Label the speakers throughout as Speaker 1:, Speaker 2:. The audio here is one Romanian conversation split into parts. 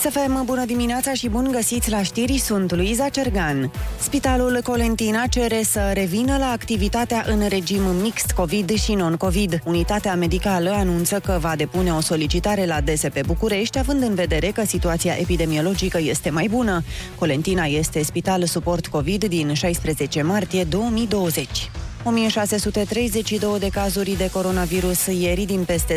Speaker 1: SFM, bună dimineața și bun găsiți la știri, sunt Luiza Cergan. Spitalul Colentina cere să revină la activitatea în regim mixt COVID și non-COVID. Unitatea medicală anunță că va depune o solicitare la DSP București, având în vedere că situația epidemiologică este mai bună. Colentina este spital suport COVID din 16 martie 2020. 1632 de cazuri de coronavirus ieri din peste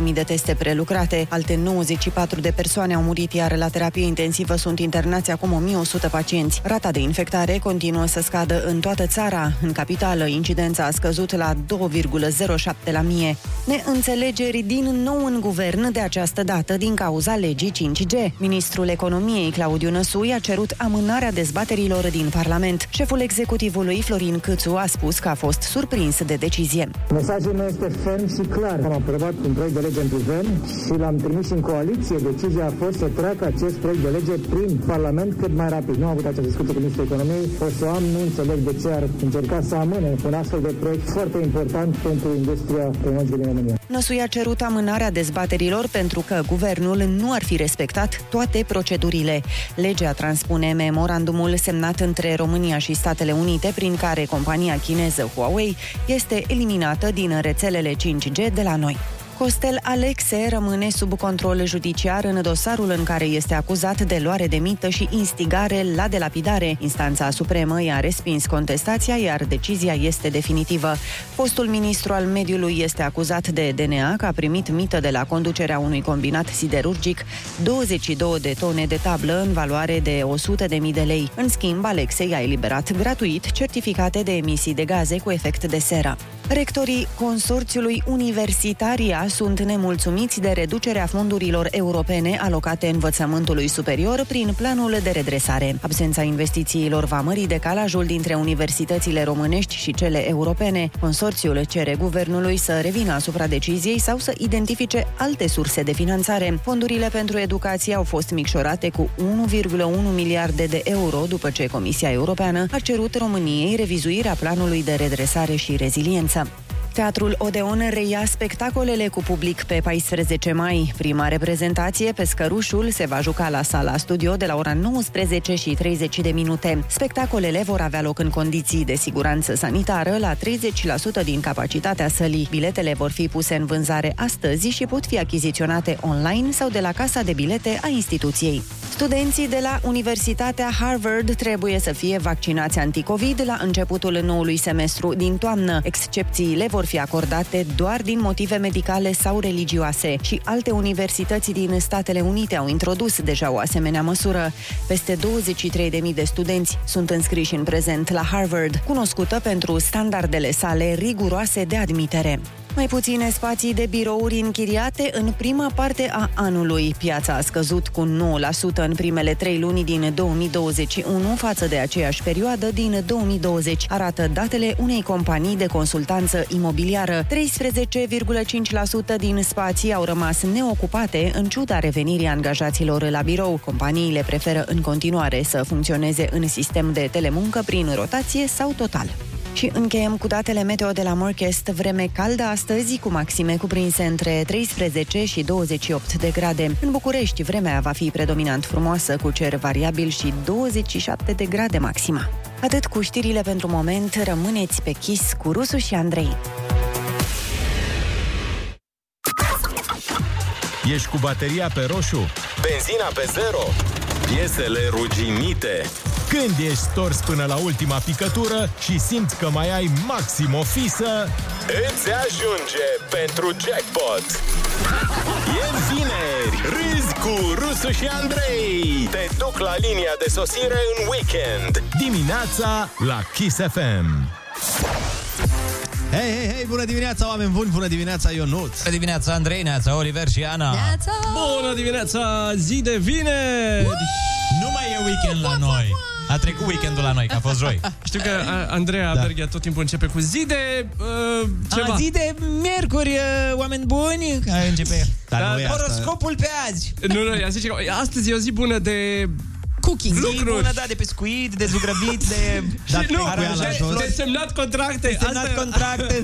Speaker 1: 38.000 de teste prelucrate. Alte 94 de persoane au murit, iar la terapie intensivă sunt internați acum 1100 pacienți. Rata de infectare continuă să scadă în toată țara. În capitală, incidența a scăzut la 2,07 la mie. Neînțelegeri din nou în guvern de această dată din cauza legii 5G. Ministrul Economiei Claudiu Năsui a cerut amânarea dezbaterilor din Parlament. Șeful executivului Florin Câțu a spus spus că a fost surprins de decizie.
Speaker 2: Mesajul meu este ferm și clar. Am aprobat un proiect de lege în guvern și l-am trimis în coaliție. Decizia a fost să treacă acest proiect de lege prin Parlament cât mai rapid. Nu am avut această discuție cu Ministrul Economiei. O să o am, nu înțeleg de ce ar încerca să amâne un astfel de proiect foarte important pentru industria tehnologică din România.
Speaker 1: Năsui a cerut amânarea dezbaterilor pentru că guvernul nu ar fi respectat toate procedurile. Legea transpune memorandumul semnat între România și Statele Unite prin care compania chineză Huawei este eliminată din rețelele 5G de la noi. Costel Alexe rămâne sub control judiciar în dosarul în care este acuzat de luare de mită și instigare la delapidare. Instanța Supremă i-a respins contestația, iar decizia este definitivă. Postul ministru al mediului este acuzat de DNA că a primit mită de la conducerea unui combinat siderurgic 22 de tone de tablă în valoare de 100.000 de lei. În schimb, Alexei a eliberat gratuit certificate de emisii de gaze cu efect de seră. Rectorii Consorțiului Universitaria sunt nemulțumiți de reducerea fondurilor europene alocate învățământului superior prin planul de redresare. Absența investițiilor va mări decalajul dintre universitățile românești și cele europene. Consorțiul cere guvernului să revină asupra deciziei sau să identifice alte surse de finanțare. Fondurile pentru educație au fost micșorate cu 1,1 miliarde de euro după ce Comisia Europeană a cerut României revizuirea planului de redresare și reziliență. Teatrul Odeon reia spectacolele cu public pe 14 mai. Prima reprezentație, Pescărușul, se va juca la sala studio de la ora 19 și 30 de minute. Spectacolele vor avea loc în condiții de siguranță sanitară la 30% din capacitatea sălii. Biletele vor fi puse în vânzare astăzi și pot fi achiziționate online sau de la casa de bilete a instituției. Studenții de la Universitatea Harvard trebuie să fie vaccinați anticovid la începutul noului semestru din toamnă. Excepțiile vor fi acordate doar din motive medicale sau religioase și alte universități din Statele Unite au introdus deja o asemenea măsură. Peste 23.000 de studenți sunt înscriși în prezent la Harvard, cunoscută pentru standardele sale riguroase de admitere. Mai puține spații de birouri închiriate în prima parte a anului. Piața a scăzut cu 9% în primele 3 luni din 2021 față de aceeași perioadă din 2020, arată datele unei companii de consultanță imobiliară. 13,5% din spații au rămas neocupate în ciuda revenirii angajaților la birou. Companiile preferă în continuare să funcționeze în sistem de telemuncă prin rotație sau total. Și încheiem cu datele meteo de la Morchest, vreme caldă astăzi cu maxime cuprinse între 13 și 28 de grade. În București, vremea va fi predominant frumoasă cu cer variabil și 27 de grade maxima. Atât cu știrile pentru moment, rămâneți pe chis cu Rusu și Andrei.
Speaker 3: Ești cu bateria pe roșu? Benzina pe zero? Piesele ruginite? Când ești stors până la ultima picătură și simți că mai ai maxim o fisă, îți ajunge pentru jackpot! E vineri! Râzi cu Rusu și Andrei! Te duc la linia de sosire în weekend! Dimineața la Kiss FM!
Speaker 4: Hei, hei, hei, bună dimineața, oameni buni, bună dimineața, Ionuț!
Speaker 5: Bună dimineața, Andrei, neața, Oliver și Ana!
Speaker 6: Neața!
Speaker 7: Bună dimineața, zi de vineri!
Speaker 5: Nu mai e weekend la noi! A trecut weekendul la noi, că a fost joi.
Speaker 7: Știu că a, Andreea da. Berghia tot timpul începe cu zi de uh, ceva.
Speaker 5: A, zi de miercuri, uh, oameni buni! A, începe Da,
Speaker 4: Dar nu e asta.
Speaker 5: horoscopul pe azi!
Speaker 7: Nu, nu, ea zice că astăzi e o zi bună de
Speaker 6: Cooking.
Speaker 5: Zi
Speaker 7: Lucruri.
Speaker 5: bună, da, de pescuit, de zugrăvit, de...
Speaker 7: și nu,
Speaker 4: pe cuia la
Speaker 7: de,
Speaker 4: jos.
Speaker 7: de semnat contracte.
Speaker 5: semnat
Speaker 7: Asta-
Speaker 5: contracte.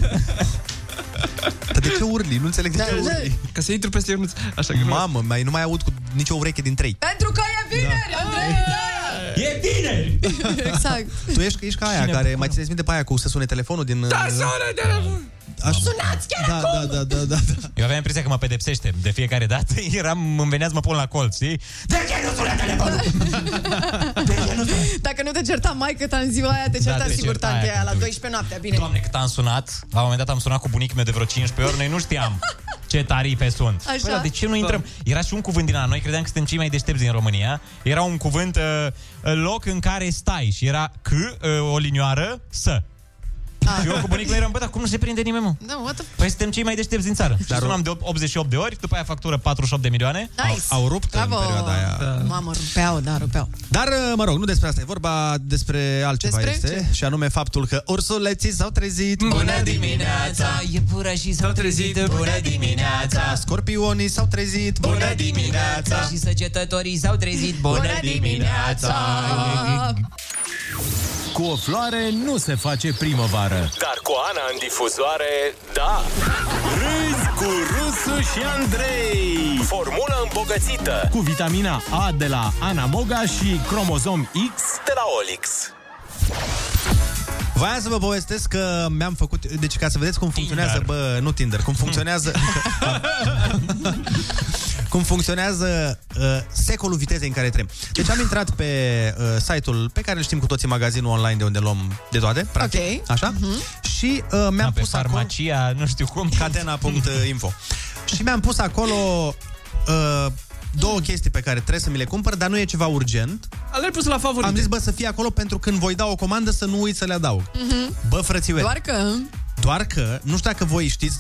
Speaker 4: Dar de ce urli? Nu înțeleg de ce urli.
Speaker 7: Ca să intru peste Ionuț. Așa că nu-
Speaker 4: Mamă, mai, nu mai aud cu nicio ureche din trei.
Speaker 6: Pentru că e vineri, Andrei!
Speaker 8: Da. E bine!
Speaker 6: Exact.
Speaker 4: Tu ești, că ești ca aia care, mai țineți minte pe aia cu să sune telefonul din...
Speaker 7: Da, sună telefon!
Speaker 4: Aș... Sunați chiar da, acum! Da, da, da, da, da.
Speaker 8: Eu aveam impresia că mă pedepsește de fiecare dată. Eram, îmi venea să mă pun la colț, știi? De ce nu sună telefonul?
Speaker 6: Dacă nu te certa mai cât în ziua aia, te certa
Speaker 8: Da, te certa
Speaker 6: sigur tante
Speaker 8: aia
Speaker 6: aia la
Speaker 8: când te
Speaker 6: 12 noaptea, bine.
Speaker 8: Doamne, cât am sunat. La un moment dat am sunat cu bunicul meu de vreo 15 ori. Noi nu știam ce tarife sunt.
Speaker 6: Așa.
Speaker 8: Păi, dar de ce nu intrăm? Era și un cuvânt din ala. Noi credeam că suntem cei mai deștepți din România. Era un cuvânt uh, loc în care stai și era C, uh, o linioară, S.
Speaker 6: Ah.
Speaker 8: Și eu cu bunicul eram, bă, dar cum nu se prinde nimeni, mă?
Speaker 6: Da, what the f-
Speaker 8: Păi suntem cei mai deștepți din țară. Dar sunam de 88 de ori, după aia factură 48 de milioane.
Speaker 6: Nice.
Speaker 4: Au rupt
Speaker 6: Bravo.
Speaker 4: în perioada aia.
Speaker 6: Mamă, rupeau, da, rupeau.
Speaker 4: Dar, mă rog, nu despre asta e vorba, despre altceva
Speaker 6: Despre
Speaker 4: este,
Speaker 6: ce?
Speaker 4: și anume faptul că ursuleții s-au trezit.
Speaker 8: dimineața, e pură și s-au trezit. Bună dimineața,
Speaker 4: Scorpionii s-au trezit.
Speaker 8: și săgetătorii s-au trezit. Bună
Speaker 9: Cu o floare nu se face primăvară.
Speaker 10: Dar cu Ana în difuzoare, da! Râzi cu Rusu și Andrei! Formula îmbogățită
Speaker 9: Cu vitamina A de la Ana Moga și cromozom X
Speaker 10: de la Olix.
Speaker 4: Voiam să vă povestesc că mi-am făcut... Deci, ca să vedeți cum funcționează... Bă, nu Tinder, cum funcționează... cum funcționează uh, secolul vitezei în care trăim. Deci am intrat pe uh, site-ul pe care îl știm cu toții, magazinul online de unde luăm de toate, practic,
Speaker 6: Ok.
Speaker 4: așa,
Speaker 7: Mhm.
Speaker 4: și uh, mi-am
Speaker 8: Am Da, pe
Speaker 4: pus acolo...
Speaker 8: farmacia, nu știu cum.
Speaker 4: catena.info Și mi-am pus acolo uh, două chestii pe care trebuie să mi le cumpăr, dar nu e ceva urgent.
Speaker 7: Al Mhm. pus la favorit.
Speaker 4: Am zis, bă, să fie acolo pentru când voi da o comandă să nu uit să le adaug.
Speaker 8: Mhm.
Speaker 4: Bă, frățiule, doar...
Speaker 6: Doar că...
Speaker 4: doar că, nu știu dacă voi știți,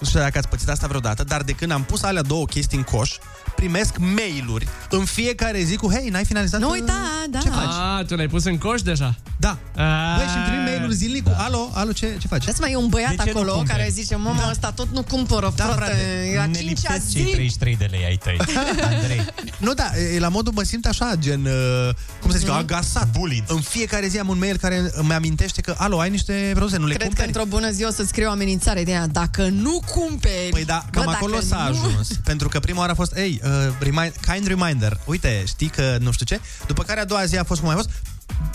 Speaker 4: nu știu dacă ați pățit asta vreodată, dar de când am pus alea două chestii în coș, primesc mail-uri în fiecare zi cu, hei, n-ai finalizat?
Speaker 6: Nu
Speaker 4: uh,
Speaker 6: uita, da.
Speaker 4: Ce faci?
Speaker 7: Ah, tu l-ai pus în coș deja.
Speaker 4: Da.
Speaker 7: Ah.
Speaker 4: Băi, și îmi primim mail-uri zilnic cu, alo, alo, ce, ce faci?
Speaker 6: Dați mai e un băiat
Speaker 8: De ce nu
Speaker 6: acolo
Speaker 8: cumperi?
Speaker 6: care zice, mama, da. ăsta tot nu cumpără,
Speaker 4: Da,
Speaker 6: da,
Speaker 4: frate,
Speaker 6: frate, la
Speaker 8: ne
Speaker 6: 5-a
Speaker 8: lipsesc cei
Speaker 6: zi.
Speaker 8: 33 de lei ai tăi. Andrei,
Speaker 4: Nu, da, e, la modul mă simt așa, gen, uh, cum să zic, eu, agasat.
Speaker 8: Mm-hmm. Bullied.
Speaker 4: În fiecare zi am un mail care îmi amintește că, alo, ai niște produse, nu le
Speaker 6: Cred că
Speaker 4: cumperi?
Speaker 6: într-o bună zi o să scriu o amenințare de aia. Dacă nu cumperi...
Speaker 4: Păi da, cam
Speaker 6: Bă, dacă
Speaker 4: acolo s-a
Speaker 6: nu-
Speaker 4: ajuns. Pentru că prima oară a fost, ei, uh, remind, kind reminder, uite, știi că nu știu ce. După care a doua zi a fost cum mai fost,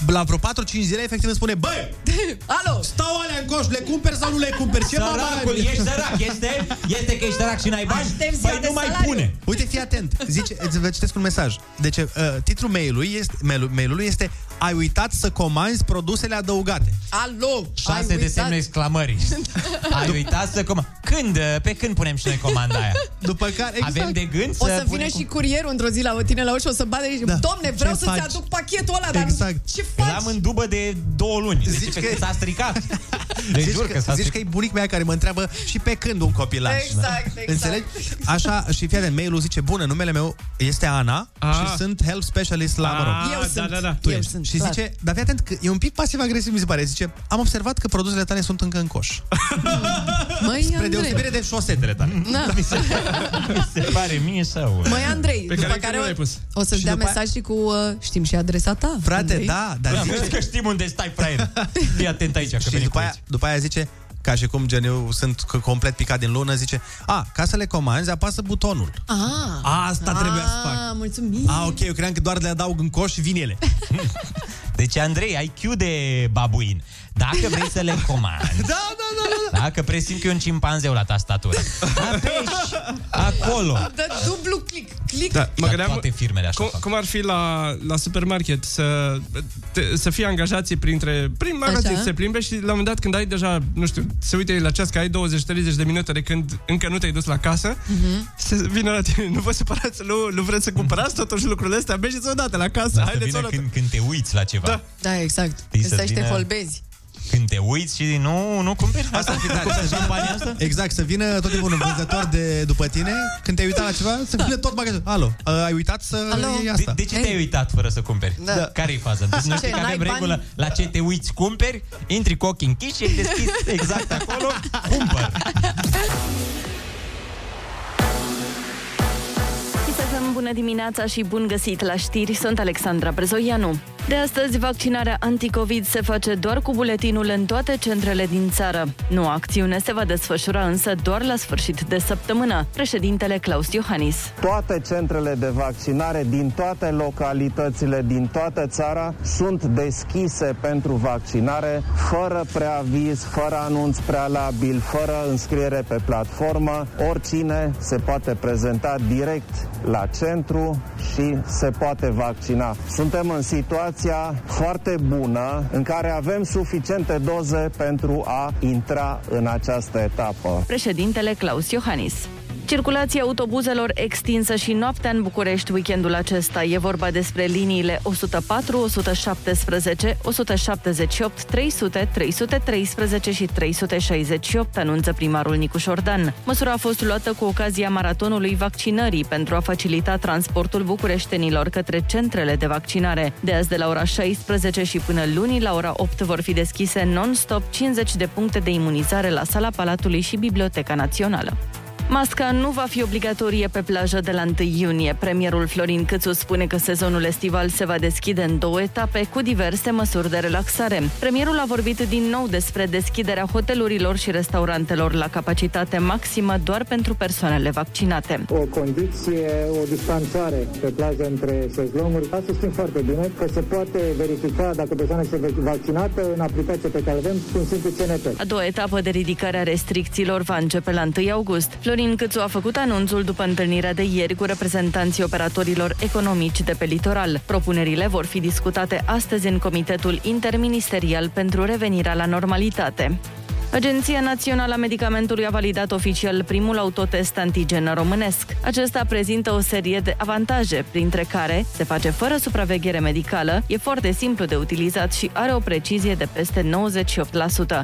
Speaker 4: la vreo 4-5 zile efectiv îmi spune, băi,
Speaker 6: Alo!
Speaker 4: stau alea în coș, le cumperi sau nu le cumperi? Ce mama
Speaker 8: Săracul, ești sărac, este, este că ești sărac și n-ai bani,
Speaker 6: Aștept ziua
Speaker 8: păi
Speaker 6: de
Speaker 8: nu mai
Speaker 6: salariu.
Speaker 8: pune.
Speaker 4: Uite, fii atent. Zice, îți vă citesc un mesaj. Deci, uh, titlul mail-ului este, mail-ul- mail-ului este Ai uitat să comanzi produsele adăugate.
Speaker 6: Alo! Ai
Speaker 8: Șase de
Speaker 6: uitat?
Speaker 8: semne exclamării. Ai uitat să comandă. Când, uh, pe când punem și noi comanda aia?
Speaker 4: După care, exact.
Speaker 8: Avem de gând să
Speaker 6: O să vină
Speaker 8: punem
Speaker 6: și curierul într-o zi la tine la ușă, o să bate și
Speaker 4: Da.
Speaker 6: da. Domne, vreau
Speaker 4: Ce
Speaker 6: să-ți
Speaker 4: faci?"
Speaker 6: aduc pachetul ăla, dar
Speaker 4: Exact.
Speaker 6: ce
Speaker 8: Îl
Speaker 6: faci?
Speaker 8: Păi am în dubă de două luni. Deci
Speaker 4: Zici
Speaker 8: efectiv
Speaker 4: că-
Speaker 8: s-a stricat. Deci
Speaker 4: Zici
Speaker 8: jur că,
Speaker 4: că,
Speaker 8: s-a
Speaker 4: zici
Speaker 8: stricat.
Speaker 4: că e bunic mea care mă întreabă și pe când un copilaș.
Speaker 6: Exact, exact.
Speaker 4: Înțelegi? Așa, și fii atent, mail-ul zice, bună, numele meu este Ana
Speaker 7: Ah.
Speaker 4: și sunt health specialist la, mă rog.
Speaker 7: Ah,
Speaker 6: Eu
Speaker 7: da,
Speaker 6: sunt.
Speaker 7: da, da.
Speaker 6: Eu
Speaker 4: ești.
Speaker 6: sunt,
Speaker 4: și
Speaker 6: clar.
Speaker 4: zice, dar fii atent că e un pic pasiv-agresiv, mi se pare. Zice, am observat că produsele tale sunt încă în coș.
Speaker 6: Măi,
Speaker 4: Spre
Speaker 6: Andrei,
Speaker 4: deosebire de Da, șosetele tale.
Speaker 6: na.
Speaker 8: Se pare mie sau...
Speaker 6: Măi, Andrei,
Speaker 7: Pe
Speaker 6: după
Speaker 7: care încă
Speaker 6: care,
Speaker 7: nu l-ai
Speaker 6: o,
Speaker 7: pus.
Speaker 6: o să-și
Speaker 4: Și
Speaker 6: dea
Speaker 4: după aia-
Speaker 6: mesaj și cu uh, știm și adresa ta.
Speaker 4: Frate,
Speaker 6: Andrei.
Speaker 4: da, dar zice,
Speaker 8: Vezi că știm unde stai, fraier. Fii atent aici, că
Speaker 4: și
Speaker 8: venim
Speaker 4: după
Speaker 8: cu
Speaker 4: aia,
Speaker 8: aici.
Speaker 4: după aia zice, ca și cum gen eu sunt c- complet picat din lună, zice, a, ca să le comanzi, apasă butonul.
Speaker 6: Ah,
Speaker 4: Asta trebuia să
Speaker 6: Ah,
Speaker 4: fac.
Speaker 6: mulțumim.
Speaker 4: A, ok, eu cream că doar le adaug în coș și vin ele.
Speaker 8: Deci, Andrei, ai Q de babuin. Dacă vrei să le comanzi,
Speaker 4: Da, da, da, da.
Speaker 8: dacă presimți că e un cimpanzeu la tastatură, apeși acolo.
Speaker 6: Dă dublu click, click.
Speaker 7: Da, mă
Speaker 8: Dar
Speaker 7: gândeam,
Speaker 8: toate firmele așa
Speaker 7: cum,
Speaker 8: fac.
Speaker 7: cum ar fi la, la supermarket să, te, să fie angajații printre, prin magazin,
Speaker 6: Așa.
Speaker 7: să se plimbe și la un moment dat când ai deja, nu știu, se uite la ceas că ai 20-30 de minute de când încă nu te-ai dus la casă, se vină la tine, nu vă supărați, nu, nu vreți să cumpărați totuși lucrurile astea, mergeți odată la casă,
Speaker 8: Dar să
Speaker 7: haideți
Speaker 8: vină
Speaker 7: odată.
Speaker 8: când, când te uiți la ceva.
Speaker 7: Da.
Speaker 6: Da, exact.
Speaker 8: Știi, să
Speaker 6: Să niște
Speaker 8: vină-
Speaker 6: folbezi.
Speaker 8: Când te uiți și nu, nu cumperi. Asta
Speaker 4: fi, da.
Speaker 8: Cum să banii asta?
Speaker 4: Exact, să vină tot timpul un vânzător de după tine, când te-ai uitat la ceva, să vină tot magazul. Alo, a, ai uitat să
Speaker 6: Alo.
Speaker 4: iei
Speaker 8: De,
Speaker 4: asta.
Speaker 8: de ce te-ai uitat fără să cumperi?
Speaker 6: Da.
Speaker 8: Care-i faza? Deci noi
Speaker 6: Ce,
Speaker 8: știi că avem
Speaker 6: n-ai bani?
Speaker 8: regulă la ce te uiți, cumperi, intri cu ochii închiși și deschizi exact acolo, cumpăr.
Speaker 11: Bună dimineața și bun găsit la știri, sunt Alexandra Brezoianu. De astăzi, vaccinarea anticovid se face doar cu buletinul în toate centrele din țară. Noua acțiune se va desfășura însă doar la sfârșit de săptămână. Președintele Claus Iohannis.
Speaker 12: Toate centrele de vaccinare din toate localitățile din toată țara sunt deschise pentru vaccinare, fără preaviz, fără anunț prealabil, fără înscriere pe platformă. Oricine se poate prezenta direct la centru și se poate vaccina. Suntem în situația foarte bună în care avem suficiente doze pentru a intra în această etapă.
Speaker 11: Președintele Claus Iohannis. Circulația autobuzelor extinsă și noaptea în București weekendul acesta. E vorba despre liniile 104, 117, 178, 300, 313 și 368, anunță primarul Nicu Șordan. Măsura a fost luată cu ocazia maratonului vaccinării pentru a facilita transportul bucureștenilor către centrele de vaccinare. De azi de la ora 16 și până luni la ora 8 vor fi deschise non-stop 50 de puncte de imunizare la Sala Palatului și Biblioteca Națională. Masca nu va fi obligatorie pe plajă de la 1 iunie. Premierul Florin Câțu spune că sezonul estival se va deschide în două etape cu diverse măsuri de relaxare. Premierul a vorbit din nou despre deschiderea hotelurilor și restaurantelor la capacitate maximă doar pentru persoanele vaccinate.
Speaker 2: O condiție, o distanțare pe plajă între sezlomuri. Asta știm foarte bine că se poate verifica dacă persoana este vaccinată în aplicația pe care avem cu un simplu CNP.
Speaker 11: A doua etapă de ridicare a restricțiilor va începe la 1 august. Florin Câțu a făcut anunțul după întâlnirea de ieri cu reprezentanții operatorilor economici de pe litoral. Propunerile vor fi discutate astăzi în Comitetul Interministerial pentru revenirea la normalitate. Agenția Națională a Medicamentului a validat oficial primul autotest antigen românesc. Acesta prezintă o serie de avantaje, printre care se face fără supraveghere medicală, e foarte simplu de utilizat și are o precizie de peste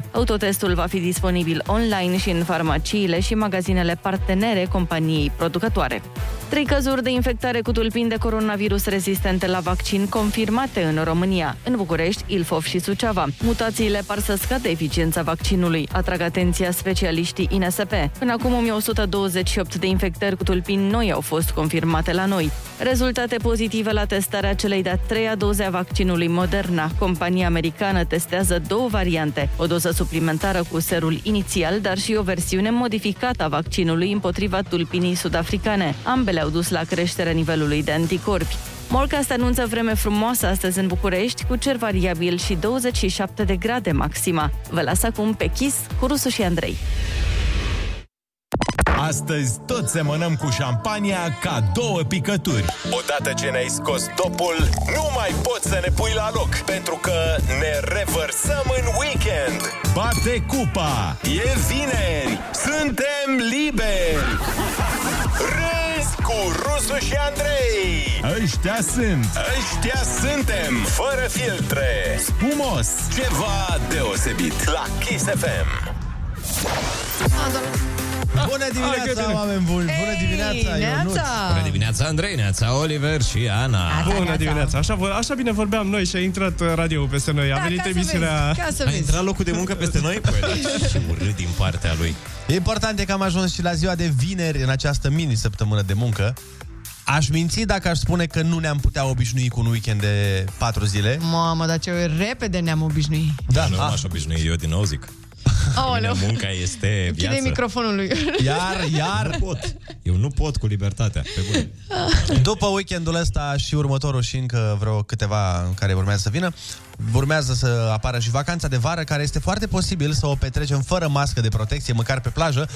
Speaker 11: 98%. Autotestul va fi disponibil online și în farmaciile și magazinele partenere companiei producătoare. Trei cazuri de infectare cu tulpini de coronavirus rezistente la vaccin confirmate în România, în București, Ilfov și Suceava. Mutațiile par să scadă eficiența vaccinului Consiliului, atrag atenția specialiștii INSP. Până acum 1128 de infectări cu tulpini noi au fost confirmate la noi. Rezultate pozitive la testarea celei de-a treia doze a vaccinului Moderna. Compania americană testează două variante, o doză suplimentară cu serul inițial, dar și o versiune modificată a vaccinului împotriva tulpinii sudafricane. Ambele au dus la creșterea nivelului de anticorpi. Molcast anunță vreme frumoasă astăzi în București cu cer variabil și 27 de grade maxima. Vă las acum pe Kiss cu Rusu și Andrei.
Speaker 3: Astăzi tot semănăm cu șampania ca două picături.
Speaker 10: Odată ce ne-ai scos topul, nu mai poți să ne pui la loc, pentru că ne revărsăm în weekend.
Speaker 3: Bate cupa!
Speaker 10: E vineri, suntem liberi! Râzi cu Rusu și Andrei!
Speaker 3: Ăștia sunt
Speaker 10: Ăștia suntem, fără filtre!
Speaker 3: Pumos!
Speaker 10: Ceva deosebit la Kiss FM!
Speaker 4: Bună dimineața,
Speaker 7: bine.
Speaker 4: oameni buni! Bună dimineața, Ionuț!
Speaker 5: Bună dimineața, Andrei, neața, Oliver și Ana.
Speaker 7: Bună dimineața. Așa, vor- așa bine vorbeam noi și a intrat uh, radio peste noi. A
Speaker 6: Da,
Speaker 7: venit
Speaker 6: ca
Speaker 7: emisiunea...
Speaker 6: Să vezi, ca să
Speaker 5: A
Speaker 6: vezi.
Speaker 5: intrat locul de muncă peste noi? Păi, da, și urât din partea lui.
Speaker 4: E important e că am ajuns și la ziua de vineri în această mini-săptămână de muncă. Aș minți dacă aș spune că nu ne-am putea obișnui cu un weekend de patru zile.
Speaker 6: Mamă, dar ce repede ne-am obișnuit.
Speaker 5: Da, nu m-aș obișnui, eu din nou zic.
Speaker 6: Ah. Aoleu,
Speaker 5: Munca este
Speaker 6: chide
Speaker 5: viață.
Speaker 6: microfonul lui.
Speaker 4: Iar, iar,
Speaker 5: Pot. Eu nu pot cu libertatea, pe bune.
Speaker 4: după weekendul ăsta și următorul și încă vreo câteva în care urmează să vină, urmează să apară și vacanța de vară, care este foarte posibil să o petrecem fără mască de protecție, măcar pe plajă,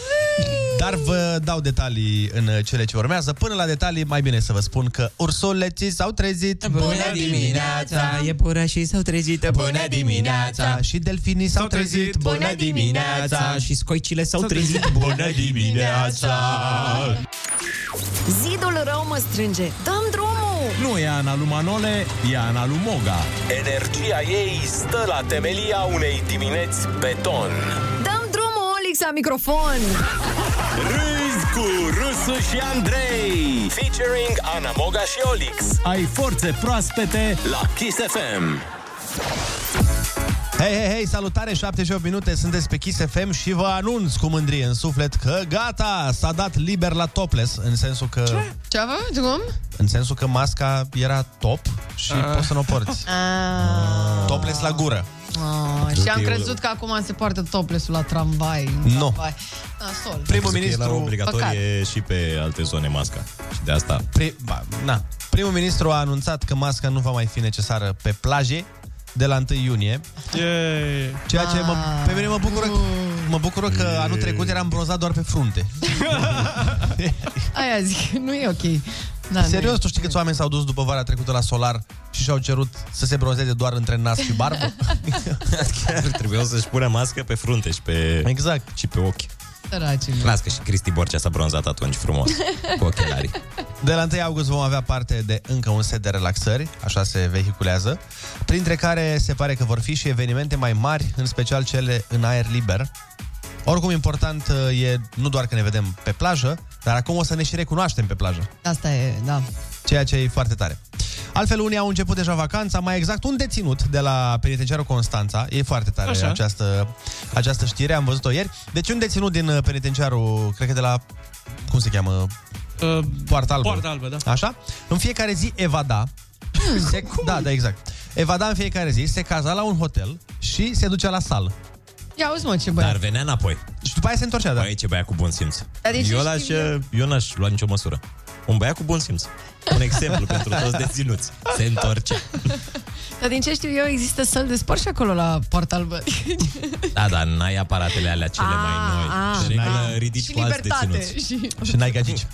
Speaker 4: dar vă dau detalii în cele ce urmează. Până la detalii, mai bine să vă spun că ursuleții s-au trezit.
Speaker 7: Bună
Speaker 6: dimineața!
Speaker 9: E pura și s-au trezit Bună dimineața
Speaker 4: Și delfinii s-au trezit.
Speaker 9: Bună dimineața Și scoicile s-au trezit Bună dimineața
Speaker 6: Zidul rău mă strânge. Dăm drumul!
Speaker 3: Nu e Ana lui Manole, e Ana lui Moga.
Speaker 10: Energia ei stă la temelia unei dimineți beton.
Speaker 6: Dăm drumul, Olix, la microfon!
Speaker 10: Râzi cu Rusu și Andrei Featuring Ana Moga și Olix
Speaker 3: Ai forțe proaspete
Speaker 10: La Kiss FM
Speaker 4: Hei, hei, hei, salutare, 78 minute, sunteți pe Kiss FM și vă anunț cu mândrie în suflet că gata, s-a dat liber la topless, în sensul că...
Speaker 6: Ce avem? Cum?
Speaker 4: În sensul că masca era top și
Speaker 6: Ah.
Speaker 4: poți să nu o porți.
Speaker 6: Ah.
Speaker 4: Topless la gură.
Speaker 6: Ah, și am crezut că acum se poartă topless-ul la tramvai. în
Speaker 8: Nu.
Speaker 6: tramvai. Ah, Nasol.
Speaker 8: Primul ministru... Era obligatorie
Speaker 6: Păcat.
Speaker 8: Păcat. și pe alte zone masca. Și de asta...
Speaker 4: Pri, ba, na. Primul ministru a anunțat că masca nu va mai fi necesară pe plaje de la 1 iunie.
Speaker 7: Yeah.
Speaker 4: Ceea ce mă, pe mine mă bucură, mă bucură că anul trecut eram bronzat doar pe frunte.
Speaker 6: Aia zic, nu e ok. Da,
Speaker 4: Serios, tu știi câți oameni s-au dus după vara trecută la solar și și-au cerut să se bronzeze doar între nas și barbă?
Speaker 8: Chiar trebuiau să-și pună mască pe frunte și pe...
Speaker 4: Exact.
Speaker 8: Și pe ochi.
Speaker 6: Săracile.
Speaker 8: Las că și Cristi Borcea s-a bronzat atunci frumos. Cu ochelarii.
Speaker 4: De la 1 august vom avea parte de încă un set de relaxări, așa se vehiculează, printre care se pare că vor fi și evenimente mai mari, în special cele în aer liber. Oricum, important uh, e nu doar că ne vedem pe plajă, dar acum o să ne și recunoaștem pe plajă,
Speaker 6: Asta e, da.
Speaker 4: ceea ce e foarte tare. Altfel, unii au început deja vacanța, mai exact un deținut de la penitenciarul Constanța. E foarte tare
Speaker 9: Așa.
Speaker 4: această, această știre, am văzut-o ieri. Deci un deținut din uh, penitenciarul, cred că de la, cum se cheamă,
Speaker 7: uh,
Speaker 4: Poarta Albă.
Speaker 7: Poarta Albă, da.
Speaker 4: Așa? În fiecare zi evada. Se, da, da, exact. Evada în fiecare zi se caza la un hotel și se ducea la sală.
Speaker 6: Ia uzi, mă, ce
Speaker 8: Dar
Speaker 6: băiat.
Speaker 8: venea înapoi.
Speaker 4: Și după aia se întorcea, da.
Speaker 8: Băi, ce băiat cu bun simț.
Speaker 6: Dar de ce
Speaker 8: eu, l-aș,
Speaker 6: știu
Speaker 8: eu n-aș lua nicio măsură. Un băiat cu bun simț. Un exemplu pentru toți deținuți. Se întorce.
Speaker 6: Dar din ce știu eu, există săl de sport și acolo la Poarta Albă.
Speaker 8: Da, da, n-ai aparatele alea cele
Speaker 6: A,
Speaker 8: mai
Speaker 6: a,
Speaker 8: noi. Și
Speaker 6: da.
Speaker 8: n-ai ridici
Speaker 6: Și
Speaker 8: cu alți
Speaker 6: libertate.
Speaker 8: deținuți.
Speaker 6: Și...
Speaker 4: Și n-ai gagici.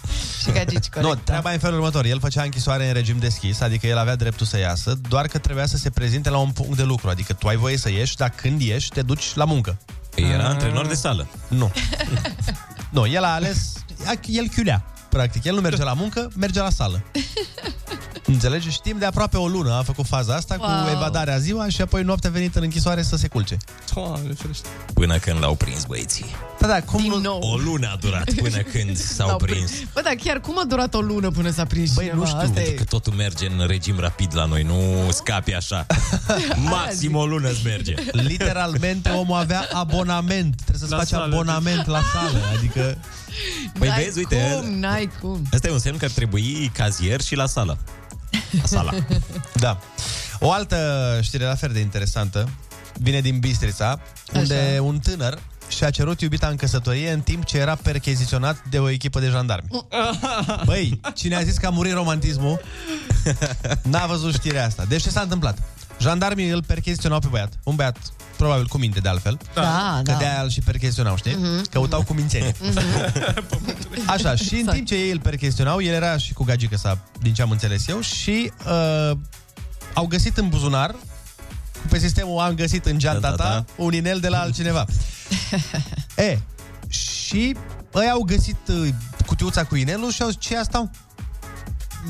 Speaker 6: și gagici, corect.
Speaker 4: Nu, treaba e în felul următor. El făcea închisoare în regim deschis, adică el avea dreptul să iasă, doar că trebuia să se prezinte la un punct de lucru. Adică tu ai voie să ieși, dar când ieși, te duci la muncă.
Speaker 8: Era antrenor de sală.
Speaker 4: Nu. nu, el a ales... El chiulea, practic. El nu merge la muncă, merge la sală. Înțelegi? Și timp de aproape o lună a făcut faza asta
Speaker 8: Wow.
Speaker 4: cu evadarea ziua și apoi noaptea a venit în închisoare să se culce.
Speaker 7: Doamne, ferește.
Speaker 8: Până când l-au prins băieții.
Speaker 4: Da, da, cum
Speaker 6: nu... nou.
Speaker 8: O lună a durat până când s-au
Speaker 6: L-au
Speaker 8: prins.
Speaker 6: Bă, dar chiar cum a durat o lună până s-a prins Băi, cineva? Asta
Speaker 8: Pentru
Speaker 6: e.
Speaker 8: că totul merge în regim rapid la noi, nu scapi așa. Maxim o lună îți merge.
Speaker 4: Literalmente omul avea abonament. Trebuie să-ți
Speaker 8: La
Speaker 4: faci
Speaker 8: sală.
Speaker 4: abonament la sală. Adică...
Speaker 8: Păi
Speaker 6: N-ai
Speaker 8: vezi, uite,
Speaker 6: cum, n-ai cum.
Speaker 8: Asta e un semn că ar trebui cazier și la sală. La sala.
Speaker 4: Da. O altă știre la fel de interesantă vine din Bistrița, unde Așa. un tânăr și-a cerut iubita în căsătorie în timp ce era percheziționat de o echipă de jandarmi. Băi, cine a zis că a murit romantismul, n-a văzut știrea asta. Deci ce s-a întâmplat? Jandarmii îl percheziționau pe băiat. Un băiat, probabil cu minte de altfel.
Speaker 6: Da,
Speaker 4: că
Speaker 6: da.
Speaker 4: de-aia îl și percheziționau, știi?
Speaker 6: Mhm.
Speaker 4: Căutau cu mințenie. Așa, și în timp ce ei îl perchestionau, el era și cu gagică sa, din ce am înțeles eu, și uh, au găsit în buzunar, pe sistemul am găsit în geanta
Speaker 8: Da, da,
Speaker 4: ta, un inel de la altcineva. e, și ei au găsit uh, cutiuța cu inelul și au zis, ce asta?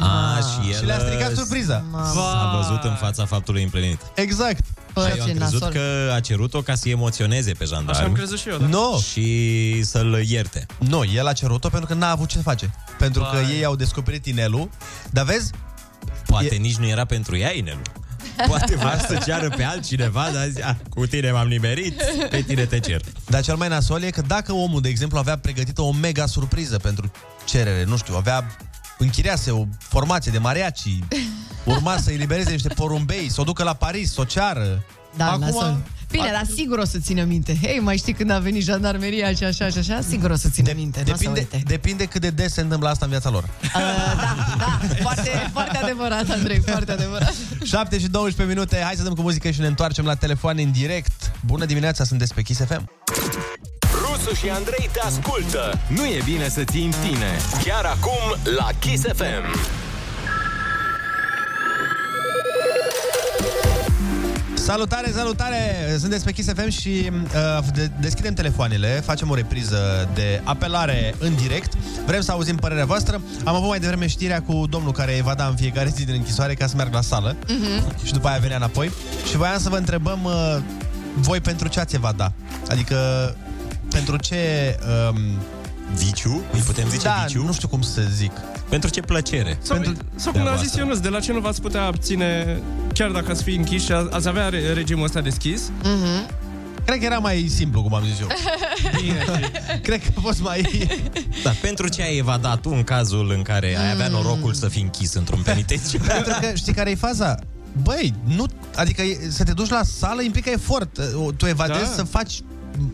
Speaker 8: A, Ah, și el
Speaker 4: Și le-a stricat surpriza.
Speaker 8: S-a văzut în fața faptului împlinit.
Speaker 4: Exact.
Speaker 8: Păi, Și eu am crezut că a cerut-o ca să-i emoționeze pe jandarmi.
Speaker 4: Așa am crezut
Speaker 7: și eu,
Speaker 4: da. No.
Speaker 8: Și să-l ierte.
Speaker 4: Nu, el a cerut-o pentru că n-a avut ce face. Pentru că ei au descoperit inelul, dar vezi?
Speaker 8: Poate e... nici nu era pentru ea inelul. Poate vrea să ceară pe altcineva, dar zi, "Ah, cu tine m-am nimerit, pe tine te cer.
Speaker 4: Dar cel mai nasol e că dacă omul, de exemplu, avea pregătită o mega surpriză pentru cerere, nu știu, avea închiriase o formație de mariaci, urma să elibereze niște porumbei, să o ducă la Paris, să o ceară.
Speaker 6: Da, nasol. Bine, dar sigur o să țină minte. Hei, mai știi când a venit jandarmeria și așa și așa? Sigur o să țină minte. n-o să
Speaker 4: Depinde,
Speaker 6: uite.
Speaker 4: depinde cât de des se întâmplă asta în viața lor.
Speaker 6: Foarte, foarte adevărat, Andrei, foarte adevărat.
Speaker 4: 7 și 12 minute, hai să dăm cu muzică și ne întoarcem la telefon în direct. Bună dimineața, sunteți pe Kiss FM.
Speaker 10: Rusu și Andrei te ascultă. Nu e bine să ții în tine. Chiar acum la Kiss FM.
Speaker 4: Salutare, salutare! Sunteți pe Kiss FM și uh, de- deschidem telefoanele, facem o repriză de apelare în direct. Vrem să auzim părerea voastră. Am avut mai devreme știrea cu domnul care evada în fiecare zi din închisoare ca să meargă la sală
Speaker 13: Mhm.
Speaker 4: și după aia venea înapoi. Și voiam să vă întrebăm uh, voi pentru ce ați evada? Adică pentru ce... Um,
Speaker 8: viciu? Îi putem zice
Speaker 4: da,
Speaker 8: viciu?
Speaker 4: nu știu cum să zic.
Speaker 8: Pentru ce plăcere?
Speaker 7: Sau,
Speaker 8: Pentru...
Speaker 7: sau
Speaker 4: Da,
Speaker 7: cum a
Speaker 8: Treaba
Speaker 7: zis
Speaker 8: asta.
Speaker 7: Ionuț, de la ce nu v-ați putea abține chiar dacă ați fi închiși și a- ați avea re- regimul ăsta deschis?
Speaker 6: Mhm.
Speaker 4: Cred că era mai simplu, cum am zis eu. Exact. Cred că a fost mai...
Speaker 8: Da, pentru ce ai evadat tu în cazul în care ai avea norocul să fii închis într-un penitenciar?
Speaker 4: Hmm. Da. Pentru că știi care e faza? Băi, nu, adică e- să te duci la sală implică efort. O, Tu evadezi
Speaker 8: Da.
Speaker 4: da. să faci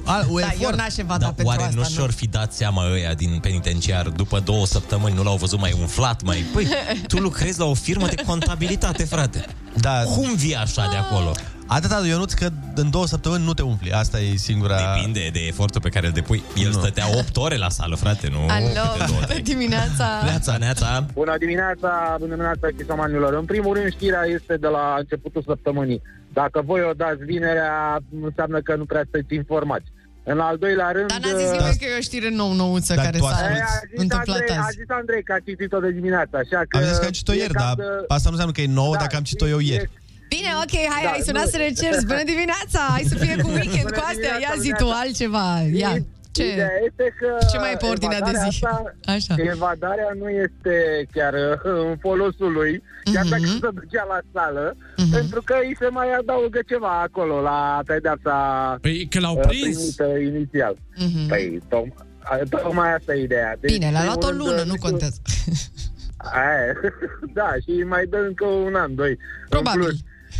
Speaker 4: a, un efort.
Speaker 8: da, oare nu și-or fi dat seama ăia din penitenciar după două săptămâni, nu l-au văzut mai umflat, mai... Păi, tu lucrezi la o firmă de contabilitate, frate.
Speaker 4: Da.
Speaker 8: Cum vii așa de acolo?
Speaker 4: Atâta, Ionuț, că în două săptămâni nu te umpli. Asta e singura...
Speaker 8: Depinde de efortul pe care îl depui. El nu. stătea 8 ore la sală, frate, nu? câte două,
Speaker 6: Alo,
Speaker 8: trei.
Speaker 6: dimineața.
Speaker 8: Neața, neața.
Speaker 13: Bună dimineața, bună dimineața chisamanilor. În primul rând, știrea este de la începutul săptămânii. Dacă voi o dați vinerea, înseamnă că nu prea sunteți informați. În al doilea rând...
Speaker 6: Dar n-a zis nimeni că e o știre nou-nouță
Speaker 13: Dar
Speaker 6: care
Speaker 13: tu
Speaker 6: s-a
Speaker 13: asculti- A zis
Speaker 6: întâmplat
Speaker 13: Andrei, a
Speaker 6: azi.
Speaker 13: zis Andrei că a citit-o de dimineață, așa că...
Speaker 4: Am zis că am citit-o ieri, dar asta nu înseamnă că Da, e nouă dacă am citit-o eu ieri.
Speaker 6: Bine, ok, hai,
Speaker 13: Da,
Speaker 6: hai,
Speaker 13: nu-
Speaker 6: sunat să ne cerți. Bună dimineața! Hai să fie cu weekend,
Speaker 13: Bună
Speaker 6: cu astea. Ia
Speaker 13: dimineața,
Speaker 6: zi tu
Speaker 13: dimineața.
Speaker 6: altceva. Ia, ce?
Speaker 13: Ideea este că
Speaker 6: Ce mai e pe ordinea de
Speaker 13: evadarea
Speaker 6: zi?
Speaker 13: Asta,
Speaker 6: Așa.
Speaker 13: Evadarea nu este chiar uh, în folosul lui, chiar dacă
Speaker 6: Mhm.
Speaker 13: se ducea la sală, pentru că îi se mai adaugă ceva acolo la pedeapsa
Speaker 7: păi, că l-au
Speaker 13: prins. primită inițial.
Speaker 6: Mhm.
Speaker 13: Păi, tom, a, tocmai asta e ideea. Deci,
Speaker 6: Bine, l-a
Speaker 13: în
Speaker 6: luat o
Speaker 13: primul rând,
Speaker 6: lună,
Speaker 13: știu-
Speaker 6: nu contează.
Speaker 13: Aia, da, și îi mai dă încă un an, doi. Probabil. Plus.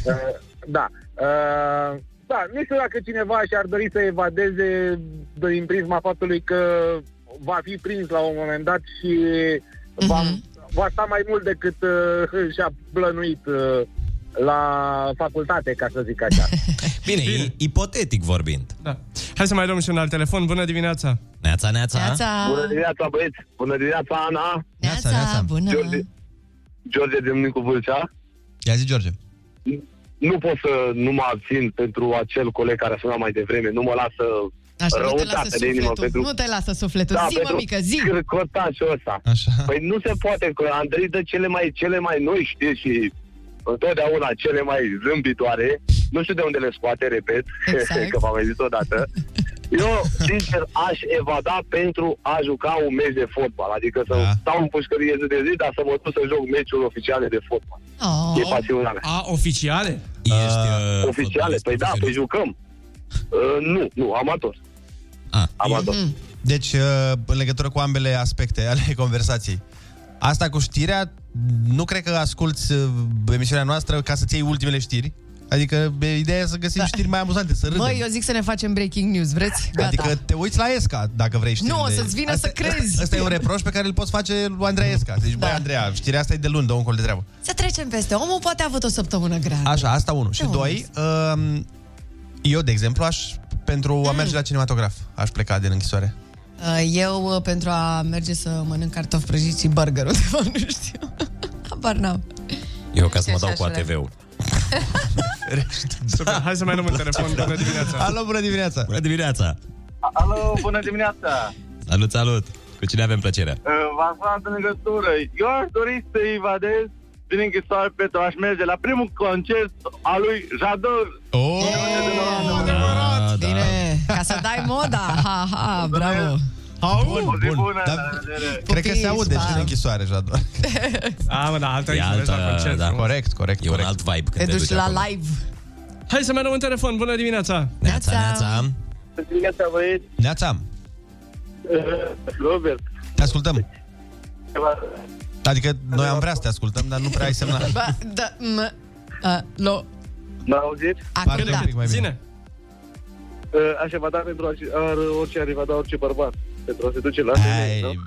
Speaker 13: Uh, da. Uh, da, nu știu dacă cineva și-ar dori să evadeze din prisma faptului că va fi prins la un moment dat și va,
Speaker 6: Mhm.
Speaker 13: va sta mai mult decât uh, și-a plănuit uh, la facultate, ca să zic așa.
Speaker 8: Bine, Bine. ipotetic vorbind.
Speaker 7: Da. Hai să mai luăm și un alt telefon. Bună dimineața!
Speaker 8: Neața, neața!
Speaker 14: Bună dimineața, băieți! Bună dimineața, Ana!
Speaker 6: Neața, neața. bună!
Speaker 14: George, George din cu Vâlcea.
Speaker 4: Ia zi, George.
Speaker 14: Nu pot să nu mă abțin pentru acel coleg care a sunat mai devreme. Nu mă lasă
Speaker 6: Așa, nu te lasă
Speaker 14: răutate de inimă Da,
Speaker 6: sufletul.
Speaker 14: pentru...
Speaker 6: Nu te lasă sufletul. zi, mă,
Speaker 14: pentru
Speaker 6: mică, zi!
Speaker 14: Cârcotașul ăsta.
Speaker 4: Așa.
Speaker 14: Păi nu se poate, că Andrei dă cele mai, cele mai noi știri și întotdeauna cele mai zâmbitoare. Nu știu de unde le scoate, repet,
Speaker 15: Exact.
Speaker 14: că v-am mai zis odată. Eu, sincer, aș evada pentru a juca un meci de fotbal. Adică să da. stau în pușcărie zi de zi, dar să mă duc să joc meciul oficiale de fotbal.
Speaker 6: Oh.
Speaker 14: E pasiunea mea.
Speaker 7: A, oficiale?
Speaker 8: Ești,
Speaker 14: Uh, oficiale? Păi da, păi jucăm. Uh, nu, nu, amator.
Speaker 8: Ah,
Speaker 14: amator.
Speaker 4: Deci, uh, în legătură cu ambele aspecte ale conversației, asta cu știrea, nu cred că asculti emisiunea noastră ca să-ți iei ultimele știri. Adică, e- ideea e să găsim da. știri mai amuzante, să râdem.
Speaker 6: Băi, eu zic să ne facem breaking news, vreți? Gata.
Speaker 4: Adică te uiți la Esca dacă vrei știrile.
Speaker 6: Nu, o să-ți vină
Speaker 4: asta,
Speaker 6: să crezi.
Speaker 4: Asta e un reproș pe care îl poți face lui Andreea Esca. Deci, da. băi, Andreea, știrea asta e de luni, dă un col de treabă.
Speaker 6: Să trecem peste. Omul poate a avut o săptămână grea.
Speaker 4: Așa, asta unul. Și
Speaker 6: Nu,
Speaker 4: doi, um, eu, de exemplu, aș, pentru a
Speaker 6: Mm.
Speaker 4: merge la cinematograf, aș pleca din închisoare.
Speaker 6: Uh, Eu, uh, pentru a merge să mănânc cartofi prăjiți și burger undeva, nu știu. Habar n-am.
Speaker 8: Eu ca să mă
Speaker 6: Așa,
Speaker 8: dau cu
Speaker 6: așa,
Speaker 8: ATV-ul.
Speaker 7: Super. Hai să mai luăm un telefon. Bună dimineața!
Speaker 4: Alo, bună dimineața!
Speaker 8: Bună dimineața!
Speaker 15: Alo, bună dimineața!
Speaker 8: Salut, salut! Cu cine avem plăcerea?
Speaker 15: Uh, V-am sunat în legătură. Eu aș dori să evadez din închisoare pentru aș merge la primul concert al lui Jador.
Speaker 4: Oh,
Speaker 6: da, Bine, ca să dai moda. Ha, ha, bravo.
Speaker 4: Au, bun, bun. Dar, cred că
Speaker 6: Pupiți,
Speaker 4: se aude și
Speaker 6: pa.
Speaker 8: da.
Speaker 4: în închisoare, Jador.
Speaker 7: A, mă, da, altă
Speaker 8: E
Speaker 7: închisoare
Speaker 8: altă-
Speaker 7: la concert.
Speaker 8: da.
Speaker 4: Corect, corect.
Speaker 8: E un alt vibe
Speaker 6: Te
Speaker 8: când te
Speaker 6: duci
Speaker 8: duci
Speaker 6: la
Speaker 8: acolo.
Speaker 6: live.
Speaker 7: Hai să mai luăm un telefon. Bună dimineața!
Speaker 8: Neața, neața!
Speaker 15: Bună dimineața, băieți.
Speaker 4: Neața,
Speaker 15: Uh, Robert.
Speaker 4: te ascultăm. Adică noi am vrea să te ascultăm, dar nu prea ai semnat.
Speaker 6: Ba, da, m, a, lo.
Speaker 15: M-a auzit?
Speaker 6: Acum da.
Speaker 7: Zine!
Speaker 15: Uh, Aș evada pentru a, ar, orice ar evada orice bărbat. Pentru a se duce la...
Speaker 4: Ai,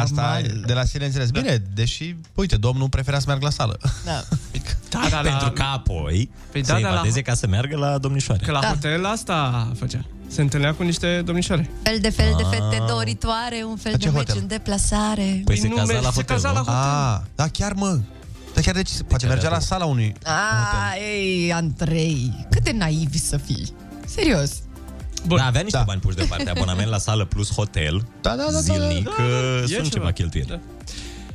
Speaker 4: asta e de la sine înțeles. Bine, deși, uite, domnul prefera să meargă la sală.
Speaker 6: Da.
Speaker 7: Da, da,
Speaker 8: Pentru
Speaker 7: la-
Speaker 8: că apoi păi
Speaker 7: da,
Speaker 8: să
Speaker 7: da, la-
Speaker 8: evadeze ca să meargă la domnișoare.
Speaker 7: Că la hotel asta făcea. Se întâlnea cu niște domnișoare.
Speaker 6: Fel de fel de
Speaker 8: Ah.
Speaker 6: fete doritoare, un fel
Speaker 7: La
Speaker 6: de
Speaker 7: ce
Speaker 6: meci
Speaker 7: hotel?
Speaker 6: în deplasare.
Speaker 8: Păi se caza la hotel, nu?
Speaker 4: Ah, da, chiar mă. Da, chiar deci, poate mergea la sala unui...
Speaker 6: A, Ah, ei, Andrei, cât de naivi să fii. Serios.
Speaker 8: Bun. Da, avea niște da. bani puși deoparte, abonament la sală plus hotel,
Speaker 4: da, da, da, da.
Speaker 8: zilnic,
Speaker 7: Da, da,
Speaker 8: da,
Speaker 7: e
Speaker 8: sunt
Speaker 7: ceva.
Speaker 8: ceva cheltuieli. Da.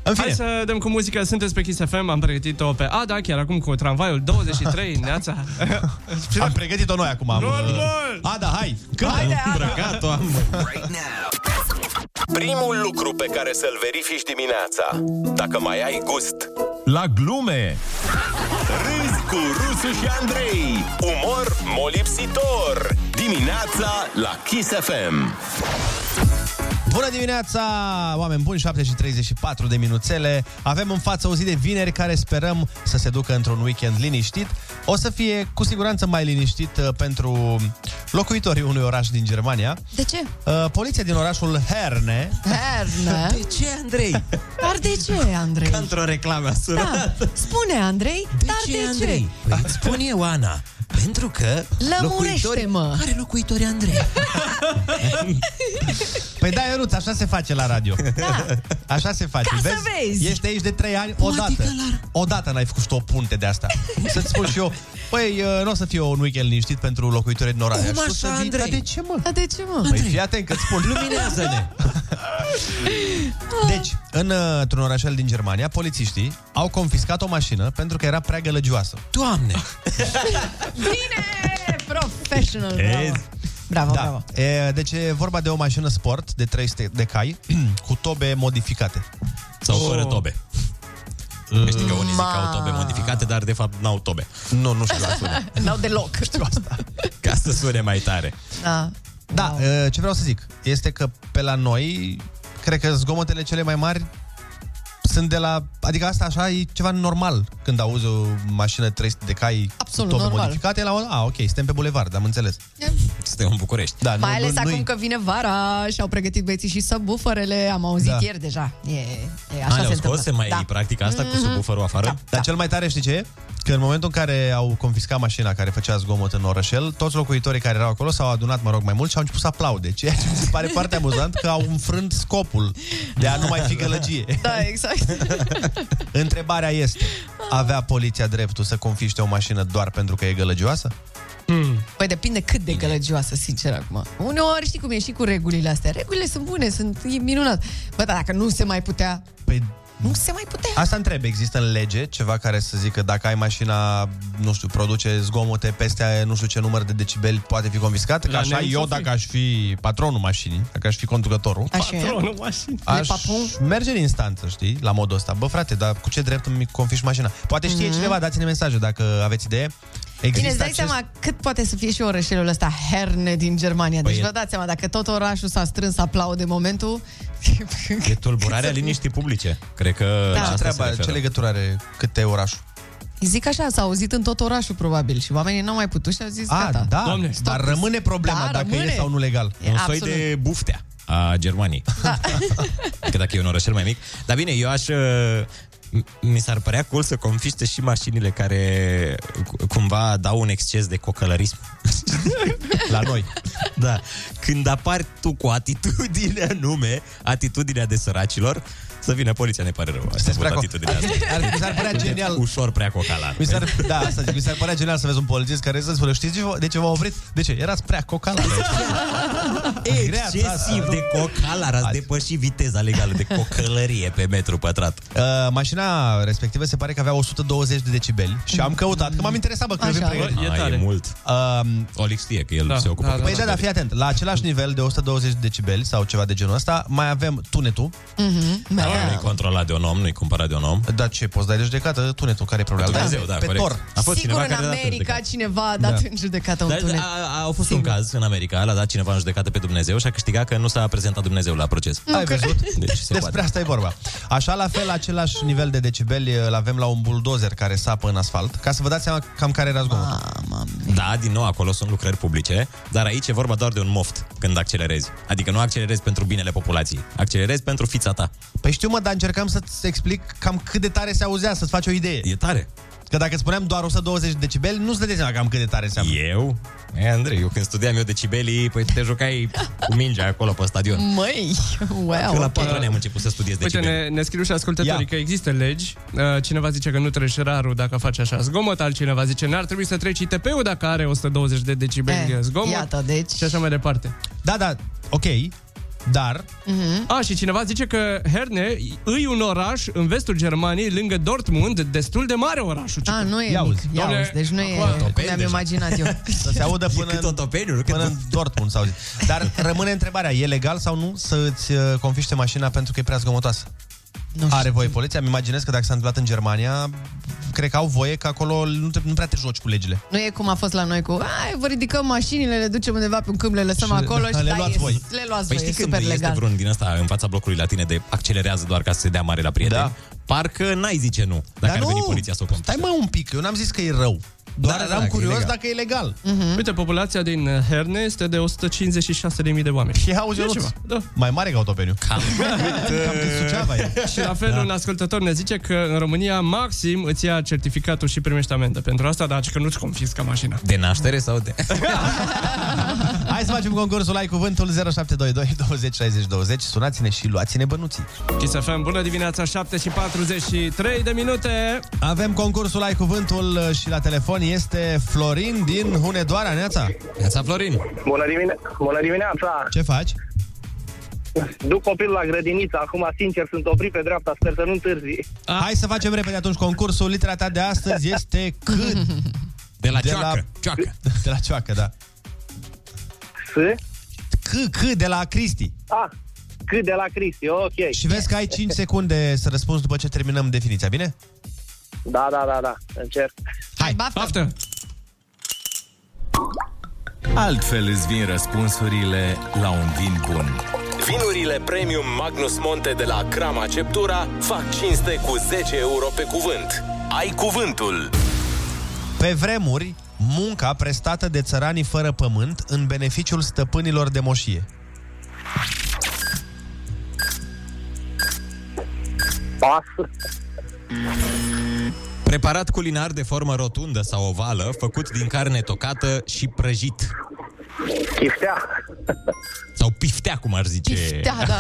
Speaker 4: În
Speaker 7: Hai să dăm cu muzica. Sunteți pe Kiss FM, am pregătit-o pe... A, da, chiar acum cu tramvaiul 23, neața.
Speaker 4: Am pregătit-o noi acum.
Speaker 7: Normal!
Speaker 4: A, da, hai!
Speaker 7: Când
Speaker 4: Haide,
Speaker 7: am
Speaker 4: Ada!
Speaker 7: îmbrăcat-o,
Speaker 8: am...
Speaker 10: Primul lucru pe care să-l verifici dimineața, dacă mai ai gust.
Speaker 3: La glume!
Speaker 10: Râzi cu Rusu și Andrei. Umor molipsitor. Dimineața la Kiss FM.
Speaker 4: Bună dimineața, oameni buni, 7 și 34 de minuțele. Avem în față o zi de vineri care sperăm să se ducă într-un weekend liniștit. O să fie cu siguranță mai liniștit uh, pentru locuitorii unui oraș din Germania.
Speaker 6: De ce?
Speaker 4: Uh, Poliția din orașul Herne
Speaker 6: Hernă. De
Speaker 8: ce, Andrei?
Speaker 6: Dar de ce, Andrei?
Speaker 8: Ca într-o reclamă
Speaker 6: Da, spune, Andrei, de dar
Speaker 8: ce,
Speaker 6: de
Speaker 8: Andrei? Păi îți spun eu, Ana. Pentru că
Speaker 6: ce? Lămurește-mă!
Speaker 8: Care locuitori, Andrei?
Speaker 4: Păi da, Ionuț, așa se face la radio.
Speaker 6: Da.
Speaker 4: Așa se face.
Speaker 6: Ca să vezi.
Speaker 4: Ești aici de 3 ani, odată. Odată n-ai făcut o punte de asta. Să-ți spun și eu, păi, nu o să fie un weekend liniștit pentru locuitorii din oraș.
Speaker 6: Cum așa, Andrei?
Speaker 4: de ce, mă?
Speaker 6: Dar de ce, mă?
Speaker 4: Păi fii atent că spun, luminează-ne! Deci, în, uh, într-un orașel din Germania, polițiștii au confiscat o mașină pentru că era prea gălăgioasă.
Speaker 8: Doamne!
Speaker 6: Bine! Professional, bravo.
Speaker 4: Bravo, da. bravo. E, deci e vorba de o mașină sport de 300 de cai cu tobe modificate. Oh.
Speaker 8: Sau fără tobe. Că Știi că
Speaker 7: Mm.
Speaker 8: unii zic că au tobe modificate, dar de fapt n-au tobe.
Speaker 4: Nu, nu știu asta.
Speaker 6: N-au deloc. Știu
Speaker 4: asta.
Speaker 8: Ca să sune mai tare.
Speaker 6: Da.
Speaker 4: Da, e, ce vreau să zic este că pe la noi, cred că zgomotele cele mai mari sunt de la... Adică asta așa e ceva normal când auzi o mașină 300 de cai
Speaker 6: Absolut
Speaker 4: cu tobe
Speaker 6: normal.
Speaker 4: modificate. La, a, ok, suntem pe bulevard, am înțeles.
Speaker 8: Suntem în București.
Speaker 4: Da,
Speaker 6: Mai
Speaker 4: nu,
Speaker 6: ales
Speaker 4: nu,
Speaker 6: acum
Speaker 4: nu-i-
Speaker 6: că vine vara și au pregătit băieții și săbuferele, am auzit
Speaker 4: Da.
Speaker 6: ieri deja. E, e
Speaker 8: A,
Speaker 6: așa se
Speaker 8: le-au
Speaker 6: întâmplă.
Speaker 8: scos? Se mai
Speaker 6: da.
Speaker 8: practică asta cu
Speaker 6: Mhm.
Speaker 8: subwooferul afară?
Speaker 4: Da. Dar cel mai tare știi ce e? Că în momentul în care au confiscat mașina care făcea zgomot în orășel, toți locuitorii care erau acolo s-au adunat, mă rog, mai mult și au început să aplaude. Ceea ce mi se pare foarte amuzant că au înfrânt scopul de a nu mai fi gălăgie.
Speaker 6: Da, exact.
Speaker 4: Întrebarea este, avea poliția dreptul să confiște o mașină doar pentru că e gălăgioasă?
Speaker 8: Mm.
Speaker 6: Păi depinde cât de gălăgioasă, sincer, acum. Uneori știi cum e și cu regulile astea. Regulile sunt bune, sunt e minunat. Bă, dar dacă nu se mai putea...
Speaker 4: Păi
Speaker 6: nu se mai putea.
Speaker 4: Asta întreb, există în lege ceva care să zică dacă ai mașina, nu știu, produce zgomote peste nu știu ce număr de decibeli poate fi confiscat? Că
Speaker 7: La
Speaker 4: așa
Speaker 7: nemți
Speaker 4: eu,
Speaker 7: o fi.
Speaker 4: dacă aș fi patronul mașinii, dacă aș fi conducătorul,
Speaker 6: Așa e.
Speaker 7: Patronul mașinii.
Speaker 4: aș merge în instanță, știi, la modul ăsta. Bă, frate, dar cu ce drept îmi confiști mașina? Poate știe
Speaker 6: Mhm.
Speaker 4: cineva, dați-ne mesaje dacă aveți idee. Există
Speaker 6: Bine, îți dai
Speaker 4: acest...
Speaker 6: seama cât poate să fie și orășelul ăsta herne din Germania. Deci
Speaker 4: Păi e-
Speaker 6: vă dați seama, dacă tot orașul s-a strâns aplaude în momentul...
Speaker 8: E tulburarea liniștii publice. Cred că
Speaker 6: Da.
Speaker 8: la
Speaker 6: Ce
Speaker 8: asta
Speaker 4: treabă-
Speaker 8: se
Speaker 4: ce legătură are câte orașul?
Speaker 6: Zic așa, s-a auzit în tot orașul probabil și oamenii n-au mai putut și au zis
Speaker 4: A,
Speaker 6: gata.
Speaker 4: da, Doamne, dar rămâne problema
Speaker 6: Da,
Speaker 4: dacă
Speaker 6: rămâne.
Speaker 4: e sau nu legal.
Speaker 6: E
Speaker 8: un
Speaker 6: absolut.
Speaker 8: soi de buftea a Germaniei. Da. că dacă e un orășel mai mic. Dar bine, eu aș... uh, m- Mi s-ar părea cool să confiște și mașinile care cu- cumva dau un exces de cocălărism.
Speaker 4: La noi.
Speaker 8: Da. Când apari tu cu atitudine anume, atitudinea de săracilor, să vină poliția, ne pare rău. Asta
Speaker 4: prea co-
Speaker 8: atitudinea asta.
Speaker 4: Ar, mi s-ar părea genial.
Speaker 8: Ușor prea cocalan.
Speaker 4: Mi s-ar, da, asta zic, mi s-ar părea genial să vezi un polițist care să spună, știți ce v- de ce v-am oprit? De ce? Erați prea cocalat.
Speaker 8: Excesiv de cocalar, ați depășit viteza legală de cocălărie pe metru pătrat.
Speaker 4: Uh, mașina respectivă se pare că avea 120 de decibeli și am căutat, că m-am interesat, bă, că
Speaker 6: Așa.
Speaker 4: avem pregătit.
Speaker 8: Ah, e mult.
Speaker 4: Um,
Speaker 8: Olix știe că el se ocupă. cu
Speaker 4: Păi da, dar fii atent, la același nivel de 120 de decibeli sau ceva de genul ăsta, mai avem tunetul.
Speaker 6: Mhm. Da.
Speaker 8: Nu-i controlat de un om, nu-i cumpărat de un om.
Speaker 4: Da, ce, poți dai de judecată tunetul, care e problema?
Speaker 8: Dumnezeu, da,
Speaker 4: pe
Speaker 8: corect.
Speaker 4: tor.
Speaker 8: A fost
Speaker 6: Sigur
Speaker 8: cineva
Speaker 6: în
Speaker 8: care a dat în
Speaker 6: America
Speaker 8: judecată.
Speaker 6: cineva a dat
Speaker 8: Da.
Speaker 6: în judecată un
Speaker 8: Dar
Speaker 6: tunet.
Speaker 8: a, a, a fost un caz în America, l-a dat cineva în judecată pe Dumnezeu și a câștigat că nu s-a prezentat Dumnezeu la proces.
Speaker 4: Ai văzut?
Speaker 8: Deci se
Speaker 4: Despre
Speaker 8: poate.
Speaker 4: asta e vorba. Așa, la fel, același nivel de decibeli îl avem la un buldozer care sapă în asfalt, ca să vă dați seama cam care era zgomotul.
Speaker 8: Da, din nou, acolo sunt lucrări publice, dar aici e vorba doar de un moft când accelerezi. Adică nu accelerezi pentru binele populației, accelerezi pentru fița ta.
Speaker 4: Păi știu, mă, dar încercam să-ți explic cam cât de tare se auzea, să-ți faci o idee.
Speaker 8: E tare.
Speaker 4: Că dacă îți spuneam doar 120 de decibeli, nu-ți dădeai seama cam cât de tare înseamnă.
Speaker 8: Eu? E, Andrei, eu când studiam eu decibelii, păi te jucai cu mingea acolo pe stadion.
Speaker 6: Măi, wow.
Speaker 8: Eu la patru ani am început să
Speaker 4: Deci
Speaker 8: studiez
Speaker 7: Uite,
Speaker 8: decibelii.
Speaker 7: ne, ne scriu și ascultătorii
Speaker 8: Ia.
Speaker 7: că există legi. Uh, Cineva zice că nu treci rarul dacă faci așa zgomot, altcineva zice n-ar trebui să treci ITP-ul dacă are 120 de decibeli
Speaker 6: Eh,
Speaker 7: zgomot
Speaker 6: Iată, deci...
Speaker 7: și așa mai departe.
Speaker 4: Da, da, ok. Dar...
Speaker 6: Mhm.
Speaker 7: A, și cineva zice că Herne îi un oraș în vestul Germaniei, lângă Dortmund, destul de mare orașul.
Speaker 6: A, nu e
Speaker 7: Ia
Speaker 6: mic.
Speaker 7: uzi,
Speaker 6: Ia
Speaker 7: doamne,
Speaker 6: uzi, deci nu e
Speaker 7: acolo,
Speaker 6: cum
Speaker 7: topeni
Speaker 6: mi-am
Speaker 7: deja.
Speaker 6: imaginat eu.
Speaker 4: Să se audă până, în, până în Dortmund sau Dar rămâne întrebarea, e legal sau nu să îți uh, confiște mașina pentru că e prea zgomotoasă?
Speaker 6: Nu
Speaker 4: Are voie poliția? Îmi imaginez că dacă s-a întâmplat în Germania, cred că au voie că acolo nu, te, nu prea te joci cu legile.
Speaker 6: Nu e cum a fost la noi cu Hai, vă ridicăm mașinile, le ducem undeva pe un câmp, le lăsăm
Speaker 4: Și le-
Speaker 6: acolo și
Speaker 4: le
Speaker 6: da,
Speaker 4: luați
Speaker 6: e-
Speaker 4: voi.
Speaker 6: Le luați
Speaker 8: Păi
Speaker 6: voi, e
Speaker 8: știi
Speaker 6: super
Speaker 8: când este
Speaker 6: legal.
Speaker 8: vreun din asta în fața blocului la tine de accelerează doar ca să se dea mare la prieteni? Da. Parcă n-ai zice nu, dacă
Speaker 4: Dar
Speaker 8: ar
Speaker 4: nu!
Speaker 8: veni poliția să o
Speaker 4: Stai mă un pic, eu n-am zis că e rău. Doar
Speaker 7: Da, da,
Speaker 4: eram
Speaker 7: dacă e
Speaker 4: curios
Speaker 7: legal.
Speaker 4: dacă e legal.
Speaker 7: Uh-huh. Uite, populația din uh, Herne este de 156.000 de oameni.
Speaker 4: Ia auzi,
Speaker 7: E
Speaker 4: Ionuț,
Speaker 7: ceva, da.
Speaker 4: Mai mare ca autopeniu. Cam.
Speaker 7: Cam cât
Speaker 4: Suceava e.
Speaker 7: Și la fel, da. un ascultător ne zice că în România, maxim, îți ia certificatul și primești amendă. Pentru asta, dar că nu-ți confiscă mașina.
Speaker 8: De naștere sau de...
Speaker 4: Hai să facem concursul Ai Cuvântul 0722 20 60 20 Sunați-ne și luați-ne bănuții
Speaker 7: Kiss FM, bună dimineața, 7 și 43 de minute.
Speaker 4: Avem concursul Ai Cuvântul și la telefon este Florin din Hunedoara, Neața
Speaker 8: Neața Florin
Speaker 16: Bună, dimine- bună dimineața!
Speaker 4: Ce faci?
Speaker 16: Duc copilul la grădiniță, acum sincer sunt oprit pe dreapta, sper să nu întârzi.
Speaker 4: Hai să facem repede atunci concursul Litera ta de astăzi este C
Speaker 8: De la
Speaker 4: de
Speaker 8: cioacă.
Speaker 4: La...
Speaker 8: cioacă
Speaker 4: De la cioacă, da
Speaker 16: S?
Speaker 4: C, C de la Cristi
Speaker 16: Ah, cât de la Cristi, ok.
Speaker 4: Și vezi că ai 5 secunde să răspunzi după ce terminăm definiția, bine?
Speaker 16: Da, da, da, da, încerc.
Speaker 4: Hai,
Speaker 7: baftă!
Speaker 3: Altfel îți vin răspunsurile la un vin bun.
Speaker 10: Vinurile premium Magnus Monte de la Crama Ceptura fac cinste cu 10 euro pe cuvânt. Ai cuvântul!
Speaker 4: Pe vremuri, munca prestată de țăranii fără pământ în beneficiul stăpânilor de moșie.
Speaker 16: Pas.
Speaker 8: Preparat culinar de formă rotundă sau ovală, făcut din carne tocată și prăjit.
Speaker 16: Chiftea.
Speaker 8: Sau piftea, cum ar zice.
Speaker 6: Da, da.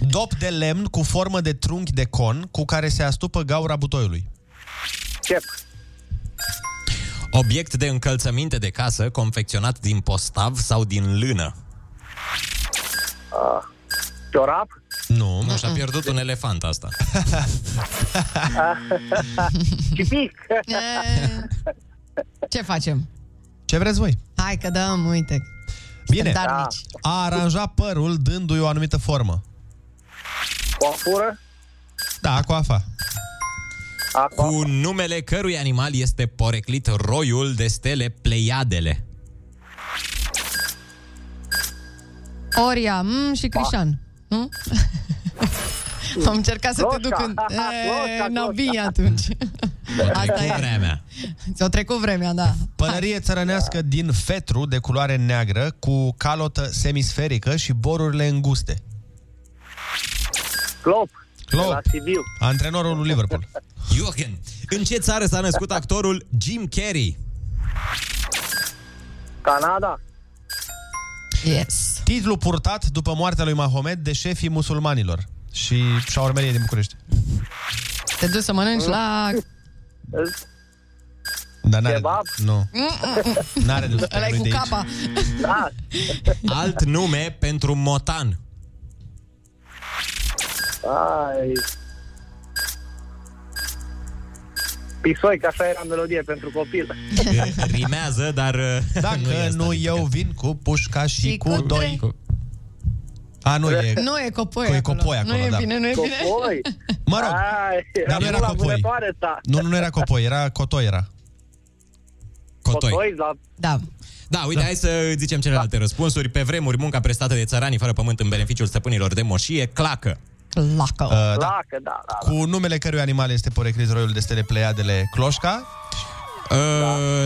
Speaker 4: Dop de lemn cu formă de trunchi de con cu care se astupă gaura butoiului.
Speaker 16: Cep.
Speaker 8: Obiect de încălțăminte de casă confecționat din postav sau din lână.
Speaker 16: Ah, ciorap.
Speaker 4: Nu,
Speaker 8: nu și-a pierdut un elefant asta.
Speaker 16: Cipic.
Speaker 6: Ce facem?
Speaker 4: Ce vreți voi?
Speaker 6: Hai că dăm, uite.
Speaker 4: Bine, Da.
Speaker 6: Suntem
Speaker 4: a
Speaker 6: darnici.
Speaker 4: aranja părul dându-i o anumită formă.
Speaker 16: Coafură.
Speaker 4: Da, coafa.
Speaker 8: Cu numele cărui animal este poreclit roiul de stele Pleiadele.
Speaker 6: Oria mm, și Crișan. Nu? Am încercat să te duc în... E, n-au bine atunci. Asta e.
Speaker 8: Vremea.
Speaker 6: Ți-a trecut vremea, da.
Speaker 4: Adică Pălărie țărănească din fetru de culoare neagră cu calotă semisferică și borurile înguste.
Speaker 16: Clop.
Speaker 4: Clop.
Speaker 16: De la Sibiu.
Speaker 4: Antrenorul lui Liverpool.
Speaker 8: Jochen. În ce țară s-a născut actorul Jim Carrey?
Speaker 16: Canada.
Speaker 6: Yes.
Speaker 4: Titlul purtat după moartea lui Mahomet de șefii musulmanilor și șaurmerie din București.
Speaker 6: Te duci să mănânci la...
Speaker 4: Dar n-are... Nu. N-are de
Speaker 6: Ăla e cu capa.
Speaker 16: Da.
Speaker 8: Alt nume pentru motan.
Speaker 16: Ai. Pisoi, că așa era melodia pentru copil.
Speaker 8: Rimează, dar... uh,
Speaker 4: Dacă
Speaker 8: e asta.
Speaker 4: nu, nu eu vin cu pușca și,
Speaker 6: Și
Speaker 4: și cu,
Speaker 6: cu
Speaker 4: cu doi. A, nu e.
Speaker 6: Nu e copoi
Speaker 4: Că e
Speaker 6: acolo.
Speaker 4: copoi acolo,
Speaker 6: Nu e
Speaker 4: da.
Speaker 6: bine, nu e bine.
Speaker 16: Copoi.
Speaker 4: Mă rog,
Speaker 16: Ai,
Speaker 4: Dar nu era
Speaker 16: la
Speaker 4: copoi.
Speaker 16: vânătoare ta.
Speaker 4: nu, nu era copoi, era cotoi, era.
Speaker 8: Cotoi.
Speaker 16: Cotoi Da. la
Speaker 6: Da.
Speaker 8: Da, uite, hai să zicem celelalte răspunsuri. Pe vremuri, munca prestată de țăranii fără pământ în beneficiul stăpânilor de moșie, clacă.
Speaker 6: Lacă.
Speaker 4: Uh, da.
Speaker 16: placă, da, da.
Speaker 4: Cu numele cărui animal este poreclit roiul de stele pleiadele Cloșca.
Speaker 8: Uh,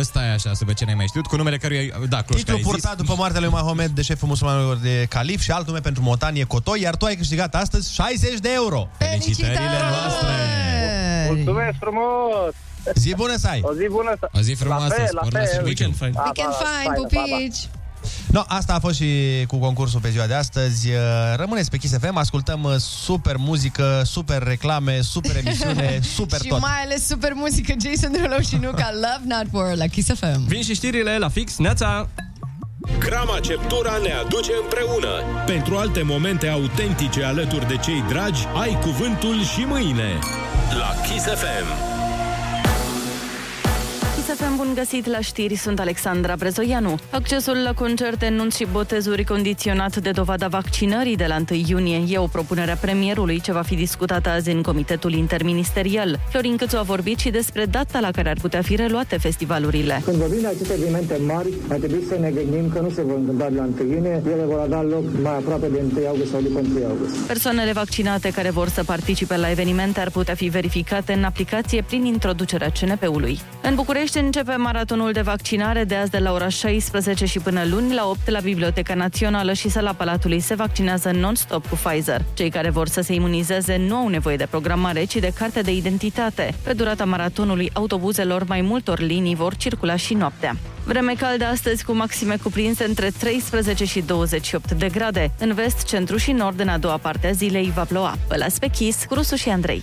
Speaker 8: stai așa, să văd ce n-ai mai știut. Cu numele căruia... Da, Cluj,
Speaker 4: Titlul
Speaker 8: care ai zis.
Speaker 4: purtat după moartea lui Mahomet de șeful musulmanilor de calif și alt nume pentru motan e Cotoi, iar tu ai câștigat astăzi 60 de euro.
Speaker 8: Felicitările
Speaker 16: Mulțumesc frumos!
Speaker 4: Zi bună să ai!
Speaker 16: O zi bună să...
Speaker 8: O zi frumoasă,
Speaker 16: la fel,
Speaker 8: spor la
Speaker 16: la fel. Da,
Speaker 8: serviciu.
Speaker 16: Pa, pa,
Speaker 6: Weekend fine,
Speaker 16: faină, pa, pa.
Speaker 6: pupici.
Speaker 4: No, asta a fost și cu concursul pe ziua de astăzi. Rămâneți pe Kiss FM, ascultăm uh, super muzică, super reclame, super emisiune, super
Speaker 6: și
Speaker 4: tot.
Speaker 6: mai ales super muzică Jason Derulo și Nuca Love Not War la Kiss FM.
Speaker 7: Vin și știrile la fix, neața!
Speaker 10: Grama Ceptura ne aduce împreună.
Speaker 3: Pentru alte momente autentice alături de cei dragi, ai cuvântul și mâine.
Speaker 10: La Kiss FM.
Speaker 11: Chisafem, bun găsit la știri, sunt Alexandra Brezoianu. Accesul la concerte, nunți și botezuri condiționat de dovada vaccinării de la 1 iunie e o propunere a premierului ce va fi discutată azi în Comitetul Interministerial. Florin Cățu a vorbit și despre data la care ar putea fi reluate festivalurile.
Speaker 2: Când vorbim de aceste evenimente mari, ar trebui să ne gândim că nu se vor întâmpla de la 1 iunie, ele vor avea loc mai aproape de 1 august sau după 1 august.
Speaker 11: Persoanele vaccinate care vor să participe la evenimente ar putea fi verificate în aplicație prin introducerea CNP-ului. În București începe maratonul de vaccinare de azi de la ora 16 și până luni la 8 la Biblioteca Națională și sala Palatului se vaccinează non-stop cu Pfizer. Cei care vor să se imunizeze nu au nevoie de programare, ci de carte de identitate. Pe durata maratonului autobuzelor mai multor linii vor circula și noaptea. Vreme caldă astăzi cu maxime cuprinse între 13 și 28 de grade. În vest, centru și nord în a doua parte a zilei va ploua. Vă las pe chis cu Rusu și Andrei.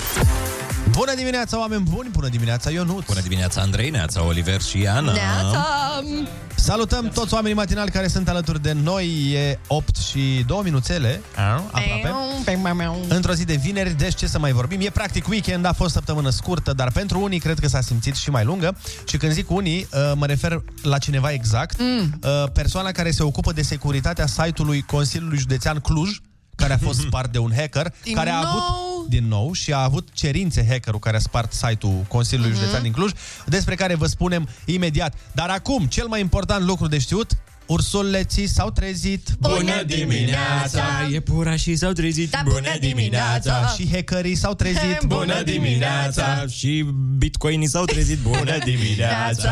Speaker 4: Bună dimineața, oameni buni! Bună dimineața, Ionut! Bună
Speaker 8: dimineața, Andrei, neața, Oliver și Ana!
Speaker 6: Neața!
Speaker 4: Salutăm toți oamenii matinali care sunt alături de noi. E 8 și 2 minuțele, aproape. Într-o zi de vineri, deci ce să mai vorbim? E practic weekend, a fost săptămână scurtă, dar pentru unii cred că s-a simțit și mai lungă. Și când zic unii, uh, mă refer la cineva exact. Mm. Uh, Persoana care se ocupă de securitatea site-ului Consiliului Județean Cluj, care a fost spart de un hacker,
Speaker 6: Din
Speaker 4: care a
Speaker 6: nou?
Speaker 4: avut din nou și a avut cerințe hackerul care a spart site-ul Consiliului
Speaker 6: Mhm.
Speaker 4: mm-hmm. Județean din Cluj, despre care vă spunem imediat. Dar acum, cel mai important lucru de știut, ursuleții s-au trezit.
Speaker 9: Bună dimineața! E pura și s-au trezit. Da, Bună dimineața!
Speaker 4: Și hackerii s-au trezit.
Speaker 9: Bună dimineața!
Speaker 8: Și bitcoinii s-au trezit. Bună dimineața!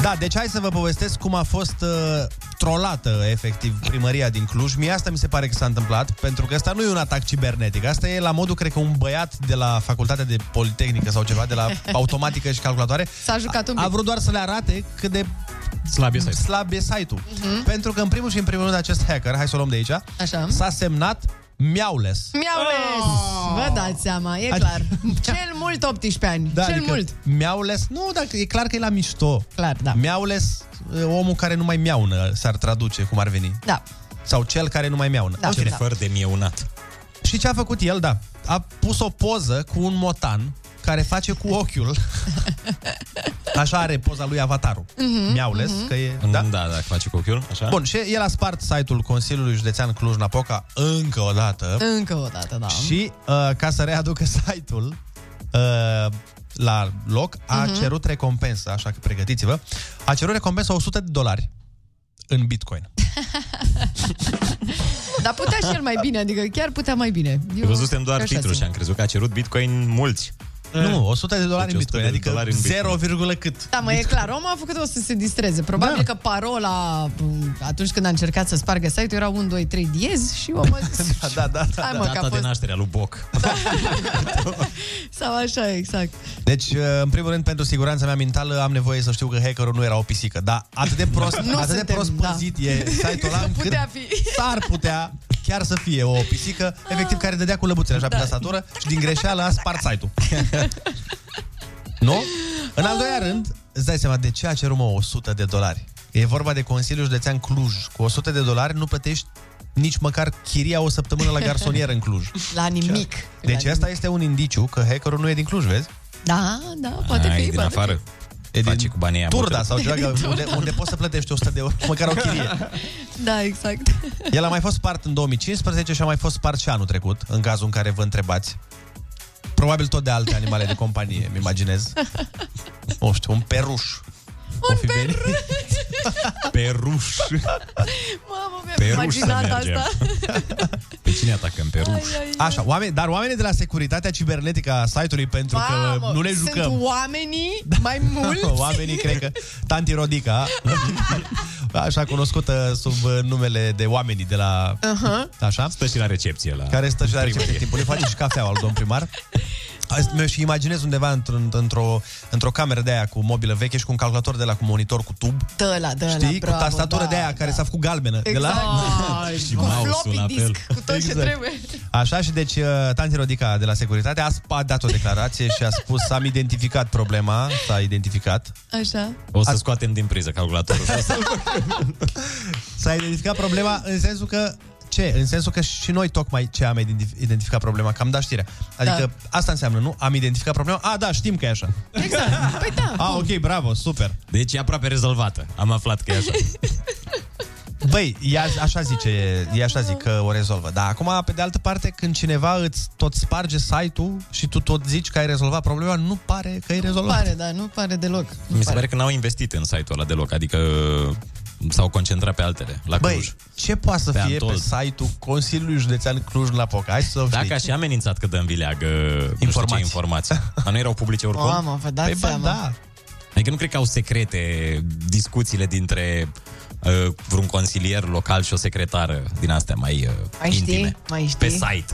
Speaker 4: Da, deci hai să vă povestesc cum a fost uh, trolată, efectiv, primăria din Cluj. Mie asta mi se pare că s-a întâmplat, pentru că asta nu e un atac cibernetic. Asta e la modul, cred că, un băiat de la facultatea de politehnică sau ceva, de la automatică și calculatoare,
Speaker 6: S-a jucat un pic.
Speaker 4: a vrut doar să le arate cât de
Speaker 8: slab e
Speaker 4: site-ul. Slab e site-ul.
Speaker 6: Mhm.
Speaker 4: Pentru că, în primul și în primul rând, acest hacker, hai să o luăm de aici,
Speaker 6: Așa.
Speaker 4: s-a semnat Miaules.
Speaker 6: Mi-au Vă dați seama, e
Speaker 4: Adică-
Speaker 6: clar. Cel mult 18 ani.
Speaker 4: Da,
Speaker 6: Cel
Speaker 4: adică
Speaker 6: mult.
Speaker 4: Miaules, nu, dar e clar că e la mișto.
Speaker 6: Clar, da.
Speaker 4: Miaules, e, omul care nu mai miaună, s-ar traduce cum ar veni.
Speaker 6: Da.
Speaker 4: Sau cel care nu mai miaună.
Speaker 6: Da,
Speaker 4: Oricine.
Speaker 6: da.
Speaker 8: Fără de mieunat.
Speaker 4: Și ce a făcut el, da, a pus o poză cu un motan care face cu ochiul. Așa are poza lui avatarul.
Speaker 8: Mhm,
Speaker 4: Miaules,
Speaker 8: mhm.
Speaker 4: că e...
Speaker 8: Da? da, dacă face cu ochiul, așa.
Speaker 4: Bun, și el a spart site-ul Consiliului Județean Cluj-Napoca încă o dată.
Speaker 6: Încă o dată, da.
Speaker 4: Și uh, ca să readucă site-ul uh, la loc, a
Speaker 6: Mhm.
Speaker 4: cerut recompensă, așa că pregătiți-vă. A cerut recompensă 100 de dolari în bitcoin.
Speaker 6: Dar putea și el mai bine, adică chiar putea mai bine.
Speaker 8: Eu văzusem doar
Speaker 6: așa
Speaker 8: titlul
Speaker 6: simt.
Speaker 8: și am crezut că a cerut bitcoin mulți.
Speaker 4: Nu, 100 de dolari
Speaker 8: Deci
Speaker 4: în
Speaker 8: 100
Speaker 4: bitcoin,
Speaker 8: de
Speaker 4: adică
Speaker 8: dolari în bitcoin.
Speaker 4: 0, cât.
Speaker 6: Da, mă, e clar, omul a făcut-o să se distreze.
Speaker 4: Da.
Speaker 6: Probabil că parola, m, atunci când a încercat să spargă site-ul, era 1, 2, 3, diez și omul
Speaker 4: da, da, da,
Speaker 6: Hai, mă, că a
Speaker 8: Data de
Speaker 6: fost-
Speaker 8: naștere a lui Boc.
Speaker 6: sau așa, exact.
Speaker 4: Deci, uh, în primul rând, pentru siguranța mea mentală, am nevoie să știu că hackerul nu era o pisică. Dar atât de prost,
Speaker 6: Nu
Speaker 4: atât de
Speaker 6: suntem,
Speaker 4: prost
Speaker 6: da.
Speaker 4: păzit e site-ul ăla, încât
Speaker 6: Putea fi.
Speaker 4: s-ar putea chiar să fie o pisică, efectiv, care dădea cu lăbuțele așa pe
Speaker 6: Da.
Speaker 4: tastatură și din greșeală a spart site-ul. nu? În al doilea rând, îți dai seama de ce a cerut mă 100 de dolari. E vorba de Consiliul Județean Cluj. Cu 100 de dolari nu plătești nici măcar chiria o săptămână la garsonieră în Cluj.
Speaker 6: La nimic.
Speaker 4: Deci
Speaker 6: La
Speaker 4: asta este un indiciu că hackerul nu e din Cluj, vezi?
Speaker 6: Da, da, poate
Speaker 8: Ai,
Speaker 6: fi.
Speaker 8: din
Speaker 6: poate fi.
Speaker 8: afară. E din Face cu banii aia.
Speaker 4: Turda
Speaker 8: multe.
Speaker 4: sau ceva, că unde, unde poți să plătești 100 de euro, măcar o chirie.
Speaker 6: Da, exact.
Speaker 4: El a mai fost spart în 2015 și a mai fost spart și anul trecut, în cazul în care vă întrebați. Probabil tot de alte animale de companie, îmi imaginez. Nu știu, un peruș. Un peruș!
Speaker 8: Pe ruș.
Speaker 6: Mamă,
Speaker 8: Pe
Speaker 6: mi-am
Speaker 8: ruș să
Speaker 6: imaginat
Speaker 8: mergem.
Speaker 6: asta.
Speaker 8: Pe cine atacăm? Pe ruș.
Speaker 4: Așa, oameni, dar oamenii de la securitatea cibernetică a site-ului, pentru
Speaker 6: Mamă,
Speaker 4: că nu ne jucăm. Da.
Speaker 6: Sunt oamenii mai mulți.
Speaker 4: Oamenii cred că Tanti Rodica Așa cunoscută sub uh, numele de oamenii de la
Speaker 6: Aha.
Speaker 4: Așa
Speaker 8: Stă și la recepție la
Speaker 4: Care stă și la recepție
Speaker 8: primărie.
Speaker 4: timpul Face și cafeaua al domn primar Azi Mi-o și imaginez undeva într-un, într-o, într-o cameră de aia cu mobilă veche și cu un calculator de la cu monitor cu tub
Speaker 6: Dă la, dă la,
Speaker 4: Știi?
Speaker 6: bravo,
Speaker 4: cu tastatură
Speaker 6: da.
Speaker 4: de aia care s-a făcut galbenă de la...
Speaker 6: Exact.
Speaker 4: Și
Speaker 6: Cu
Speaker 4: mouse-ul
Speaker 6: floppy
Speaker 4: la fel.
Speaker 6: disk, cu tot ce
Speaker 4: Exact.
Speaker 6: trebuie.
Speaker 4: Așa și deci uh, Tanti Rodica de la securitate a, sp- a dat o declarație și a spus am identificat problema, s-a identificat
Speaker 6: Așa.
Speaker 8: O să scoatem din priză calculatorul și o să-l
Speaker 4: S-a identificat problema în sensul că ce? În sensul că și noi tocmai ce am identif- identificat problema, că am dat știrea. Adică da. asta înseamnă, nu? Am identificat problema? A, da, știm că e așa.
Speaker 6: Exact. Păi da.
Speaker 4: A, ok, bravo, super.
Speaker 8: Deci e aproape rezolvată. Am aflat că e așa.
Speaker 4: Băi, ea, așa zice, e așa zic că o rezolvă. Dar acum, pe de altă parte, când cineva îți tot sparge site-ul și tu tot zici că ai rezolvat problema, nu pare că ai
Speaker 6: Nu
Speaker 4: rezolvat.
Speaker 6: pare, da, nu pare deloc. Nu
Speaker 8: Mi se pare că n-au investit în site-ul ăla deloc, adică s-au concentrat pe altele. La Cluj.
Speaker 4: Băi, ce poate să
Speaker 8: Pe
Speaker 4: fie
Speaker 8: Antol.
Speaker 4: pe site-ul Consiliului Județean Cluj-Napoca? Hai să
Speaker 8: Dacă aș fi amenințat că dăm vileagă informații. informații. Dar nu erau publice oricum?
Speaker 6: Mamă, vă dați
Speaker 8: păi, ba,
Speaker 6: seama.
Speaker 8: da. Adică nu cred că au secrete discuțiile dintre uh, vreun consilier local și o secretară din astea mai uh,
Speaker 6: Mai
Speaker 8: intime.
Speaker 6: știi? Mai știi?
Speaker 8: Pe site.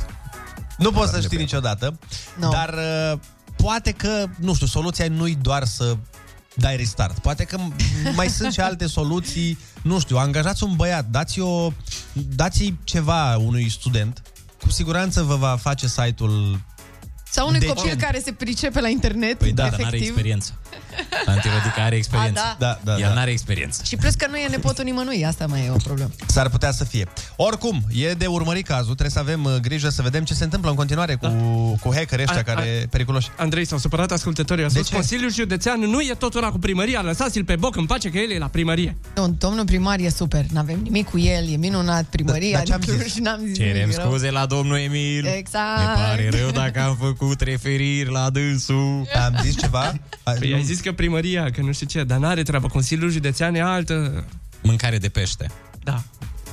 Speaker 4: Nu poți să știi niciodată, no. dar uh, poate că, nu știu, soluția nu-i doar să dai restart. Poate că mai sunt și alte soluții, nu știu, angajați un băiat, dați o, dați ceva unui student, cu siguranță vă va face site-ul
Speaker 6: Sau unui
Speaker 4: Decent.
Speaker 6: copil care se pricepe la internet,
Speaker 4: Deci- Păi da, dar
Speaker 8: Dar
Speaker 6: efectiv.
Speaker 8: n-are experiență. Antirodica are experiență.
Speaker 6: A,
Speaker 4: da. Da, da,
Speaker 8: El n-are experiență.
Speaker 6: Și plus că nu e nepotul nimănui, asta mai e o problemă.
Speaker 4: S-ar putea să fie. Oricum, e de urmărit cazul, trebuie să avem uh, grijă să vedem ce se întâmplă în continuare cu, cu hackerii ăștia
Speaker 7: A-
Speaker 4: care
Speaker 7: a-
Speaker 4: periculoși.
Speaker 7: Andrei s-au supărat ascultătorii. A
Speaker 4: De
Speaker 7: spus,
Speaker 4: ce?
Speaker 7: Consiliul Județean nu e tot una cu primăria. Lăsați-l pe boc în pace că el e la primărie.
Speaker 6: Nu, domnul primar e super, n-avem nimic cu el, e minunat, primăria,
Speaker 8: Da,
Speaker 7: Dar- dar ce-am
Speaker 6: din Cluj,
Speaker 7: zis?
Speaker 6: n-am zis
Speaker 8: Cerem
Speaker 6: nimic rău.
Speaker 8: scuze la domnul Emil.
Speaker 6: Exact.
Speaker 8: Ne pare rău dacă am făcut referiri la dânsul.
Speaker 4: Am zis ceva?
Speaker 7: Păi ai zis că primăria, că nu știu ce, dar n-are treabă. Consiliul Județean e altă...
Speaker 8: Mâncare de pește.
Speaker 7: Da.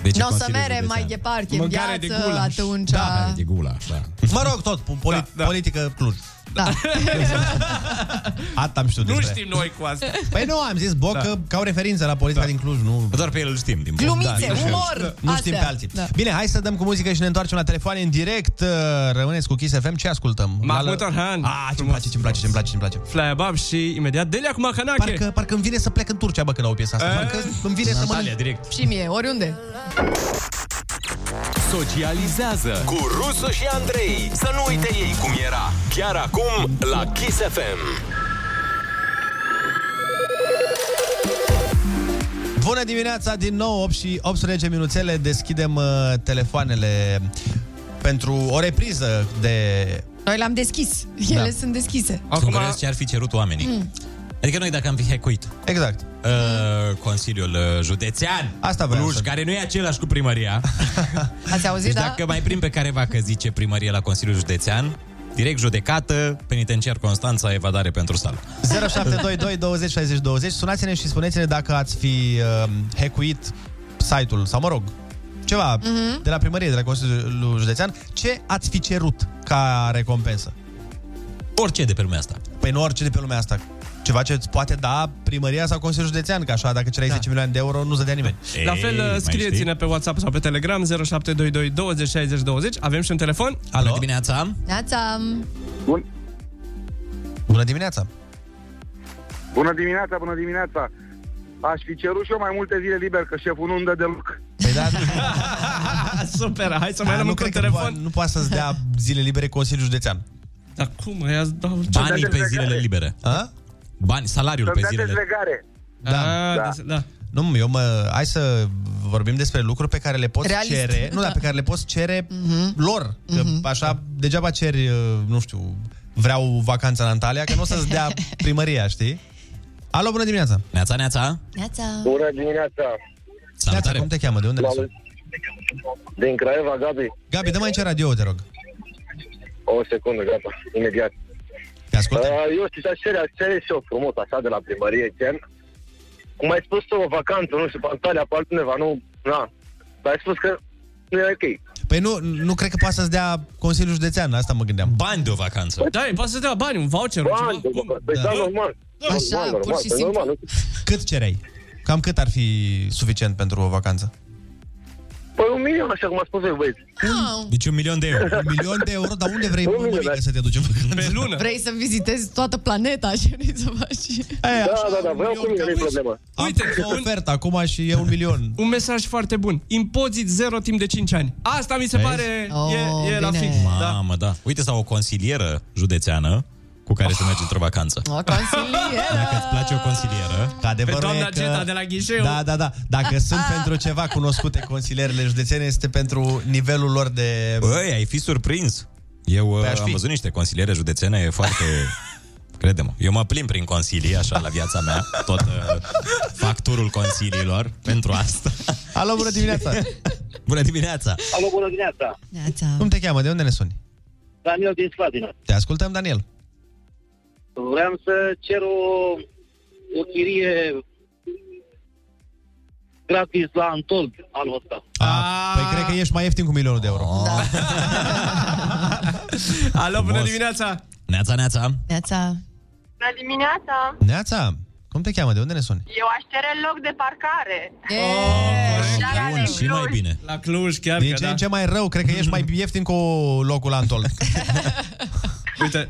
Speaker 8: De ce
Speaker 6: Nu o să
Speaker 8: Consiliul
Speaker 6: merem mai
Speaker 8: Județean?
Speaker 6: departe în
Speaker 7: Mâncare de
Speaker 6: viață
Speaker 7: gulaș.
Speaker 6: atunci.
Speaker 8: Da, de gula, da.
Speaker 4: Mă rog, tot, poli- da, da. politică Cluj.
Speaker 6: Da.
Speaker 4: Asta am știut
Speaker 7: Nu
Speaker 4: despre.
Speaker 7: știm noi cu asta.
Speaker 4: Păi nu, am zis Boc da. ca o referință la politica da. din Cluj, nu...
Speaker 8: Doar pe el îl știm. Din Da,
Speaker 6: Glumițe,
Speaker 4: nu știm.
Speaker 6: umor,
Speaker 4: Nu știm
Speaker 6: astea.
Speaker 4: pe alții.
Speaker 6: Da.
Speaker 4: Da. Bine, hai să dăm cu muzică și ne întoarcem la telefoane în direct. Uh, Rămâneți cu Kiss FM. Ce ascultăm?
Speaker 7: Mahmut
Speaker 4: La-
Speaker 7: Orhan.
Speaker 4: Ah, ce-mi place, ce-mi place, ce-mi place, ce-mi place.
Speaker 7: Fly Above și imediat Delia cu Macanache.
Speaker 4: Parcă, parcă îmi vine să plec în Turcia, bă, când au piesa asta.
Speaker 7: E?
Speaker 4: Parcă îmi vine să mănânc.
Speaker 8: direct.
Speaker 6: Și mie, oriunde.
Speaker 10: Socializează cu Rusu și Andrei. Să nu uite ei cum era. Chiar acum la Kiss FM.
Speaker 4: Bună dimineața din nou, 8 și 18 minuțele, deschidem uh, telefoanele pentru o repriză de...
Speaker 6: Noi l-am deschis. Ele sunt deschise.
Speaker 8: Da. Acum... ce ar fi cerut oamenii.
Speaker 6: Mm.
Speaker 8: Adică noi dacă am fi hackuit.
Speaker 4: Exact.
Speaker 8: Uh, Consiliul uh, Județean.
Speaker 4: Asta vreau
Speaker 8: Cluj,
Speaker 4: să-
Speaker 8: care nu e același cu primăria.
Speaker 6: Ați auzit,
Speaker 8: Deci
Speaker 6: da?
Speaker 8: dacă mai prim pe careva că zice primărie la Consiliul Județean, direct judecată, penitenciar Constanța, evadare pentru sală.
Speaker 4: 0722 20 60 20 Sunați-ne și spuneți-ne dacă ați fi uh, hackuit site-ul sau, mă rog, ceva
Speaker 6: Mhm.
Speaker 4: de la primărie, de la Consiliul Județean, ce ați fi cerut ca recompensă?
Speaker 8: Orice de pe lumea asta.
Speaker 4: Păi nu orice de pe lumea asta. Ceva ce îți poate da primăria sau Consiliul Județean, că așa, dacă cereai da. 10 milioane de euro, nu-ți dădea nimeni.
Speaker 7: La fel, uh, scrieți-ne pe WhatsApp sau pe Telegram 0722 20 60 20. Avem și un telefon.
Speaker 4: Alo. Bună
Speaker 8: dimineața.
Speaker 6: Neața.
Speaker 4: Bună dimineața!
Speaker 13: Bună dimineața, bună dimineața. Aș fi cerut și eu mai multe zile liber, că șeful nu-mi dă deloc.
Speaker 7: Ah, Super, hai să mai
Speaker 4: Da,
Speaker 7: luăm
Speaker 4: nu
Speaker 7: încă un
Speaker 4: cred că
Speaker 7: telefon.
Speaker 4: poa- nu poate să-ți dea zile libere Consiliul Județean.
Speaker 7: Dar cum? Aia îți dau...
Speaker 8: Banii pe zilele libere.
Speaker 4: A?
Speaker 8: Bani, salariul pe zilele...
Speaker 13: dezlegare.
Speaker 4: Da.
Speaker 7: da. da.
Speaker 4: Nu, eu mă... Hai să vorbim despre lucruri pe care le poți
Speaker 6: Realist.
Speaker 4: cere... Nu, dar pe care le poți cere lor. Că așa, degeaba ceri, uh, nu știu, vreau vacanța în Antalya, că nu o să-ți dea primăria, știi? Alo, bună dimineața!
Speaker 8: Neața, neața!
Speaker 6: Neața.
Speaker 13: Bună dimineața.
Speaker 4: Neața, cum te cheamă? De unde ne suni?
Speaker 13: Din Craiova, Gabi.
Speaker 4: Gabi, dă mai ce radio, te rog.
Speaker 13: O secundă, gata, imediat.
Speaker 4: Te ascultă?
Speaker 14: Uh,
Speaker 13: Eu știu, aș cere, aș cere și eu frumos, așa, de la primărie, gen.
Speaker 14: cum ai spus tu, o vacanță, nu știu, pe Antalya, pe altundeva, nu, na. Dar ai spus că nu e ok.
Speaker 4: Păi nu, nu cred că poate să-ți dea Consiliul Județean, asta mă gândeam. Bani de o vacanță.
Speaker 7: Da, e, poate să dea bani, un voucher, un ceva.
Speaker 14: Păi da, normal.
Speaker 6: Așa,
Speaker 14: normal, păi
Speaker 6: pur și
Speaker 14: normal,
Speaker 6: simplu.
Speaker 14: normal.
Speaker 4: Cât cereai? Cam cât ar fi suficient pentru o vacanță?
Speaker 14: Păi un milion, așa cum a spus eu, băieți.
Speaker 4: Deci un milion de euro. Un milion de euro, dar unde vrei mămică să te duci în vacanță? Pe lună.
Speaker 6: Vrei să vizitezi toată planeta și vrei să faci...
Speaker 14: Da, da, da, vreau cu mine, nu-i problemă.
Speaker 4: Uite, o ofertă acum și e un milion.
Speaker 7: Un mesaj foarte bun. Impozit zero timp de 5 ani. Asta mi se
Speaker 8: Vezi?
Speaker 7: pare
Speaker 4: Oh,
Speaker 7: e, e la
Speaker 6: Oh, bine.
Speaker 7: fix.
Speaker 8: Mamă, da. Uite, sau o consilieră județeană cu care să mergi într-o vacanță.
Speaker 6: O consilieră.
Speaker 8: Dacă îți place o consilieră,
Speaker 4: Că adevărul
Speaker 8: Pe doamna
Speaker 4: e că...
Speaker 8: Geta de la ghișeu.
Speaker 4: Da, da, da. Dacă sunt pentru ceva cunoscute consilierele județene, este pentru nivelul lor de...
Speaker 8: Băi, ai fi surprins. Eu uh,
Speaker 4: Păi aș
Speaker 8: am
Speaker 4: fi.
Speaker 8: văzut niște consiliere județene foarte... Crede-mă, eu mă plim prin consilii, așa, la viața mea, tot uh, facturul consiliilor pentru asta.
Speaker 4: Alo, bună dimineața!
Speaker 8: Bună dimineața!
Speaker 16: Alo, bună dimineața!
Speaker 4: Cum te cheamă? De unde ne suni?
Speaker 16: Daniel din Slatina.
Speaker 4: Te ascultăm, Daniel.
Speaker 16: Vreau să cer o, o chirie gratis la Antol anul ăsta.
Speaker 4: A, păi cred că ești mai ieftin cu milionul de euro.
Speaker 8: Oh.
Speaker 4: Da.
Speaker 7: Alo, bună dimineața!
Speaker 8: Neața, neața!
Speaker 6: Neața.
Speaker 17: Bună dimineața!
Speaker 4: Neața, cum te cheamă? De unde ne suni?
Speaker 17: Eu aș cere loc de parcare.
Speaker 8: Oh, Bun, și mai bine.
Speaker 7: La Cluj, chiar
Speaker 4: Din
Speaker 7: că
Speaker 4: ce
Speaker 7: da.
Speaker 4: în ce mai rău, cred că ești mai ieftin cu locul Antol.
Speaker 7: Uite,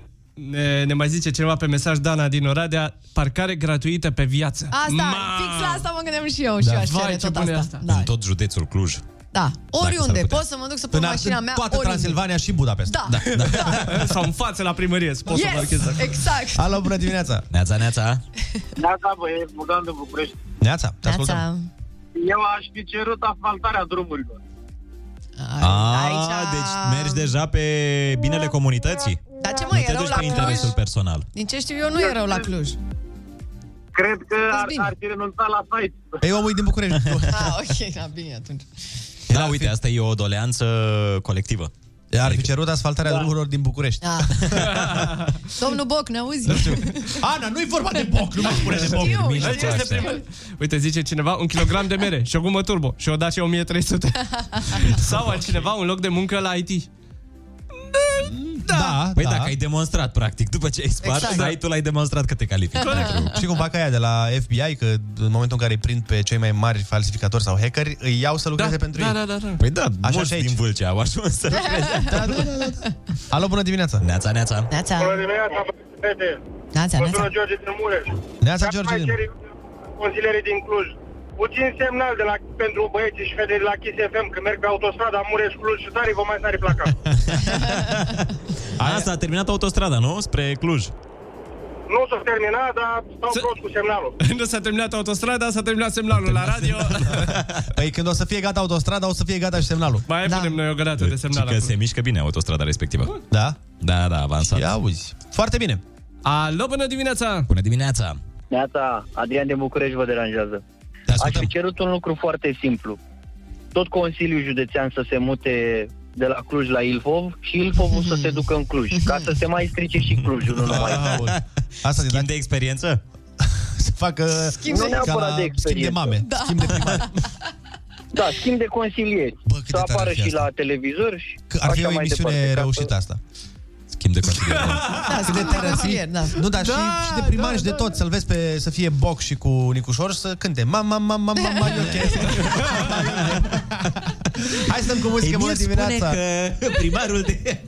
Speaker 7: ne, ne mai zice cineva pe mesaj Dana din Oradea, parcare gratuită pe viață.
Speaker 6: Asta, fix la asta mă gândeam și eu
Speaker 7: Da.
Speaker 6: și eu aș cere tot asta. Da.
Speaker 8: În tot județul Cluj.
Speaker 6: da. Oriunde,
Speaker 8: s-ar putea.
Speaker 6: pot să mă duc să pun mașina mea
Speaker 4: toată
Speaker 6: oriunde.
Speaker 4: Transilvania și Budapesta.
Speaker 6: Da.
Speaker 8: da.
Speaker 7: Sau în față la primărie, să poți să
Speaker 6: Yes,
Speaker 7: parchezi acolo.
Speaker 6: exact.
Speaker 4: Alo, bună dimineața!
Speaker 8: Neața, neața!
Speaker 16: Da,
Speaker 15: Neața, băieți, Bogdan de București.
Speaker 4: Neața, te ascultăm.
Speaker 6: Neața.
Speaker 15: Eu aș fi cerut asfaltarea drumurilor.
Speaker 8: A,
Speaker 6: aici-
Speaker 8: deci mergi deja pe binele comunității?
Speaker 6: Dar ce
Speaker 8: Nu
Speaker 6: mai
Speaker 8: te
Speaker 6: e rău
Speaker 8: duci
Speaker 6: la
Speaker 8: pe
Speaker 6: Cluj?
Speaker 8: interesul personal.
Speaker 6: Din ce știu eu, nu e rău la Cluj. Deci
Speaker 15: Cred că ar,
Speaker 6: bine.
Speaker 15: ar fi renunțat la site.
Speaker 4: Ei, omul e din București.
Speaker 6: Ah, ok, da, bine atunci.
Speaker 8: Da, uite, asta e o doleanță colectivă. Adică-
Speaker 4: Ar fi cerut asfaltarea drumurilor din București.
Speaker 6: Da. Domnul Boc, ne auzi?
Speaker 4: Ana, nu-i vorba de Boc, nu mă spune de Boc.
Speaker 6: Știu,
Speaker 4: Mici,
Speaker 6: știu.
Speaker 4: este primul.
Speaker 7: Uite, zice cineva, un kilogram de mere și o gumă turbo și o da și 1300. Sau altcineva, un loc de muncă la IT.
Speaker 4: Da, da.
Speaker 8: Păi dacă ai demonstrat, practic, după ce ai spart,
Speaker 4: Exact.
Speaker 8: exact. ai tu l-ai demonstrat că te califici. pentru-
Speaker 4: Și cum fac aia de la FBI, că în momentul în care îi prind pe cei mai mari falsificatori sau hackeri, îi iau să lucreze pentru ei.
Speaker 7: da.
Speaker 8: Păi da,
Speaker 4: Așa
Speaker 8: mulți
Speaker 4: și aici.
Speaker 8: din Vâlcea au ajuns să lucreze.
Speaker 4: Da, da, da, da. Alo, bună dimineața!
Speaker 8: Neața, neața.
Speaker 6: Neața.
Speaker 15: Bună dimineața, băieți.
Speaker 6: Neața,
Speaker 15: Mă
Speaker 6: neața.
Speaker 15: sună George din Mureș.
Speaker 4: Neața,
Speaker 15: Dacă
Speaker 4: George
Speaker 15: mai
Speaker 4: din-
Speaker 15: ceri Consilierii din Cluj. Puțin semnal de la, pentru băieții și fetele de la Kiss FM că merg pe autostrada Mureș-Cluj și tare vă mai sari placa.
Speaker 8: Aia s-a terminat autostrada, nu? Spre Cluj.
Speaker 15: nu s-a terminat, dar stau prost cu semnalul.
Speaker 7: Nu s-a terminat autostrada, s-a terminat semnalul la radio.
Speaker 4: Păi când o să fie gata autostrada, o să fie gata și semnalul.
Speaker 7: Mai da. punem noi o gădată de semnal.
Speaker 8: Și că
Speaker 7: acolo.
Speaker 8: se mișcă bine autostrada respectivă.
Speaker 4: Da?
Speaker 8: Da, da, avansat.
Speaker 4: Ia uzi. Foarte bine.
Speaker 7: Alo, bună dimineața!
Speaker 8: Bună dimineața!
Speaker 16: Neața, Adrian de București vă deranjează.
Speaker 4: Te
Speaker 16: Aș
Speaker 4: ascultăm.
Speaker 16: fi cerut un lucru foarte simplu. Tot Consiliul Județean să se mute de la Cluj la Ilfov și Ilfovul să se ducă în Cluj, ca să se mai strice și Clujul, nu numai.
Speaker 4: Aoleu. Asta
Speaker 8: Schimb de experiență?
Speaker 4: să facă
Speaker 16: Schimb de-
Speaker 4: ca la
Speaker 16: neapărat de
Speaker 4: schimb de
Speaker 16: experiență.
Speaker 4: mame, da. schimb de primar.
Speaker 16: Da, schimb de consilieri.
Speaker 4: Bă, cât
Speaker 16: să
Speaker 4: de tare
Speaker 16: apară
Speaker 4: ar fi
Speaker 16: și
Speaker 4: asta.
Speaker 16: la televizor și
Speaker 4: Că ar fi
Speaker 16: așa
Speaker 4: o
Speaker 16: mai
Speaker 4: emisiune
Speaker 16: departe, ca
Speaker 4: reușită asta.
Speaker 8: Schimb de consiliere.
Speaker 6: Da, schimb de consilier, da.
Speaker 4: Nu, dar și, și de primar și de tot, să-l vezi pe, să fie boc și cu Nicușor să cânte Mama, mama, mama, mama, e ok. Hai să-mi cu muzică, bună dimineața.
Speaker 8: că primarul de...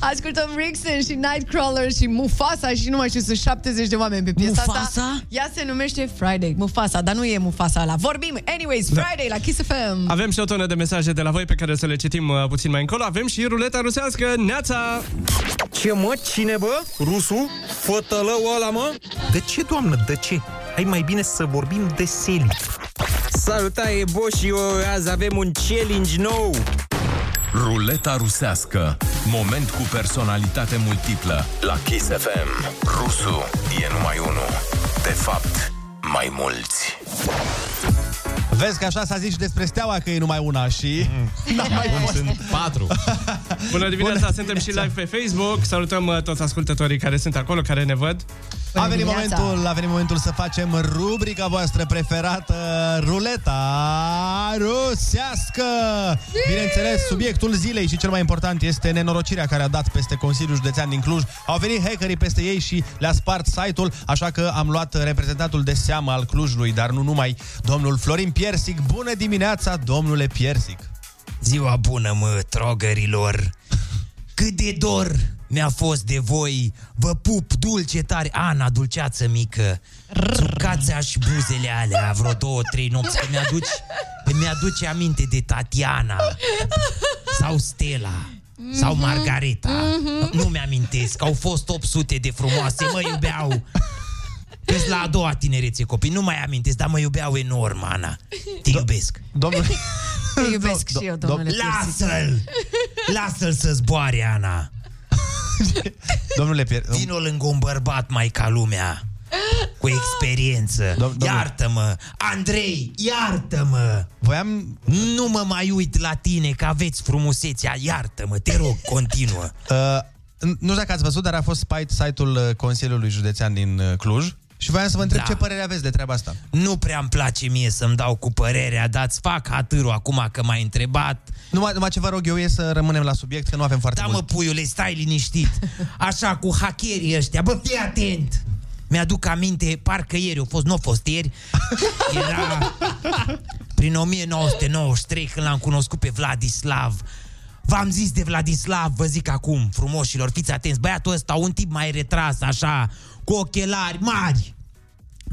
Speaker 6: Ascultăm Rixen și Nightcrawler și Mufasa și nu mai știu, sunt 70 de oameni pe piesa
Speaker 9: Mufasa?
Speaker 6: asta. Ea se numește Friday, Mufasa, dar nu e Mufasa la vorbim. Anyways,
Speaker 4: Da.
Speaker 6: Friday la Kiss FM.
Speaker 7: Avem și o tonă de mesaje de la voi pe care să le citim uh, puțin mai încolo. Avem și ruleta rusească, neața!
Speaker 9: Ce mă? Cine bă? Rusu? Fătălău ăla mă?
Speaker 18: De ce, doamnă, de ce? Hai mai bine să vorbim de seli.
Speaker 9: Salutare Bo și eu, azi avem un challenge nou!
Speaker 10: Ruleta rusească. Moment cu personalitate multiplă. La Kiss FM. Rusu e numai unul. De fapt, mai mulți.
Speaker 4: Vezi că așa s-a zis și despre steaua că e numai una și...
Speaker 8: Mm.
Speaker 7: Da, acum sunt
Speaker 4: patru.
Speaker 7: Bună dimineața, suntem și live pe Facebook. Salutăm uh, toți ascultătorii care sunt acolo, care ne văd.
Speaker 4: A venit, momentul, a venit momentul să facem rubrica voastră preferată, ruleta rusească! Bineînțeles, subiectul zilei și cel mai important este nenorocirea care a dat peste Consiliul Județean din Cluj. Au venit hackerii peste ei și le-a spart site-ul, așa că am luat reprezentantul de seamă al Clujului, dar nu numai, domnul Florin Piersic. Bună dimineața, domnule Piersic!
Speaker 9: Ziua bună, mă, trogărilor! Cât de dor mi-a fost de voi! Vă pup dulce tare! Ana, dulceață mică! Țucața și buzele alea vreo două, trei nopți că mi-aduci, că mi-aduce aminte de Tatiana sau Stella sau
Speaker 6: Mhm.
Speaker 9: Margareta. Nu mi-amintesc, Mm. au fost 800 de frumoase, mă iubeau. Vezi la a doua tinerețe copii, nu mai amintesc, dar mă iubeau enorm, Ana. Te iubesc.
Speaker 4: Domnul...
Speaker 6: Te iubesc și eu, domnule Piersic.
Speaker 9: Lasă-l! Lasă-l să zboare, Ana.
Speaker 4: Domnule Pier...
Speaker 9: Vino lângă un bărbat mai ca lumea. Cu experiență. iartă-mă! Andrei, iartă-mă!
Speaker 4: Voiam...
Speaker 9: Nu mă mai uit la tine că aveți frumusețea. Iartă-mă, te rog, continuă.
Speaker 4: Uh, nu știu dacă ați văzut, dar a fost spite- site-ul uh, Consiliului Județean din uh, Cluj și voiam să vă întreb
Speaker 9: Da.
Speaker 4: da. ce părere aveți de treaba asta.
Speaker 9: Nu prea îmi place mie să-mi dau cu părerea, dar îți fac hatârul acum că m-ai întrebat.
Speaker 4: Numai, numai ce vă rog eu e să rămânem la subiect, că nu avem foarte
Speaker 9: Da,
Speaker 4: mult.
Speaker 9: mă, puiule, stai liniștit. Așa, cu hackerii ăștia. Bă, fii atent! Mi-aduc aminte, parcă ieri, a fost, nu a fost ieri, era prin 1993, când l-am cunoscut pe Vladislav. V-am zis de Vladislav, vă zic acum, frumoșilor, fiți atenți, băiatul ăsta, un tip mai retras, așa, cu ochelari mari,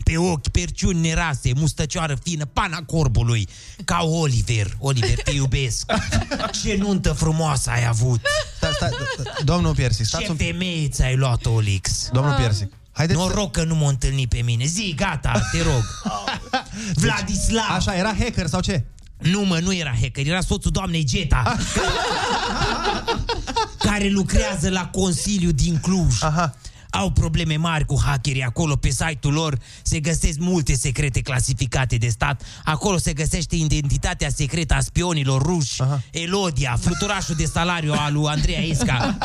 Speaker 9: pe ochi, perciuni nerase, mustăcioară fină, pana corbului, ca Oliver. Oliver, te iubesc. Ce nuntă frumoasă ai avut.
Speaker 4: Sta, sta, da, domnul Piersic, stați
Speaker 9: Ce
Speaker 4: un pic.
Speaker 9: femeie ți-ai luat, Olix.
Speaker 4: Domnul Piersic, haideți să-
Speaker 9: Noroc că nu m-a întâlnit pe mine. Zi, gata, te rog. Vladislav.
Speaker 4: Așa, era hacker sau ce? Ah.
Speaker 9: Nu, mă, nu era hacker, era soțul doamnei Geta. care lucrează la Consiliu din Cluj. Aha. Au probleme mari cu hackerii acolo pe site-ul lor, se găsesc multe secrete clasificate de stat. Acolo se găsește identitatea secretă a spionilor ruși, Aha. Elodia, fluturașul de salariu al lui Andreea Esca.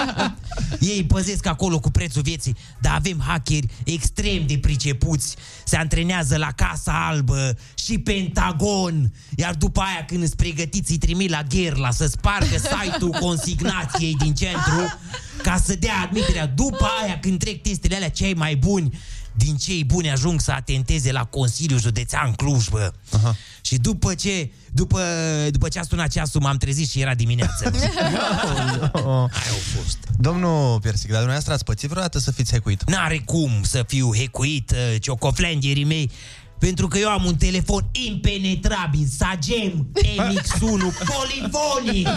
Speaker 9: Ei păzesc acolo cu prețul vieții, dar avem hackeri extrem de pricepuți. Se antrenează la Casa Albă și Pentagon, iar după aia când îți pregătiți îi trimit la gherla să spargă site-ul consignației din centru ca să dea admiterea. După aia când trec testele alea cei mai buni, din cei buni ajung să atenteze la Consiliul Județean Cluj, bă. Aha. Și după ce, după, după ce a sunat ceasul, m-am trezit și era dimineață.
Speaker 4: Domnul Piersic, dar dumneavoastră ați pățit vreodată să fiți hecuit?
Speaker 9: N-are cum să fiu hecuit, uh, ciocoflendierii mei, pentru că eu am un telefon impenetrabil, Sagem MX1, polifonic!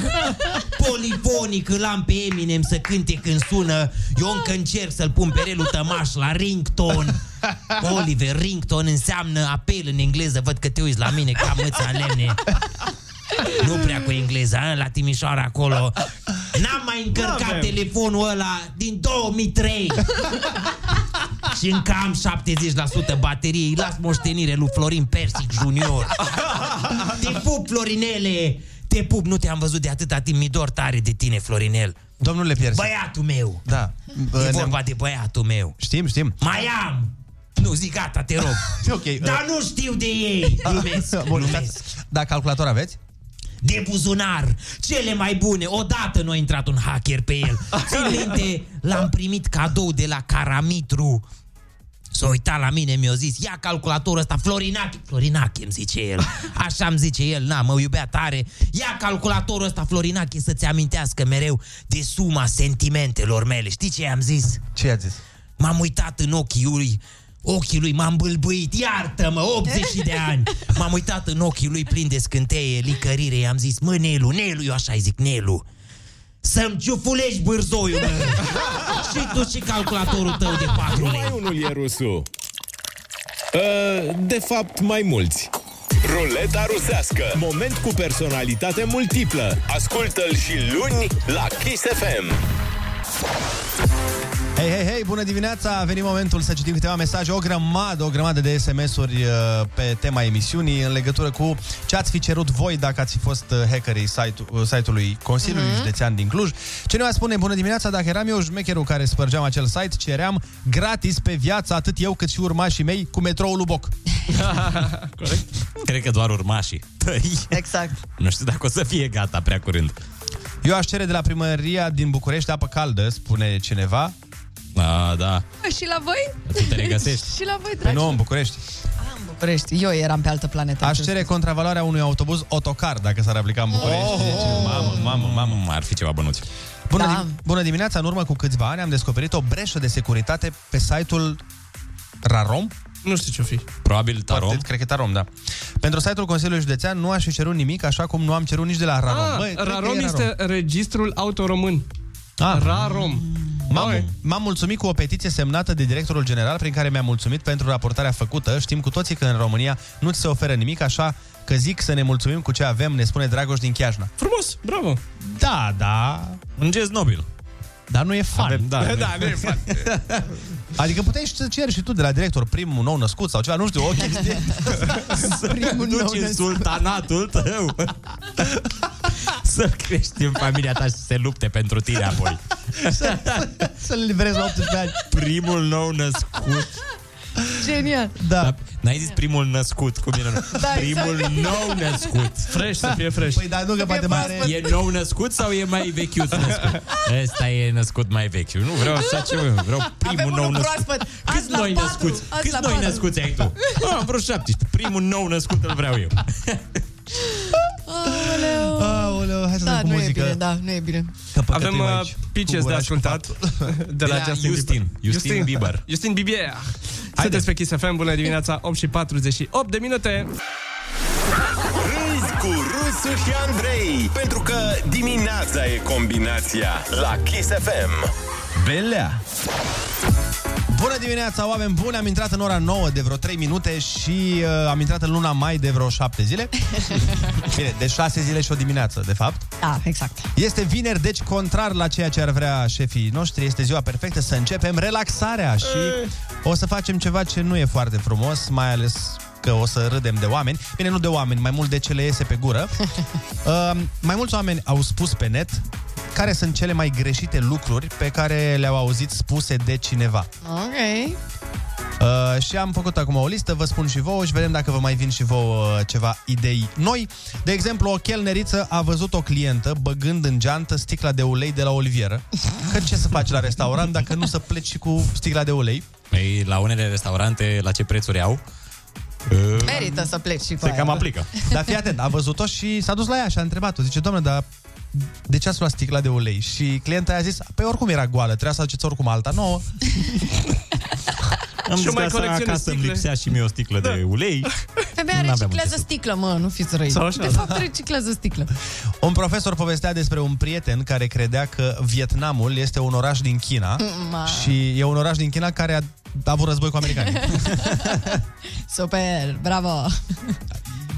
Speaker 9: Polifonic, îl am pe Eminem să cânte când sună. Eu încă încerc să-l pun pe Relu Tămaș la ringtone. Oliver, ringtone înseamnă apel în engleză, văd că te uiți la mine ca mâța în lemne. Nu prea cu engleza, hă, la Timișoara acolo. N-am mai încărcat
Speaker 18: N-avem.
Speaker 9: telefonul ăla din 2003. Și încă am 70% baterie Îi las moștenire lui Florin Persic Junior Te pup, Florinele Te pup, nu te-am văzut de atâta timp Mi dor tare de tine, Florinel
Speaker 4: Domnule Piersic.
Speaker 9: Băiatul meu
Speaker 4: Da.
Speaker 9: E vorba de băiatul meu
Speaker 4: Știm, știm.
Speaker 9: Mai am Nu, zic gata, te rog
Speaker 4: ok. uh.
Speaker 9: Dar nu știu de ei Glumesc,
Speaker 4: Bun,
Speaker 9: glumesc
Speaker 4: Da, calculator aveți?
Speaker 9: de buzunar, cele mai bune. Odată nu a intrat un hacker pe el. Țin minte, l-am primit cadou de la Caramitru. S-a uitat la mine, mi-a zis, ia calculatorul ăsta, Florinache, Florinache îmi zice el. Așa îmi zice el, na, mă iubea tare. Ia calculatorul ăsta, Florinache, să-ți amintească mereu de suma sentimentelor mele. Știi ce i-am zis?
Speaker 4: Ce i-a zis?
Speaker 9: M-am uitat în ochii lui, ochii lui m-am bâlbâit, iartă-mă, 80 de ani. M-am uitat în ochii lui plin de scânteie, licărire, i-am zis, mă, Nelu, Nelu, eu așa îi zic, Nelu, să-mi ciufulești bârzoiul, mă. și tu și calculatorul tău de 4 lei.
Speaker 10: Mai unul e rusul. Uh, De fapt, mai mulți. Ruleta rusească. Moment cu personalitate multiplă. Ascultă-l și luni la Kiss FM.
Speaker 4: Hei, hei, hei, bună dimineața! A venit momentul să citim câteva mesaje, o grămadă, o grămadă de SMS-uri uh, pe tema emisiunii în legătură cu ce ați fi cerut voi dacă ați fi fost uh, hackerii site- uh, site-ului Consiliului
Speaker 19: Mhm.
Speaker 4: Județean din Cluj. Cineva spune, bună dimineața, dacă eram eu șmecherul care spărgeam acel site, ceream gratis pe viață atât eu cât și urmașii mei cu metroul lui Boc.
Speaker 8: Cred că doar urmașii tăi.
Speaker 20: Exact.
Speaker 8: Nu știu dacă o să fie gata prea curând.
Speaker 4: Eu aș cere de la primăria din București apă caldă, spune cineva.
Speaker 8: A, da.
Speaker 6: Și la voi?
Speaker 8: Tu te regăsești.
Speaker 6: și la voi,
Speaker 4: Păi
Speaker 6: dragi.
Speaker 4: nu, în București.
Speaker 6: București. Eu eram pe altă planetă.
Speaker 4: Aș cere contravaloarea unui autobuz autocar dacă s-ar aplica în București. Oh, deci, mamă, mamă, mamă, ar fi ceva bănuți. Bună, da. dim- bună dimineața, în urmă cu câțiva ani am descoperit o breșă de securitate pe site-ul Rarom? Nu știu ce fi.
Speaker 8: Probabil Tarom.
Speaker 4: Poate, cred că Tarom, da. Pentru site-ul Consiliului Județean nu aș fi cerut nimic, așa cum nu am cerut nici de la Rarom.
Speaker 7: Ah,
Speaker 4: Băi, cred că
Speaker 7: Rarom
Speaker 4: e
Speaker 7: este registrul autoromân.
Speaker 4: Ah.
Speaker 7: Rarom.
Speaker 4: M-am, m-am mulțumit cu o petiție semnată de directorul general prin care mi-a mulțumit pentru raportarea făcută. Știm cu toții că în România nu ți se oferă nimic, așa că zic să ne mulțumim cu ce avem, ne spune Dragoș din Chiajna.
Speaker 7: Frumos, bravo.
Speaker 4: Da, da.
Speaker 8: Un gest nobil.
Speaker 4: Dar nu e fan. Avem,
Speaker 7: Da, da, nu e fan.
Speaker 4: Adică puteai și să ceri și tu de la director primul nou născut sau ceva, nu știu, o chestie.
Speaker 8: Primul Duci în sultanatul tău. Să crești în familia ta și să se lupte pentru tine apoi.
Speaker 4: Să-l livrezi la 18 ani.
Speaker 8: Primul nou născut.
Speaker 4: Ah.
Speaker 6: Genial.
Speaker 4: Da.
Speaker 8: Dar n-ai zis primul născut, cum e
Speaker 6: Da,
Speaker 8: da,
Speaker 6: exact.
Speaker 8: Primul nou născut.
Speaker 7: Fresh, să fie fresh.
Speaker 4: Păi, dar nu, că poate mai are-
Speaker 8: E nou născut sau e mai vechiut născut? Ăsta e născut mai vechi. Eu Nu vreau așa ceva, eu vreau primul
Speaker 6: Avem
Speaker 8: nou
Speaker 6: unul
Speaker 8: născut.
Speaker 6: proaspăt.
Speaker 8: Câți
Speaker 6: Azi la
Speaker 8: noi
Speaker 6: patru,
Speaker 8: născuți?
Speaker 6: azi
Speaker 8: Câți
Speaker 6: la
Speaker 8: noi
Speaker 6: patru.
Speaker 8: născuți ai tu? Ah, am vreo 17. Primul nou născut îl vreau eu.
Speaker 6: Aoleu.
Speaker 4: Aoleu, hai să
Speaker 6: da,
Speaker 4: dăm cu
Speaker 6: nu
Speaker 4: muzică.
Speaker 6: e bine, da, nu e bine.
Speaker 7: Avem uh, pitches de ascultat de la
Speaker 8: la
Speaker 7: Justin,
Speaker 8: Justin. Justin Bieber.
Speaker 7: Justin Bieber. Sunteți pe Kiss FM, bună dimineața, 8 și 48 de minute.
Speaker 10: Râzi cu Rusu și Andrei Pentru că dimineața e combinația La Kiss FM
Speaker 4: Belea Bună dimineața, oameni buni! Am intrat în ora 9 de vreo 3 minute și uh, am intrat în luna mai de vreo 7 zile. Bine, de 6 zile și o dimineață, de fapt.
Speaker 6: Da, exact.
Speaker 4: Este vineri, deci contrar la ceea ce ar vrea șefii noștri, este ziua perfectă să începem relaxarea și o să facem ceva ce nu e foarte frumos, mai ales că o să râdem de oameni. Bine, nu de oameni, mai mult de ce le iese pe gură. uh, mai mulți oameni au spus pe net care sunt cele mai greșite lucruri pe care le-au auzit spuse de cineva.
Speaker 6: Ok.
Speaker 4: Uh, și am făcut acum o listă, vă spun și vouă și vedem dacă vă mai vin și vouă uh, ceva idei noi. De exemplu, o chelneriță a văzut o clientă băgând în geantă sticla de ulei de la olivieră. Că ce să faci la restaurant dacă nu să pleci și cu sticla de ulei?
Speaker 8: Ei, Păi, la unele restaurante, la ce prețuri au? Uh,
Speaker 6: Merită să pleci și cu
Speaker 8: Se
Speaker 6: aia.
Speaker 8: cam aplică.
Speaker 4: Dar fii atent, a văzut-o și s-a dus la ea și a întrebat-o. Zice, doamne, dar de ce ați luat sticla de ulei? Și clienta i-a zis, păi oricum era goală, trebuia să aduceți oricum alta nouă.
Speaker 8: Am
Speaker 4: Și
Speaker 8: zis
Speaker 4: eu mai
Speaker 8: că asta
Speaker 4: colecționez
Speaker 8: acasă îmi
Speaker 4: sticle.
Speaker 8: lipsea și mie o
Speaker 7: Da,
Speaker 8: sticlă de ulei.
Speaker 6: Femeia
Speaker 4: N-aveam
Speaker 6: reciclează sticlă, mă, nu fiți răi.
Speaker 4: Sau așa,
Speaker 6: de
Speaker 4: da.
Speaker 6: fapt, reciclează sticlă.
Speaker 4: Un profesor povestea despre un prieten care credea că Vietnamul este un oraș din China
Speaker 6: Mm, Ma.
Speaker 4: și e un oraș din China care a avut război cu americanii.
Speaker 6: Super, bravo.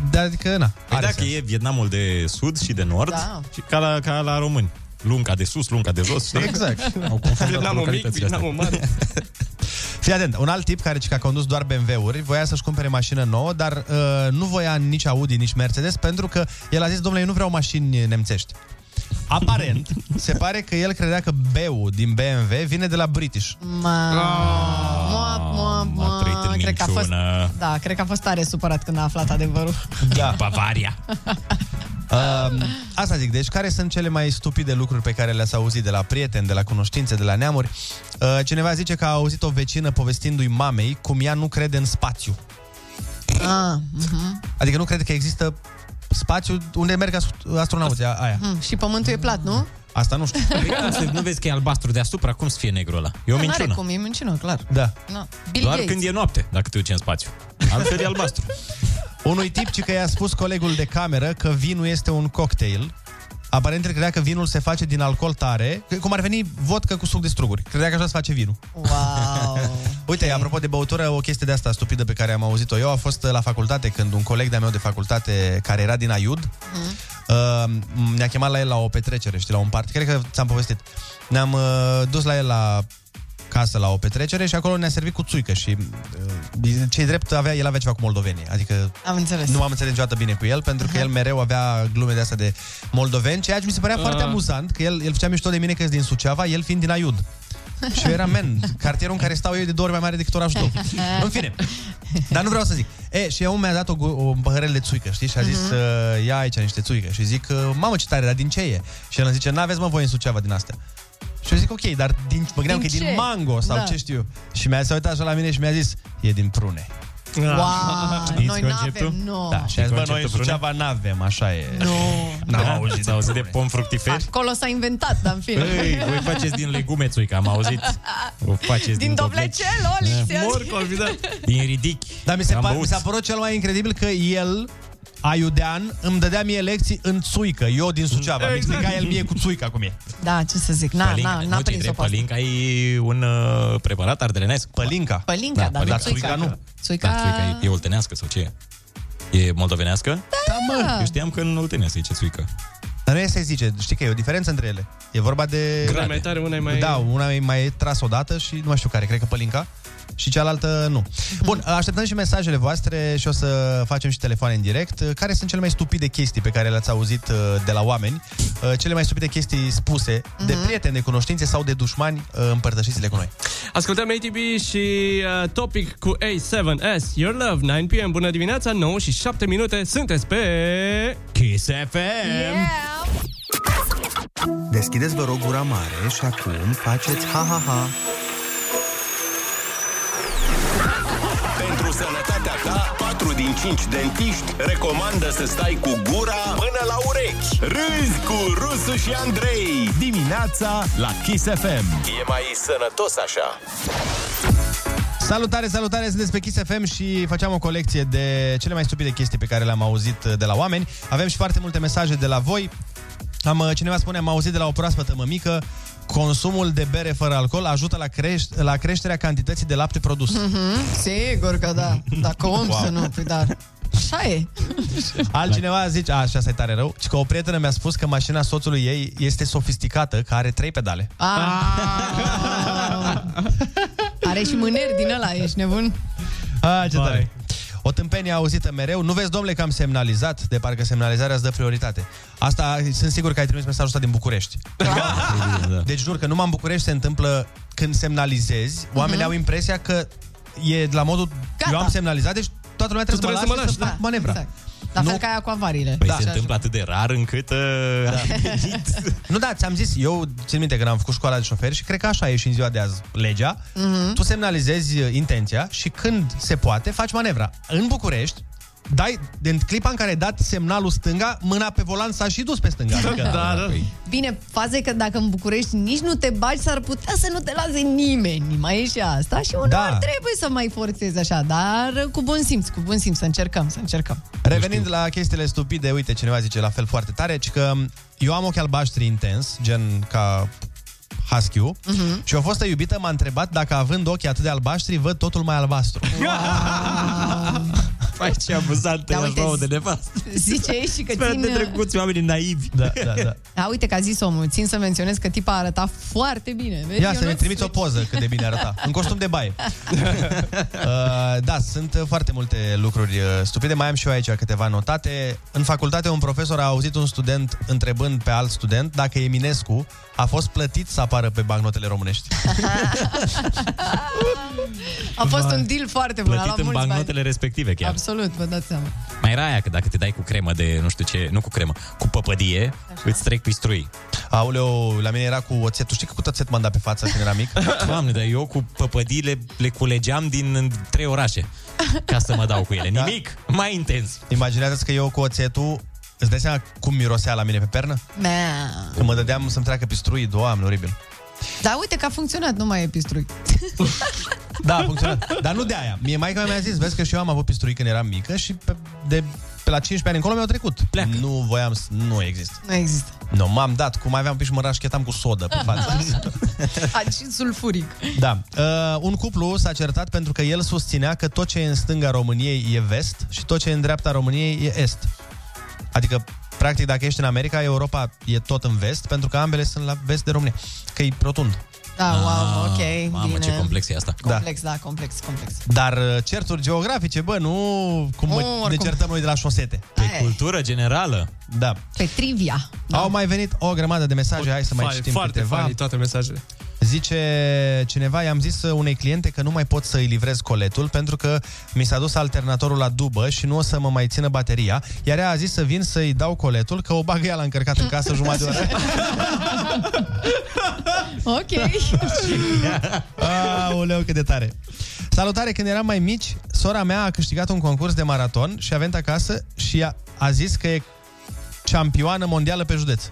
Speaker 4: Dar adică, na.
Speaker 8: Păi dacă e Vietnamul de sud și de nord,
Speaker 6: Da.
Speaker 8: și ca, la, ca la români. Lunca de sus, lunca de jos. știi?
Speaker 4: Exact.
Speaker 8: Au confundat
Speaker 4: Vietnamul mic,
Speaker 8: localitățile astea.
Speaker 4: Vietnamul mare. Fii atent, un alt tip care zice că a condus doar BMW-uri voia să-și cumpere mașină nouă, dar uh, nu voia nici Audi, nici Mercedes, pentru că el a zis, domnule, eu nu vreau mașini nemțești. Aparent, se pare că el credea că B-ul din BMW vine de la British.
Speaker 6: Ma, ma, ma, ma. Cred că a fost,
Speaker 4: minciună.
Speaker 6: da, cred că a fost tare supărat când a aflat adevărul.
Speaker 4: Da. Bavaria. Uh, asta zic, deci care sunt cele mai stupide lucruri pe care le-ați auzit de la prieteni, de la cunoștințe, de la neamuri? Uh, cineva zice că a auzit o vecină povestindu-i mamei cum ea nu crede în spațiu.
Speaker 6: Ah, mhm.
Speaker 4: Adică nu crede că există spațiu unde merg ast- astronauții a- aia.
Speaker 6: Mm, și pământul e plat, nu?
Speaker 4: Asta nu știu.
Speaker 8: Păi cum să- nu vezi că e albastru deasupra, cum să fie negru ăla? E o
Speaker 6: Da, N-are
Speaker 8: minciună.
Speaker 6: cum, e minciună, clar.
Speaker 4: Da.
Speaker 6: No. Bill
Speaker 8: Doar
Speaker 6: Gates.
Speaker 8: când e noapte, dacă te duci în spațiu. Altfel e albastru.
Speaker 4: Unui tip ci că i-a spus colegul de cameră că vinul este un cocktail. Aparent el credea că vinul se face din alcool tare, că- cum ar veni vodcă cu suc de struguri. Credea că așa se face vinul.
Speaker 6: Wow.
Speaker 4: Uite, okay. apropo de băutură, o chestie de asta stupidă pe care am auzit-o eu a fost la facultate când un coleg de-a meu de facultate care era din Aiud
Speaker 6: Mm.
Speaker 4: uh, ne-a chemat la el la o petrecere, știi, la un party. Cred că ți-am povestit. Ne-am uh, dus la el la casă la o petrecere și acolo ne-a servit cu țuică și ce drept avea, el avea ceva cu moldovenii. Adică
Speaker 6: Am înțeles.
Speaker 4: nu m-am înțeles niciodată bine cu el, pentru că el mereu avea glume de astea de moldoveni, ceea ce mi se părea
Speaker 7: Ah.
Speaker 4: foarte amuzant, că el, el făcea mișto de mine că sunt din Suceava, el fiind din Aiud. Și eu eram, man, cartierul în care stau eu e de două ori mai mare decât orașul tău. În fine, dar nu vreau să zic. E, și eu mi-a dat o, gu- o păhărel de țuică, știi? Și a zis,
Speaker 6: Mhm.
Speaker 4: uh ia aici niște țuică. Și zic, "Uh, mamă ce tare, dar din ce e? Și el îmi zice, n-aveți mă voi în Suceava din astea. Și eu zic, ok, dar din, mă gândeam
Speaker 6: Din
Speaker 4: că e
Speaker 6: ce?
Speaker 4: din mango sau
Speaker 6: Da.
Speaker 4: ce știu. eu. Și mi-a s-a uitat așa la mine și mi-a zis, e din prune.
Speaker 6: Wow, Știți noi conceptul? n-avem, nu.
Speaker 4: Da, și a zis, bă, noi în
Speaker 8: Conceptul prune?
Speaker 4: Suceava n-avem, așa e.
Speaker 6: Nu.
Speaker 4: N-am
Speaker 8: Da?
Speaker 4: auzit.
Speaker 8: Ați auzit de pom fructiferi?
Speaker 6: Acolo s-a inventat, dar în fine.
Speaker 8: Ei, Păi, voi faceți din legume țuică, am auzit. O faceți din, Da.
Speaker 6: Din doblecel, Oli, ți-a zis.
Speaker 8: Din ridichi.
Speaker 4: Dar mi se,
Speaker 8: Am
Speaker 4: par, mi
Speaker 8: băut.
Speaker 4: s-a părut cel mai incredibil că el, aiudean, îmi dădea mie lecții în țuică, eu din Suceava. Mi
Speaker 6: Exact.
Speaker 4: explica el mie cu țuica cum e.
Speaker 6: Da, ce să zic, na, na, n-a
Speaker 8: nu, ce
Speaker 6: prins-o pe asta.
Speaker 8: Pălinca e un uh, preparat ardelenesc.
Speaker 4: Pălinca?
Speaker 6: Pălinca, dar nu țuica. Țuica-
Speaker 8: Da, țuica e, e oltenească sau ce e? E moldovenească?
Speaker 6: Da, mă.
Speaker 8: Eu știam că în Oltenia se zice țuică.
Speaker 4: Dar nu e să-i zice, știi că e o diferență între ele. E vorba de...
Speaker 8: Una e mai
Speaker 4: tare, una e
Speaker 8: mai-
Speaker 4: Da, una e mai tras odată și nu mai știu care, cred că Pălinca. Și cealaltă nu. Bun, așteptăm și mesajele voastre și o să facem și telefoane în direct. Care sunt cele mai stupide chestii pe care le-ați auzit uh, de la oameni? Uh, Cele mai stupide chestii spuse de prieteni, de cunoștințe sau de dușmani? Uh, Împărtășiți-le cu noi.
Speaker 7: Ascultăm ATB și uh, Topic cu A7S, Your Love, 9 p.m. Bună dimineața, 9 și 7 minute, sunteți pe Kiss FM!
Speaker 19: Deschideți, vă rog, gura mare și acum faceți ha-ha-ha.
Speaker 10: Pentru sănătatea ta, 4 din 5 dentiști recomandă să stai cu gura până la urechi. Râzi cu Rusu și Andrei.
Speaker 3: Dimineața la Kiss FM.
Speaker 10: E mai sănătos așa.
Speaker 4: Salutare, salutare, sunteți pe Kiss FM și făceam o colecție de cele mai stupide chestii pe care le-am auzit de la oameni. Avem și foarte multe mesaje de la voi. Am, uh, cineva spune, am auzit de la o proaspătă mămică, consumul de bere fără alcool ajută la, creș- la creșterea cantității de lapte produs.
Speaker 6: Mhm, Sigur că da. Dar cum
Speaker 4: Wow.
Speaker 6: să nu? Păi dar... Așa e.
Speaker 4: Altcineva zice, a, și asta e tare rău, ci că o prietenă mi-a spus că mașina soțului ei este sofisticată, că are trei pedale.
Speaker 6: Ah. Are și mâneri din ăla, ești nebun?
Speaker 4: A, ce tare. O tâmpenie auzită mereu. Nu vezi, domnule, că am semnalizat, de parcă semnalizarea îți dă prioritate. Asta, sunt sigur că ai trimis mesajul ăsta din București.
Speaker 8: Da.
Speaker 4: Deci jur că numai în București se întâmplă când semnalizezi, oamenii
Speaker 6: Mhm.
Speaker 4: au impresia că e la modul, eu am semnalizat, deci toată lumea trebuie, să mă lase să fac manevra.
Speaker 6: Exact. La fel
Speaker 4: Nu.
Speaker 6: ca aia cu avariile. Da.
Speaker 4: Păi
Speaker 6: Și
Speaker 4: se
Speaker 6: așa.
Speaker 4: întâmplă
Speaker 8: Atât de rar încât... Uh, da.
Speaker 4: nu, da, ți-am zis, eu țin minte când am făcut școala de șofer și cred că așa e și în ziua de azi legea.
Speaker 6: Mhm.
Speaker 4: Tu semnalizezi uh, intenția și când se poate, faci manevra. În București, dai, din clipa în care ai dat semnalul stânga, mâna pe volan s-a și dus pe stânga. Adică,
Speaker 7: Da, da.
Speaker 8: Păi,
Speaker 6: Bine, faza e că dacă în București nici nu te bagi, s-ar putea să nu te lase nimeni. Mai e și asta și uneori
Speaker 4: Da.
Speaker 6: da. trebuie să mai forțezi așa, dar cu bun simț, cu bun simț, să încercăm, să încercăm.
Speaker 4: Revenind la chestiile stupide, uite, cineva zice la fel foarte tare, ci că um, eu am ochi albaștri intens, gen ca husky
Speaker 7: Mhm.
Speaker 4: uh-huh. și o fostă iubită m-a întrebat dacă având ochii atât de albaștri, văd totul mai albastru.
Speaker 8: Păi ce amuzant
Speaker 6: Da, uite,
Speaker 8: de nevastă.
Speaker 6: Zice și că
Speaker 8: Sper
Speaker 6: țin... uh,
Speaker 8: de drăguți oamenii naivi. Da,
Speaker 4: da, da.
Speaker 6: Da, uite că a zis omul, țin să menționez că tipa arăta foarte bine. Vezi,
Speaker 4: Ia să ne
Speaker 6: Ionuț?
Speaker 4: trimiți o
Speaker 8: deci-
Speaker 4: poză cât de bine arăta. În costum de baie. Uh, da, sunt uh, foarte multe lucruri uh, stupide. Mai am și eu aici câteva notate. În facultate, un profesor a auzit un student întrebând pe alt student dacă Eminescu a fost plătit să apară pe bancnotele românești.
Speaker 6: A fost
Speaker 8: Vai.
Speaker 6: un deal foarte bun, a
Speaker 8: Plătit
Speaker 6: luat
Speaker 8: în
Speaker 6: mulți bani.
Speaker 8: bancnotele respective chiar.
Speaker 6: Absolut, vă dați seama.
Speaker 8: Mai era aia că dacă te dai cu cremă de, nu știu ce, nu cu cremă, cu păpădie, Așa. îți trec pistrui.
Speaker 4: Aoleu, la mine era cu oțet. Tu știi că cu oțet m-am dat pe față când eram mic?
Speaker 8: Doamne, dar eu cu păpădiile le culegeam din trei orașe ca să mă dau cu ele. Nimic mai intens.
Speaker 4: Da. Imaginează-ți că eu cu oțetul Îți dai seama cum mirosea la mine pe pernă?
Speaker 6: Mea.
Speaker 4: Când mă dădeam să-mi treacă pistruii, doamne, oribil.
Speaker 6: Da. Dar uite că a funcționat, nu mai e pistrui.
Speaker 4: Da, a funcționat. Dar nu de aia. Mie maica mea mi-a zis, vezi că și eu am avut pisturi când eram mică și pe, de pe la 15 ani încolo mi-au trecut. Pleacă. Nu voiam să... Nu există.
Speaker 6: Nu există.
Speaker 4: Nu, m-am dat. Cum aveam piș, mă rașchetam cu sodă pe față.
Speaker 6: Acid sulfuric.
Speaker 4: da. Uh, un cuplu s-a certat pentru că el susținea că tot ce e în stânga României e vest și tot ce e în dreapta României e est. Adică, practic, dacă ești în America, Europa e tot în vest, pentru că ambele sunt la vest de România. Că e rotund.
Speaker 6: Da, wow,
Speaker 8: Ah,
Speaker 6: ok.
Speaker 8: Mamă,
Speaker 6: bine.
Speaker 8: ce complex e asta.
Speaker 6: Complex, da, complex, complex.
Speaker 4: Dar uh, certuri geografice, bă, nu cum
Speaker 6: Nu,
Speaker 4: mă- ne
Speaker 6: oricum.
Speaker 4: certăm noi de la șosete.
Speaker 6: Pe Aia e.
Speaker 4: cultură generală. Da.
Speaker 6: Pe trivia.
Speaker 4: Au mai venit o grămadă de mesaje, hai să mai
Speaker 7: Fai-
Speaker 4: citim
Speaker 7: foarte
Speaker 4: câteva.
Speaker 7: funny toate mesajele.
Speaker 4: Zice cineva, i-am zis unei cliente că nu mai pot să îi livrez coletul pentru că mi s-a dus alternatorul la dubă și nu o să mă mai țină bateria, iar ea a zis să vin să-i dau coletul, că o bagă ea la încărcat în casă jumătate de oră.
Speaker 6: Ok.
Speaker 4: Aoleu, cât de tare! Salutare, când eram mai mici, sora mea a câștigat un concurs de maraton și a venit acasă și a, a zis că e campioană mondială pe județ.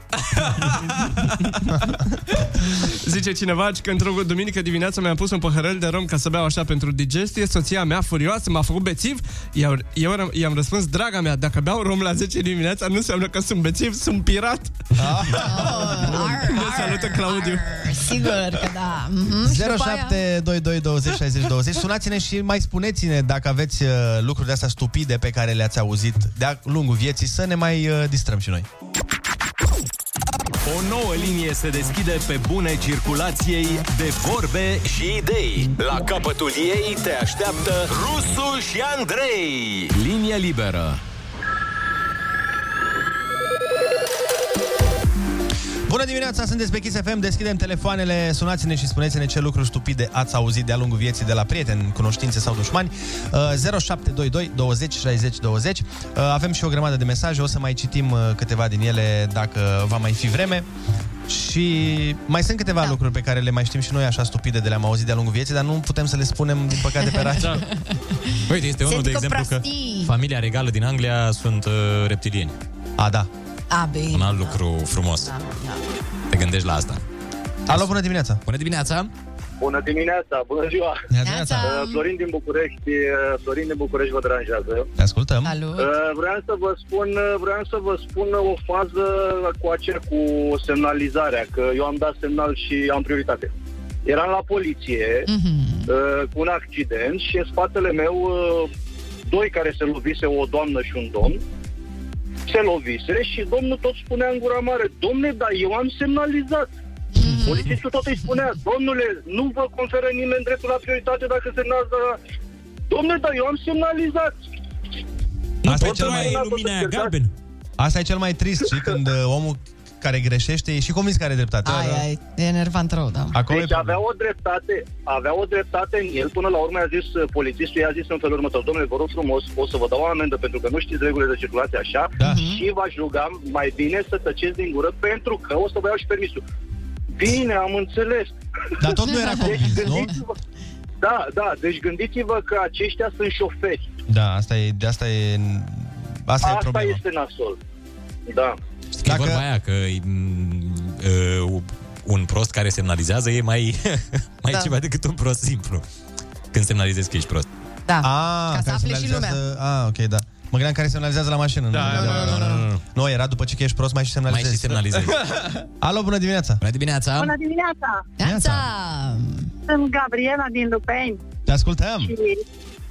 Speaker 7: Zice cineva că într-o duminică dimineața mi-am pus un păhărel de rom ca să beau așa pentru digestie. Soția mea furioasă m-a făcut bețiv. Eu, eu r- i-am răspuns, draga mea, dacă beau rom la 10 dimineața, nu înseamnă că sunt bețiv, sunt pirat.
Speaker 8: Ah.
Speaker 7: Ne salută Claudiu.
Speaker 6: Sigur că da. Mhm. Și după aia-
Speaker 4: 0722 20 60 20. Sunați-ne și mai spuneți-ne dacă aveți uh, lucruri de astea stupide pe care le-ați auzit de-a lungul vieții, să ne mai uh, distrăm și noi.
Speaker 10: O nouă linie se deschide pe bune circulației de vorbe și idei. La capătul ei te așteaptă Rusu și Andrei. Linie liberă.
Speaker 4: Bună dimineața, sunteți pe Kiss FM, deschidem telefoanele, sunați-ne și spuneți-ne ce lucruri stupide ați auzit de-a lungul vieții de la prieteni, cunoștințe sau dușmani. Uh, 0722 20 60 20. Uh, Avem și o grămadă de mesaje, o să mai citim uh, câteva din ele dacă va mai fi vreme. Și mai sunt câteva da. lucruri pe care le mai știm și noi așa stupide de le-am auzit de-a lungul vieții, dar nu putem să le spunem, din păcate, pe radio.
Speaker 8: Da. Uite, este
Speaker 6: Se
Speaker 8: unul de
Speaker 6: ducă
Speaker 8: exemplu
Speaker 6: prostii.
Speaker 8: că familia regală din Anglia sunt uh, reptilieni.
Speaker 4: A, da.
Speaker 6: A, bine.
Speaker 8: Un alt lucru frumos.
Speaker 6: Da,
Speaker 8: Te gândești la asta.
Speaker 4: Alo, bună dimineața!
Speaker 8: Bună dimineața!
Speaker 14: Bună dimineața, bună ziua!
Speaker 4: Dimineața.
Speaker 14: Uh, Florin din București, uh, Florin din București vă deranjează.
Speaker 4: Te ascultăm.
Speaker 14: Uh, Vreau să vă spun, uh, vreau să vă spun o fază cu acea cu semnalizarea, că eu am dat semnal și am prioritate. Eram la poliție uh, cu un accident și în spatele meu uh, doi care se lovise, o doamnă și un domn, se lovise și domnul tot spunea în gura mare, domne, dar eu am semnalizat. Polițistul tot îi spunea, domnule, nu vă conferă nimeni dreptul la prioritate dacă semnați la... Domne, dar eu am semnalizat.
Speaker 4: Asta e
Speaker 14: Toată
Speaker 4: cel mai
Speaker 14: lumea a
Speaker 4: lumina
Speaker 14: fost
Speaker 4: galben. Asta e cel mai trist, și când uh, omul care greșește e și convins că are dreptate.
Speaker 6: Ai, ai, e enervant rău, da.
Speaker 4: Acolo
Speaker 14: deci
Speaker 4: e
Speaker 14: avea o dreptate, avea o dreptate în el, până la urmă a zis uh, polițistul, i-a zis în felul următor, domnule, vă rog frumos, o să vă dau o amendă pentru că nu știți regulile de circulație așa da. și v-aș ruga mai bine să tăceți din gură pentru că o să vă iau și permisul. Bine, am înțeles. Deci
Speaker 4: Dar tot nu era convins, nu?
Speaker 14: Da, da, deci gândiți-vă că aceștia sunt șoferi.
Speaker 4: Da, asta e, de asta e, asta,
Speaker 14: Asta,
Speaker 4: e problema.
Speaker 14: este nasol. Da.
Speaker 8: Știi că Dacă... e vorba aia că e, mm, uh, un prost care semnalizează e mai, mai
Speaker 6: Da.
Speaker 8: da. ceva decât un prost simplu. Când semnalizezi că ești prost.
Speaker 6: Da.
Speaker 4: A,
Speaker 6: Ca să
Speaker 4: Ah, care
Speaker 6: afle și
Speaker 4: semnalizează- A, ok, da. Mă gândeam care semnalizează la mașină. Da, nu, da, da, da, da, da. nu, era după ce că ești prost, mai și semnalizezi.
Speaker 8: Mai și semnalizezi.
Speaker 4: Alo, bună dimineața! Bună
Speaker 8: dimineața!
Speaker 17: Bună dimineața!
Speaker 4: Dimineața.
Speaker 17: Sunt Gabriela din Lupeni
Speaker 4: Te ascultăm!
Speaker 17: și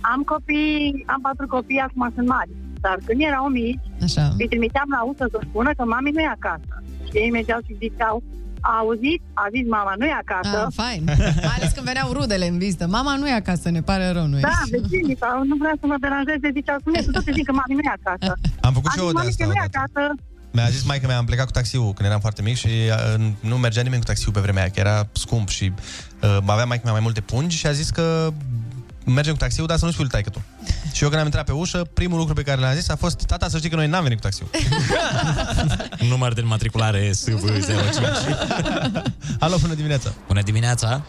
Speaker 17: am copii, am patru copii, acum sunt mari. Dar când erau mici,
Speaker 6: Așa.
Speaker 17: îi trimiteam la uță să spună că mami nu e acasă. Și ei mergeau și ziceau, a auzit, a zis mama, nu e acasă.
Speaker 6: Ah, fain. Mai ales când veneau rudele în vizită. Mama nu e acasă, ne pare rău, nu e?
Speaker 17: Da, vecinii, sau nu vrea să mă deranjeze, ziceau, spune să tot zic că mami nu e acasă.
Speaker 4: Am făcut și
Speaker 17: Am
Speaker 4: eu
Speaker 17: zis,
Speaker 4: de
Speaker 17: mami că
Speaker 4: asta. da. odată.
Speaker 17: nu e acasă,
Speaker 4: Mi-a zis mai că mi-am plecat cu taxiul când eram foarte mic și uh, nu mergea nimeni cu taxiul pe vremea aia, că era scump și uh, avea mai mea mai multe pungi și a zis că mergem cu taxiul, dar să nu spui lui taică tu. Și eu când am intrat pe ușă, primul lucru pe care l-am zis a fost tata să știi că noi n-am venit cu taxiul.
Speaker 8: Număr de matriculare SV05.
Speaker 4: Alo, bună dimineața!
Speaker 8: Bună dimineața!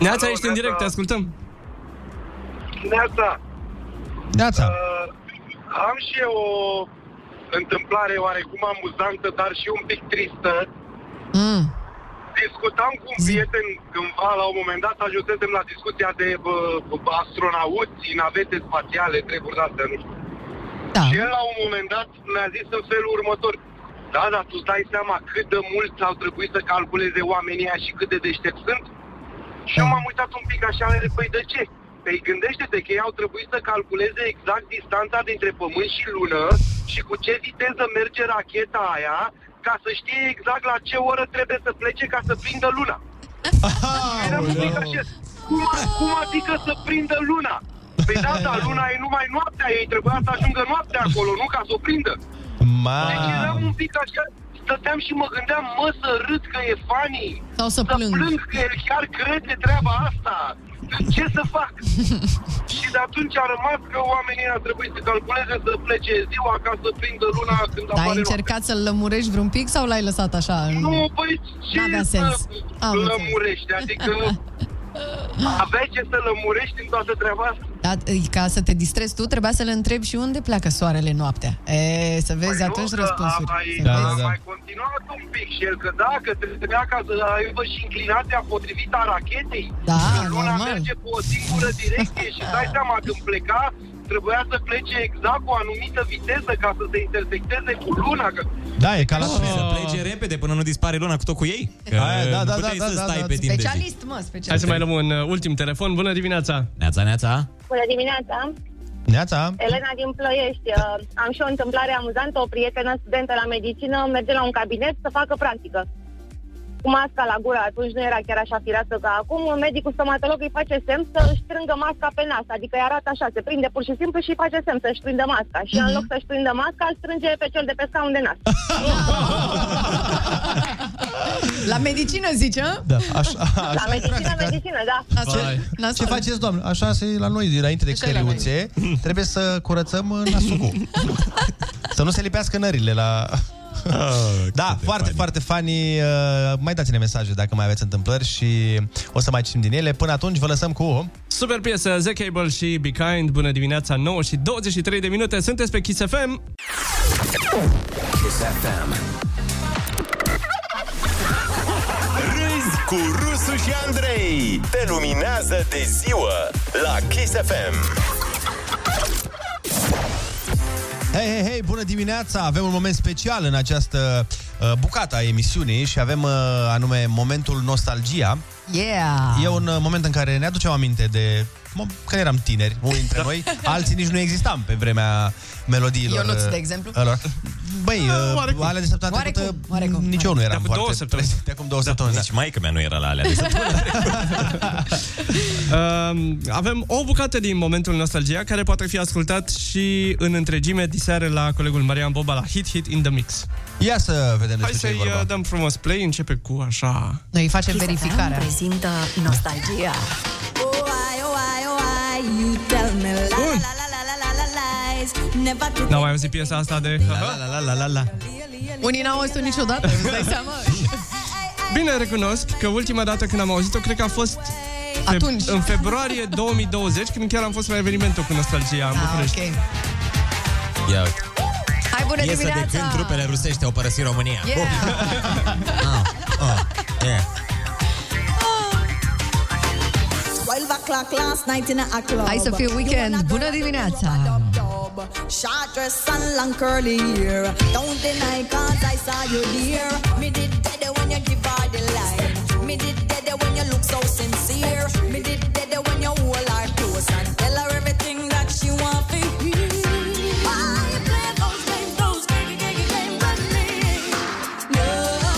Speaker 7: Neața, ești în direct, te ascultăm.
Speaker 15: Neața,
Speaker 4: Neața!
Speaker 15: uh, am și eu o întâmplare oarecum amuzantă, dar și un pic tristă.
Speaker 6: Mm.
Speaker 15: Discutam cu un prieten cândva, la un moment dat, ajunsesem la discuția de bă, bă, astronauți, navete spațiale, treburi de nu știu.
Speaker 6: Da.
Speaker 15: Și el la un moment dat mi-a zis în felul următor, da, dar tu îți dai seama cât de mult au trebuit să calculeze oamenii ăia și cât de deștepți sunt? Și eu m-am uitat un pic așa, la el, păi de ce? Păi gândește-te că ei au trebuit să calculeze exact distanța dintre Pământ și Lună și cu ce viteză merge racheta aia ca să știe exact la ce oră trebuie să plece ca să prindă luna. Eram un pic așa, cum, cum adică să prindă luna? Păi da, dar luna e numai noaptea, ei trebuia să ajungă noaptea acolo, nu ca să o prindă.
Speaker 4: Ma.
Speaker 15: Deci eram un pic așa, stăteam și mă gândeam, mă, să râd că e funny.
Speaker 6: Sau să
Speaker 15: plâng. plâng că el chiar crede treaba asta. Ce să fac? și de atunci a rămas că oamenii ar trebui să calculeze să plece ziua ca să prindă luna când
Speaker 6: Dar ai
Speaker 15: apare
Speaker 6: încercat să-l lămurești vreun pic sau l-ai lăsat așa? în-
Speaker 15: Nu, păi ce
Speaker 6: N-avea
Speaker 15: să
Speaker 6: sens. Ah, Am înțeles.
Speaker 15: lămurești? Adică aveai ce să lămurești în toată treaba asta?
Speaker 6: Da, e, ca să te distrezi tu, trebuia să-l întrebi și unde pleacă soarele noaptea. E, să vezi
Speaker 15: Păi Nu,
Speaker 6: atunci
Speaker 15: că
Speaker 6: răspunsuri.
Speaker 15: A mai,
Speaker 6: Să
Speaker 15: da,
Speaker 6: vezi.
Speaker 15: a mai continuat un pic și el, că da, că trebuia ca să aibă și inclinația potrivită a rachetei.
Speaker 6: Da,
Speaker 15: că luna merge cu o singură direcție și dai seama când pleca, trebuia să plece exact cu o anumită viteză ca să se intersecteze cu luna. Că...
Speaker 4: Da, e ca la
Speaker 8: Oh. Să plece repede până nu dispare luna cu tot cu ei. Că
Speaker 7: Aia, da, da,
Speaker 8: puteai
Speaker 7: da,
Speaker 8: să
Speaker 7: da,
Speaker 8: stai
Speaker 7: da,
Speaker 8: pe
Speaker 7: da.
Speaker 8: timp de zi.
Speaker 6: Specialist, mă, specialist.
Speaker 7: Hai să mai luăm un uh, ultim telefon. Bună dimineața!
Speaker 8: Neața, neața!
Speaker 20: Bună dimineața!
Speaker 7: Da.
Speaker 4: Neața!
Speaker 20: Elena din Ploiești. Uh, Am și o întâmplare amuzantă. O prietenă studentă la medicină merge la un cabinet să facă practică. Cu masca la gură, atunci nu era chiar așa fireasă ca acum, medicul stomatolog îi face semn să își strângă masca pe nas, adică îi arată așa, se prinde pur și simplu și îi face semn să-și prindă masca. Și în loc să-și prindă masca, îl strânge pe cel de pe scaun de nas.
Speaker 6: La medicină, zice? a?
Speaker 4: Da, așa,
Speaker 20: la
Speaker 4: așa e
Speaker 20: medicină,
Speaker 4: practica.
Speaker 20: medicină, da.
Speaker 4: Ce, ce faceți, doamne? Așa se la noi, înainte de
Speaker 20: Așa e la noi.
Speaker 4: căriuțe, trebuie să curățăm uh, nasucul. să nu se lipească nările la...
Speaker 20: Ah,
Speaker 4: da, foarte, foarte funny. Uh, Mai dați-ne mesaje dacă mai aveți întâmplări și o să mai citim din ele. Până atunci vă lăsăm cu...
Speaker 7: Super piesă, The Cable și Be Kind. Bună dimineața, 9 și 23 de minute. Sunteți pe Kiss FM.
Speaker 10: Kiss FM. Râzi cu Rusu și Andrei. Te luminează de ziua la Kiss FM.
Speaker 4: Hei, hei, hei, bună dimineața! Avem un moment special în această uh, bucată a emisiunii și avem uh, anume momentul Nostalgia.
Speaker 6: Yeah!
Speaker 4: E un uh, moment în care ne aducem aminte de mo- când eram tineri, unii dintre
Speaker 7: Da.
Speaker 4: noi, alții nici nu existam pe vremea melodiilor.
Speaker 6: Ionuț,
Speaker 4: uh,
Speaker 6: de exemplu?
Speaker 4: alor. Băi,
Speaker 7: Ah,
Speaker 4: uh, alea de săptămâna
Speaker 6: Oarecum,
Speaker 4: trecută,
Speaker 6: oarecum.
Speaker 4: nici eu nu eram
Speaker 8: De acum
Speaker 4: foarte...
Speaker 8: două
Speaker 4: săptămâni. De acum două săptămâni, da.
Speaker 8: Nici maica mea nu era la alea.
Speaker 7: Um, avem o bucată din momentul Nostalgia care poate fi ascultat și în întregime diseară la colegul Marian Boba la Hit Hit in the Mix.
Speaker 4: Ia să vedem
Speaker 7: Hai să-i uh, dăm frumos play, începe cu așa...
Speaker 6: Noi îi facem
Speaker 21: Kiss
Speaker 6: verificarea.
Speaker 21: FM prezintă nostalgia.
Speaker 22: Why, oh, why, oh, why, you tell me la, la, la, la, la, la, la, lies. Never to
Speaker 7: N-am mai auzit piesa asta de... La la la la la la.
Speaker 6: Unii n-au auzit niciodată, îți dai seama?
Speaker 7: Bine, recunosc că ultima dată când am auzit-o, cred că a fost pe-
Speaker 6: Atunci.
Speaker 7: în februarie 2020, când chiar am fost la evenimentul cu Nostalgia în
Speaker 6: Ah,
Speaker 7: București.
Speaker 6: ok.
Speaker 8: Ia uite.
Speaker 6: Hai, bună
Speaker 8: Piesă de când
Speaker 6: dimineața!
Speaker 8: trupele rusești au părăsit România.
Speaker 6: Yeah! Hai să fie weekend! Bună dimineața!
Speaker 22: Short dress and long curly hair. Don't deny cause I saw you dear. Me did dead when you give her the line. Me did dead when you look so sincere. Me did dead when you hold her close and tell her everything that she want to hear. Why you play those games, those games, games, games with me? No. No,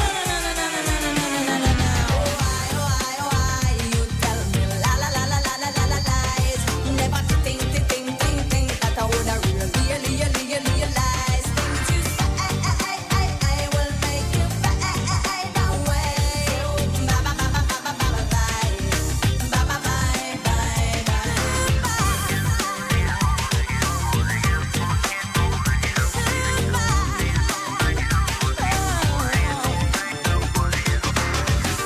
Speaker 22: no, no, no, no, no, no, no, no, no, no. Oh, why, oh, why, oh, why you tell me la, la, la, la, la, la, la, la, lies? Never to think, to think, think, think that I woulda really, really, really realized things you say, I, I, I, I, I will make you fade away. Bye, bye, bye, bye, bye, bye, bye, bye. Bye, bye, bye, bye, bye.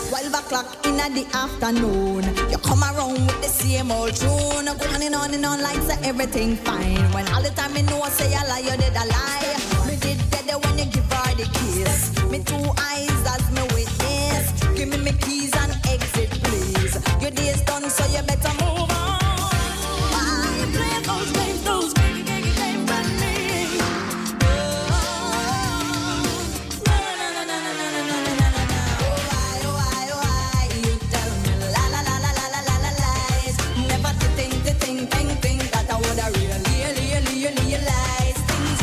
Speaker 22: Twelve o'clock in the afternoon. You come around with the same old tune. Go on and on and on like say everything fine. When all the time you know I say a lie, you did a lie. Me did dead when you give her the kiss. Me two eyes as me witness. Give me me keys and exit, please. Your day's done, so you better move on. Why you play those games, those games, games, games with me? No, no, no, no, no, no, no, no, no, no, no. Why, oh, why, oh, why you tell me la, la, la, la, la, la, la, la, lies? Never to think, to think, think, think that I woulda really, really, really realized things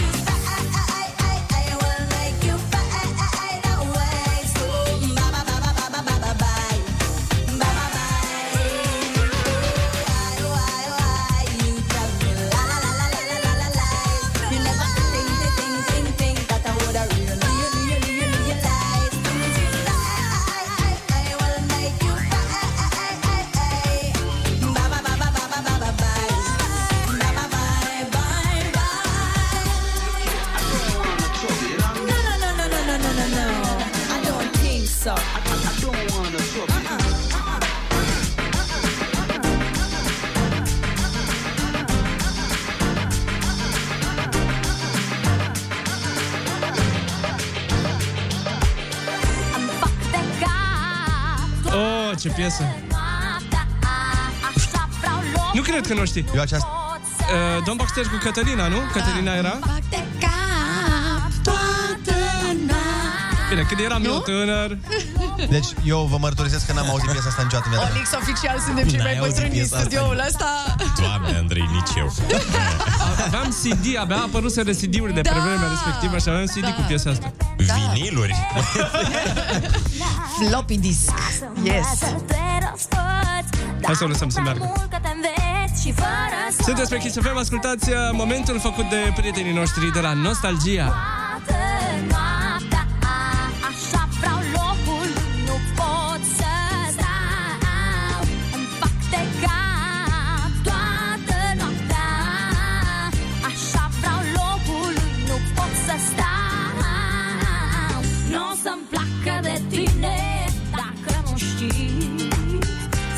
Speaker 7: Oh, ce piesă. Nu cred că nu știi.
Speaker 4: Eu aceasta...
Speaker 7: Uh, Domn Baxter cu Cătălina, nu? Cătălina era?
Speaker 6: Da.
Speaker 7: Da, Bine, când eram eu tânăr...
Speaker 4: Deci eu vă mărturisesc că n-am auzit piesa asta niciodată în viața mea.
Speaker 6: Olix oficial suntem cei
Speaker 4: N-ai
Speaker 6: mai
Speaker 4: auzit
Speaker 6: bătrâni din
Speaker 4: piesa asta
Speaker 6: studioul ăsta.
Speaker 8: Doamne, Andrei, nici eu.
Speaker 7: Aveam CD, abia apăruseră CD-uri de pe
Speaker 6: Da.
Speaker 7: vremea respectivă și aveam CD
Speaker 6: Da.
Speaker 7: cu piesa asta.
Speaker 8: Viniluri?
Speaker 6: Floppy disk. Yes.
Speaker 7: Hai să o lăsăm să meargă. Sunteți pe Kiss FM, ascultați uh, momentul făcut de prietenii noștri de la Nostalgia.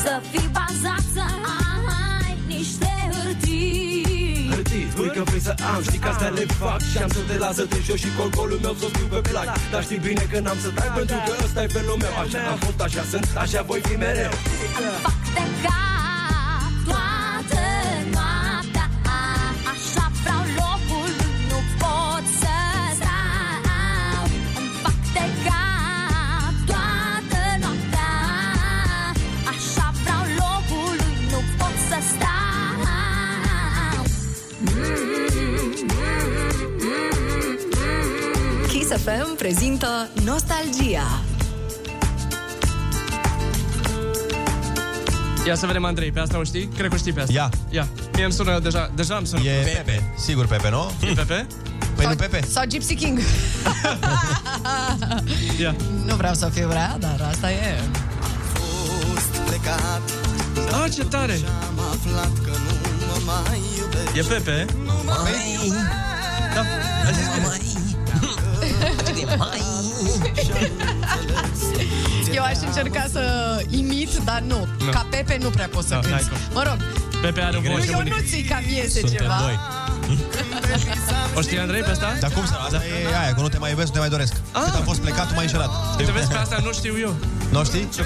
Speaker 21: Să fii bazat, să ai niște hârtii
Speaker 1: Hârtii, spui că vrei să am, știi că asta le fac Și am să te las să te joci și colcolul meu să fiu pe plac Dar știi bine că n-am să trag pentru că ăsta e felul meu Așa am fost, așa sunt, așa voi fi mereu
Speaker 21: de cap Toată noaptea Așa vreau locul Nu pot să stau Îmi fac de cap Toată noaptea Așa vreau locul Nu pot să stau Kiss FM prezintă Nostalgia
Speaker 7: Ia să vedem, Andrei, pe asta o știi? Cred că o știi pe asta.
Speaker 4: Ia.
Speaker 7: Ia. Mie îmi sună deja, deja îmi sună.
Speaker 4: E Pepe. Sigur Pepe, nu?
Speaker 7: E Pepe?
Speaker 4: Păi nu Pepe.
Speaker 6: Sau Gypsy King.
Speaker 7: Ia.
Speaker 6: nu vreau să fiu rea, dar asta e.
Speaker 7: Ah, ce tare! E Pepe?
Speaker 21: Mai
Speaker 7: Da.
Speaker 6: Eu aș încerca să imit, dar nu.
Speaker 7: Nu.
Speaker 6: Ca Pepe nu prea pot să
Speaker 7: Da, n-ai
Speaker 6: cânt.
Speaker 7: cum.
Speaker 6: Mă rog,
Speaker 7: Pepe are o
Speaker 6: nu,
Speaker 7: voce
Speaker 6: eu nu
Speaker 7: unică.
Speaker 6: ții cam iese ceva.
Speaker 7: O știi, Andrei, pe asta? Da. Ah.
Speaker 4: Dar cum să... Asta e aia, că nu te mai iubesc, nu te mai doresc. Cât am fost plecat, tu m-ai înșelat.
Speaker 7: Te vezi pe asta, nu știu eu.
Speaker 4: Nu știi? Păi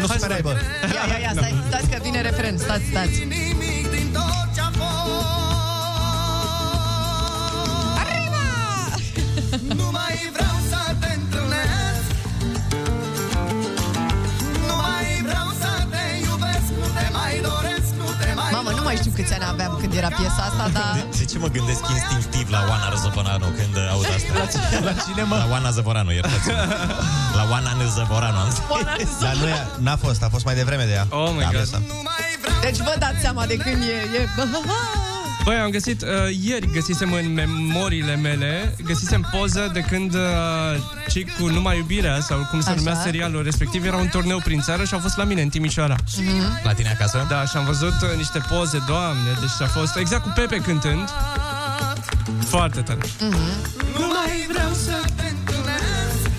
Speaker 4: nu se
Speaker 7: Hai să
Speaker 4: merai, bă.
Speaker 6: Ia, ia, ia, stai, stați că vine refren, stați, stați. Arriba!
Speaker 1: Nu mai vreau să te întâlnesc Nu mai vreau să te iubesc Nu te mai doresc, nu te mai
Speaker 6: Mamă, nu mai știu câți ani aveam când era piesa asta, dar...
Speaker 8: De, de ce mă gândesc instinctiv la Oana Răzăvoranu când uh, aud asta? La,
Speaker 4: cine, mă?
Speaker 8: La Oana Zăvoranu, iertați La Oana Zăvoranu am zis.
Speaker 4: Dar nu e, n-a fost, a fost mai devreme de ea. Da,
Speaker 7: Oh my god.
Speaker 6: Deci vă dați seama de când e... e...
Speaker 7: Băi, am găsit, uh, ieri găsisem în memoriile mele, găsisem poză de când uh, cei cu Numai Iubirea, sau cum se
Speaker 6: Așa.
Speaker 7: numea serialul respectiv, era un turneu prin țară și au fost la mine în Timișoara.
Speaker 6: Mhm.
Speaker 7: La tine acasă? Da, și am văzut uh, niște poze, doamne, deci a fost exact cu Pepe cântând. Foarte tare.
Speaker 1: Nu mai vreau să te întâlnesc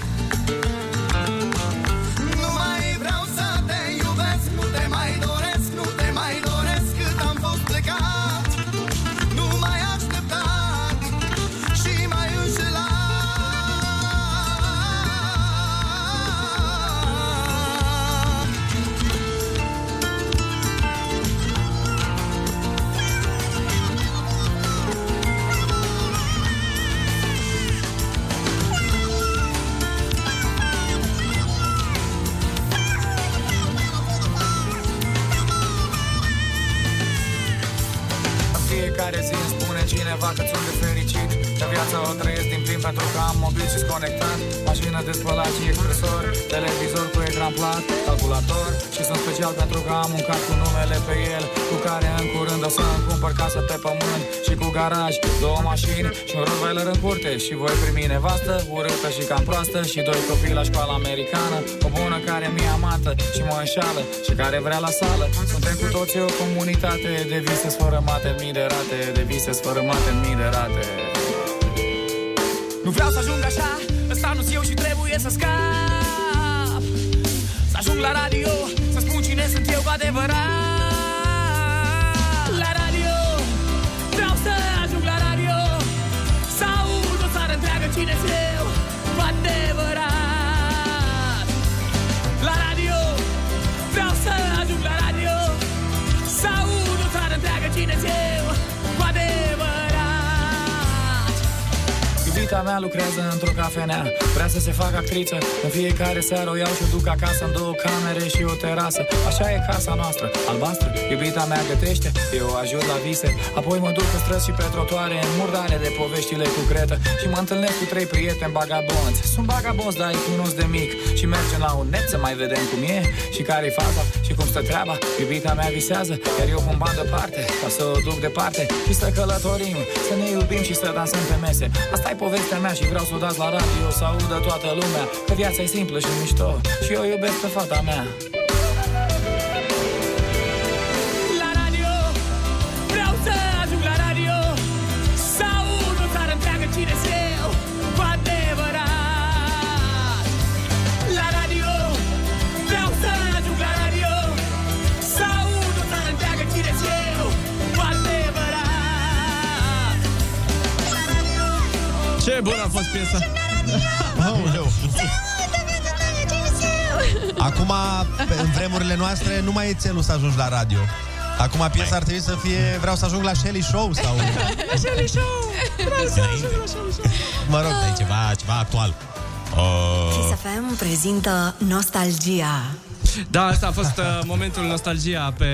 Speaker 1: Nu mai vreau să te iubesc Nu te mai doresc, nu te mai doresc Cât am fost plecat Nu mai așteptat Și mai înșelat
Speaker 12: În fiecare zi îmi spune cineva că sunt de fericit Că viața o trăiesc din plin pentru că am mobil și conectat Mașină de spălat și expresor Televizor cu ecran plat, calculator Și sunt special pentru că am un card cu numele pe el Cu care în curând o să îmi cumpăr casă pe pământ Și cu garaj, două mașini și un rottweiler în curte Și voi primi nevastă, urâtă și cam proastă Și doi copii la școala americană O bună care mi-e amată și mă înșală Și care vrea la sală Suntem cu toții o comunitate De vise sfărâmate în mii de rate De vise sfărâmate în mii de rate Nu vreau să ajung așa, ăsta nu eu și trebuie să scap Să ajung la radio, să spun cine sunt eu cu adevărat La radio, vreau să ajung la radio Să aud o țară întreagă cine sunt eu cu adevărat La radio, vreau Fica mea lucrează într-o cafenea Vrea să se facă actriță În fiecare seară o iau și o duc acasă În două camere și o terasă Așa e casa noastră, albastră Iubita mea gătește, eu ajut la vise Apoi mă duc pe străzi și pe trotuare În murdare de poveștile cu cretă Și mă întâlnesc cu trei prieteni bagabonți Sunt bagabonți, dar îi cunosc de mic Și mergem la un net să mai vedem cum e Și care-i faza și cum stă treaba Iubita mea visează, iar eu pun bani deoparte Ca să o duc departe și să călătorim Să ne iubim și să dansăm pe mese asta e povestea mea și vreau să o dați la radio Să audă toată lumea Că viața e simplă și mișto Și eu iubesc pe fata mea
Speaker 2: La radio Vreau să ajung la radio Să aud o țară întreagă cine se eu Cu adevărat La radio Vreau să ajung la radio Să aud o țară întreagă cine se eu Cu adevărat
Speaker 7: Ce bună a fost piesa!
Speaker 4: Aoleu. Acum, pe- în vremurile noastre, nu mai e țelul să ajungi la radio. Acum piesa ar trebui să fie Vreau să ajung la Shelly Show sau...
Speaker 2: Așa-i show Vreau să ajung la Shelly Show
Speaker 4: Mă rog,
Speaker 8: Deci, e ceva, ceva actual.
Speaker 21: Kiss
Speaker 8: Oh.
Speaker 21: FM prezintă Nostalgia.
Speaker 7: Da, asta a fost uh, momentul nostalgia pe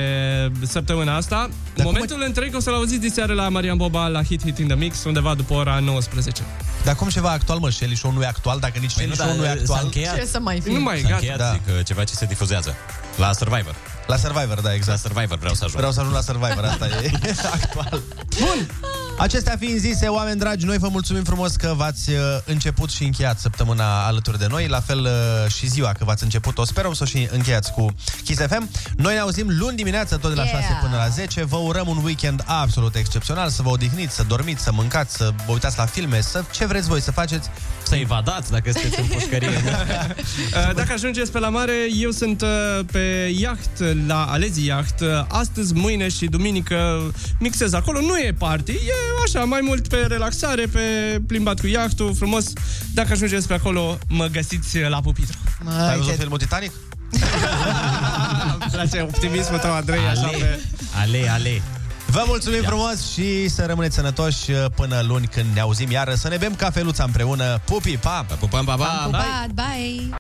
Speaker 7: săptămâna asta. Dar momentul întreg o să-l auziți diseară la Marian Boba la Hit Hit in the Mix, undeva după ora 19.
Speaker 4: Dar cum ceva actual, mă? Shelly Show nu e actual, dacă nici Shelly
Speaker 8: Păi nu,
Speaker 4: Show
Speaker 8: dar uh,
Speaker 4: nu e
Speaker 8: s-a
Speaker 4: actual.
Speaker 8: încheiat.
Speaker 6: Ce să mai fi?
Speaker 7: Nu mai
Speaker 8: S-a încheiat, zic, ceva ce se difuzează. La Survivor.
Speaker 4: Da. La Survivor, da, exact.
Speaker 8: La Survivor vreau să ajung.
Speaker 4: Vreau să ajung la Survivor, asta e actual. Bun! Acestea fiind zise, oameni dragi, noi vă mulțumim frumos că v-ați uh, început și încheiat săptămâna alături de noi, la fel uh, și ziua că v-ați început-o, sperăm să o și încheiați cu Kiss FM. Noi ne auzim luni dimineață, tot de la
Speaker 6: Yeah.
Speaker 4: 6 până la 10. Vă urăm un weekend absolut excepțional, să vă odihniți, să dormiți, să mâncați, să vă uitați la filme, să ce vreți voi să faceți.
Speaker 8: Să evadați dacă sunteți în pușcărie.
Speaker 7: Uh, Dacă ajungeți pe la mare, eu sunt uh, pe iaht, la Alezi Iaht, uh, astăzi, mâine și duminică mixez acolo. Nu e party, e așa, mai mult pe relaxare, pe plimbat cu iahtul, frumos. Dacă ajungeți pe acolo, mă găsiți uh, la pupitru.
Speaker 4: Ai văzut filmul Titanic?
Speaker 7: Îmi place optimismul tău, Andrei, așa
Speaker 4: Ale.
Speaker 7: pe...
Speaker 8: Ale, ale.
Speaker 4: Vă mulțumim frumos și să rămâneți sănătoși uh, până luni când ne auzim iară, să ne bem cafeluța împreună. Pupi, pa!
Speaker 8: Pupăm, pa,
Speaker 6: Pupat, bye!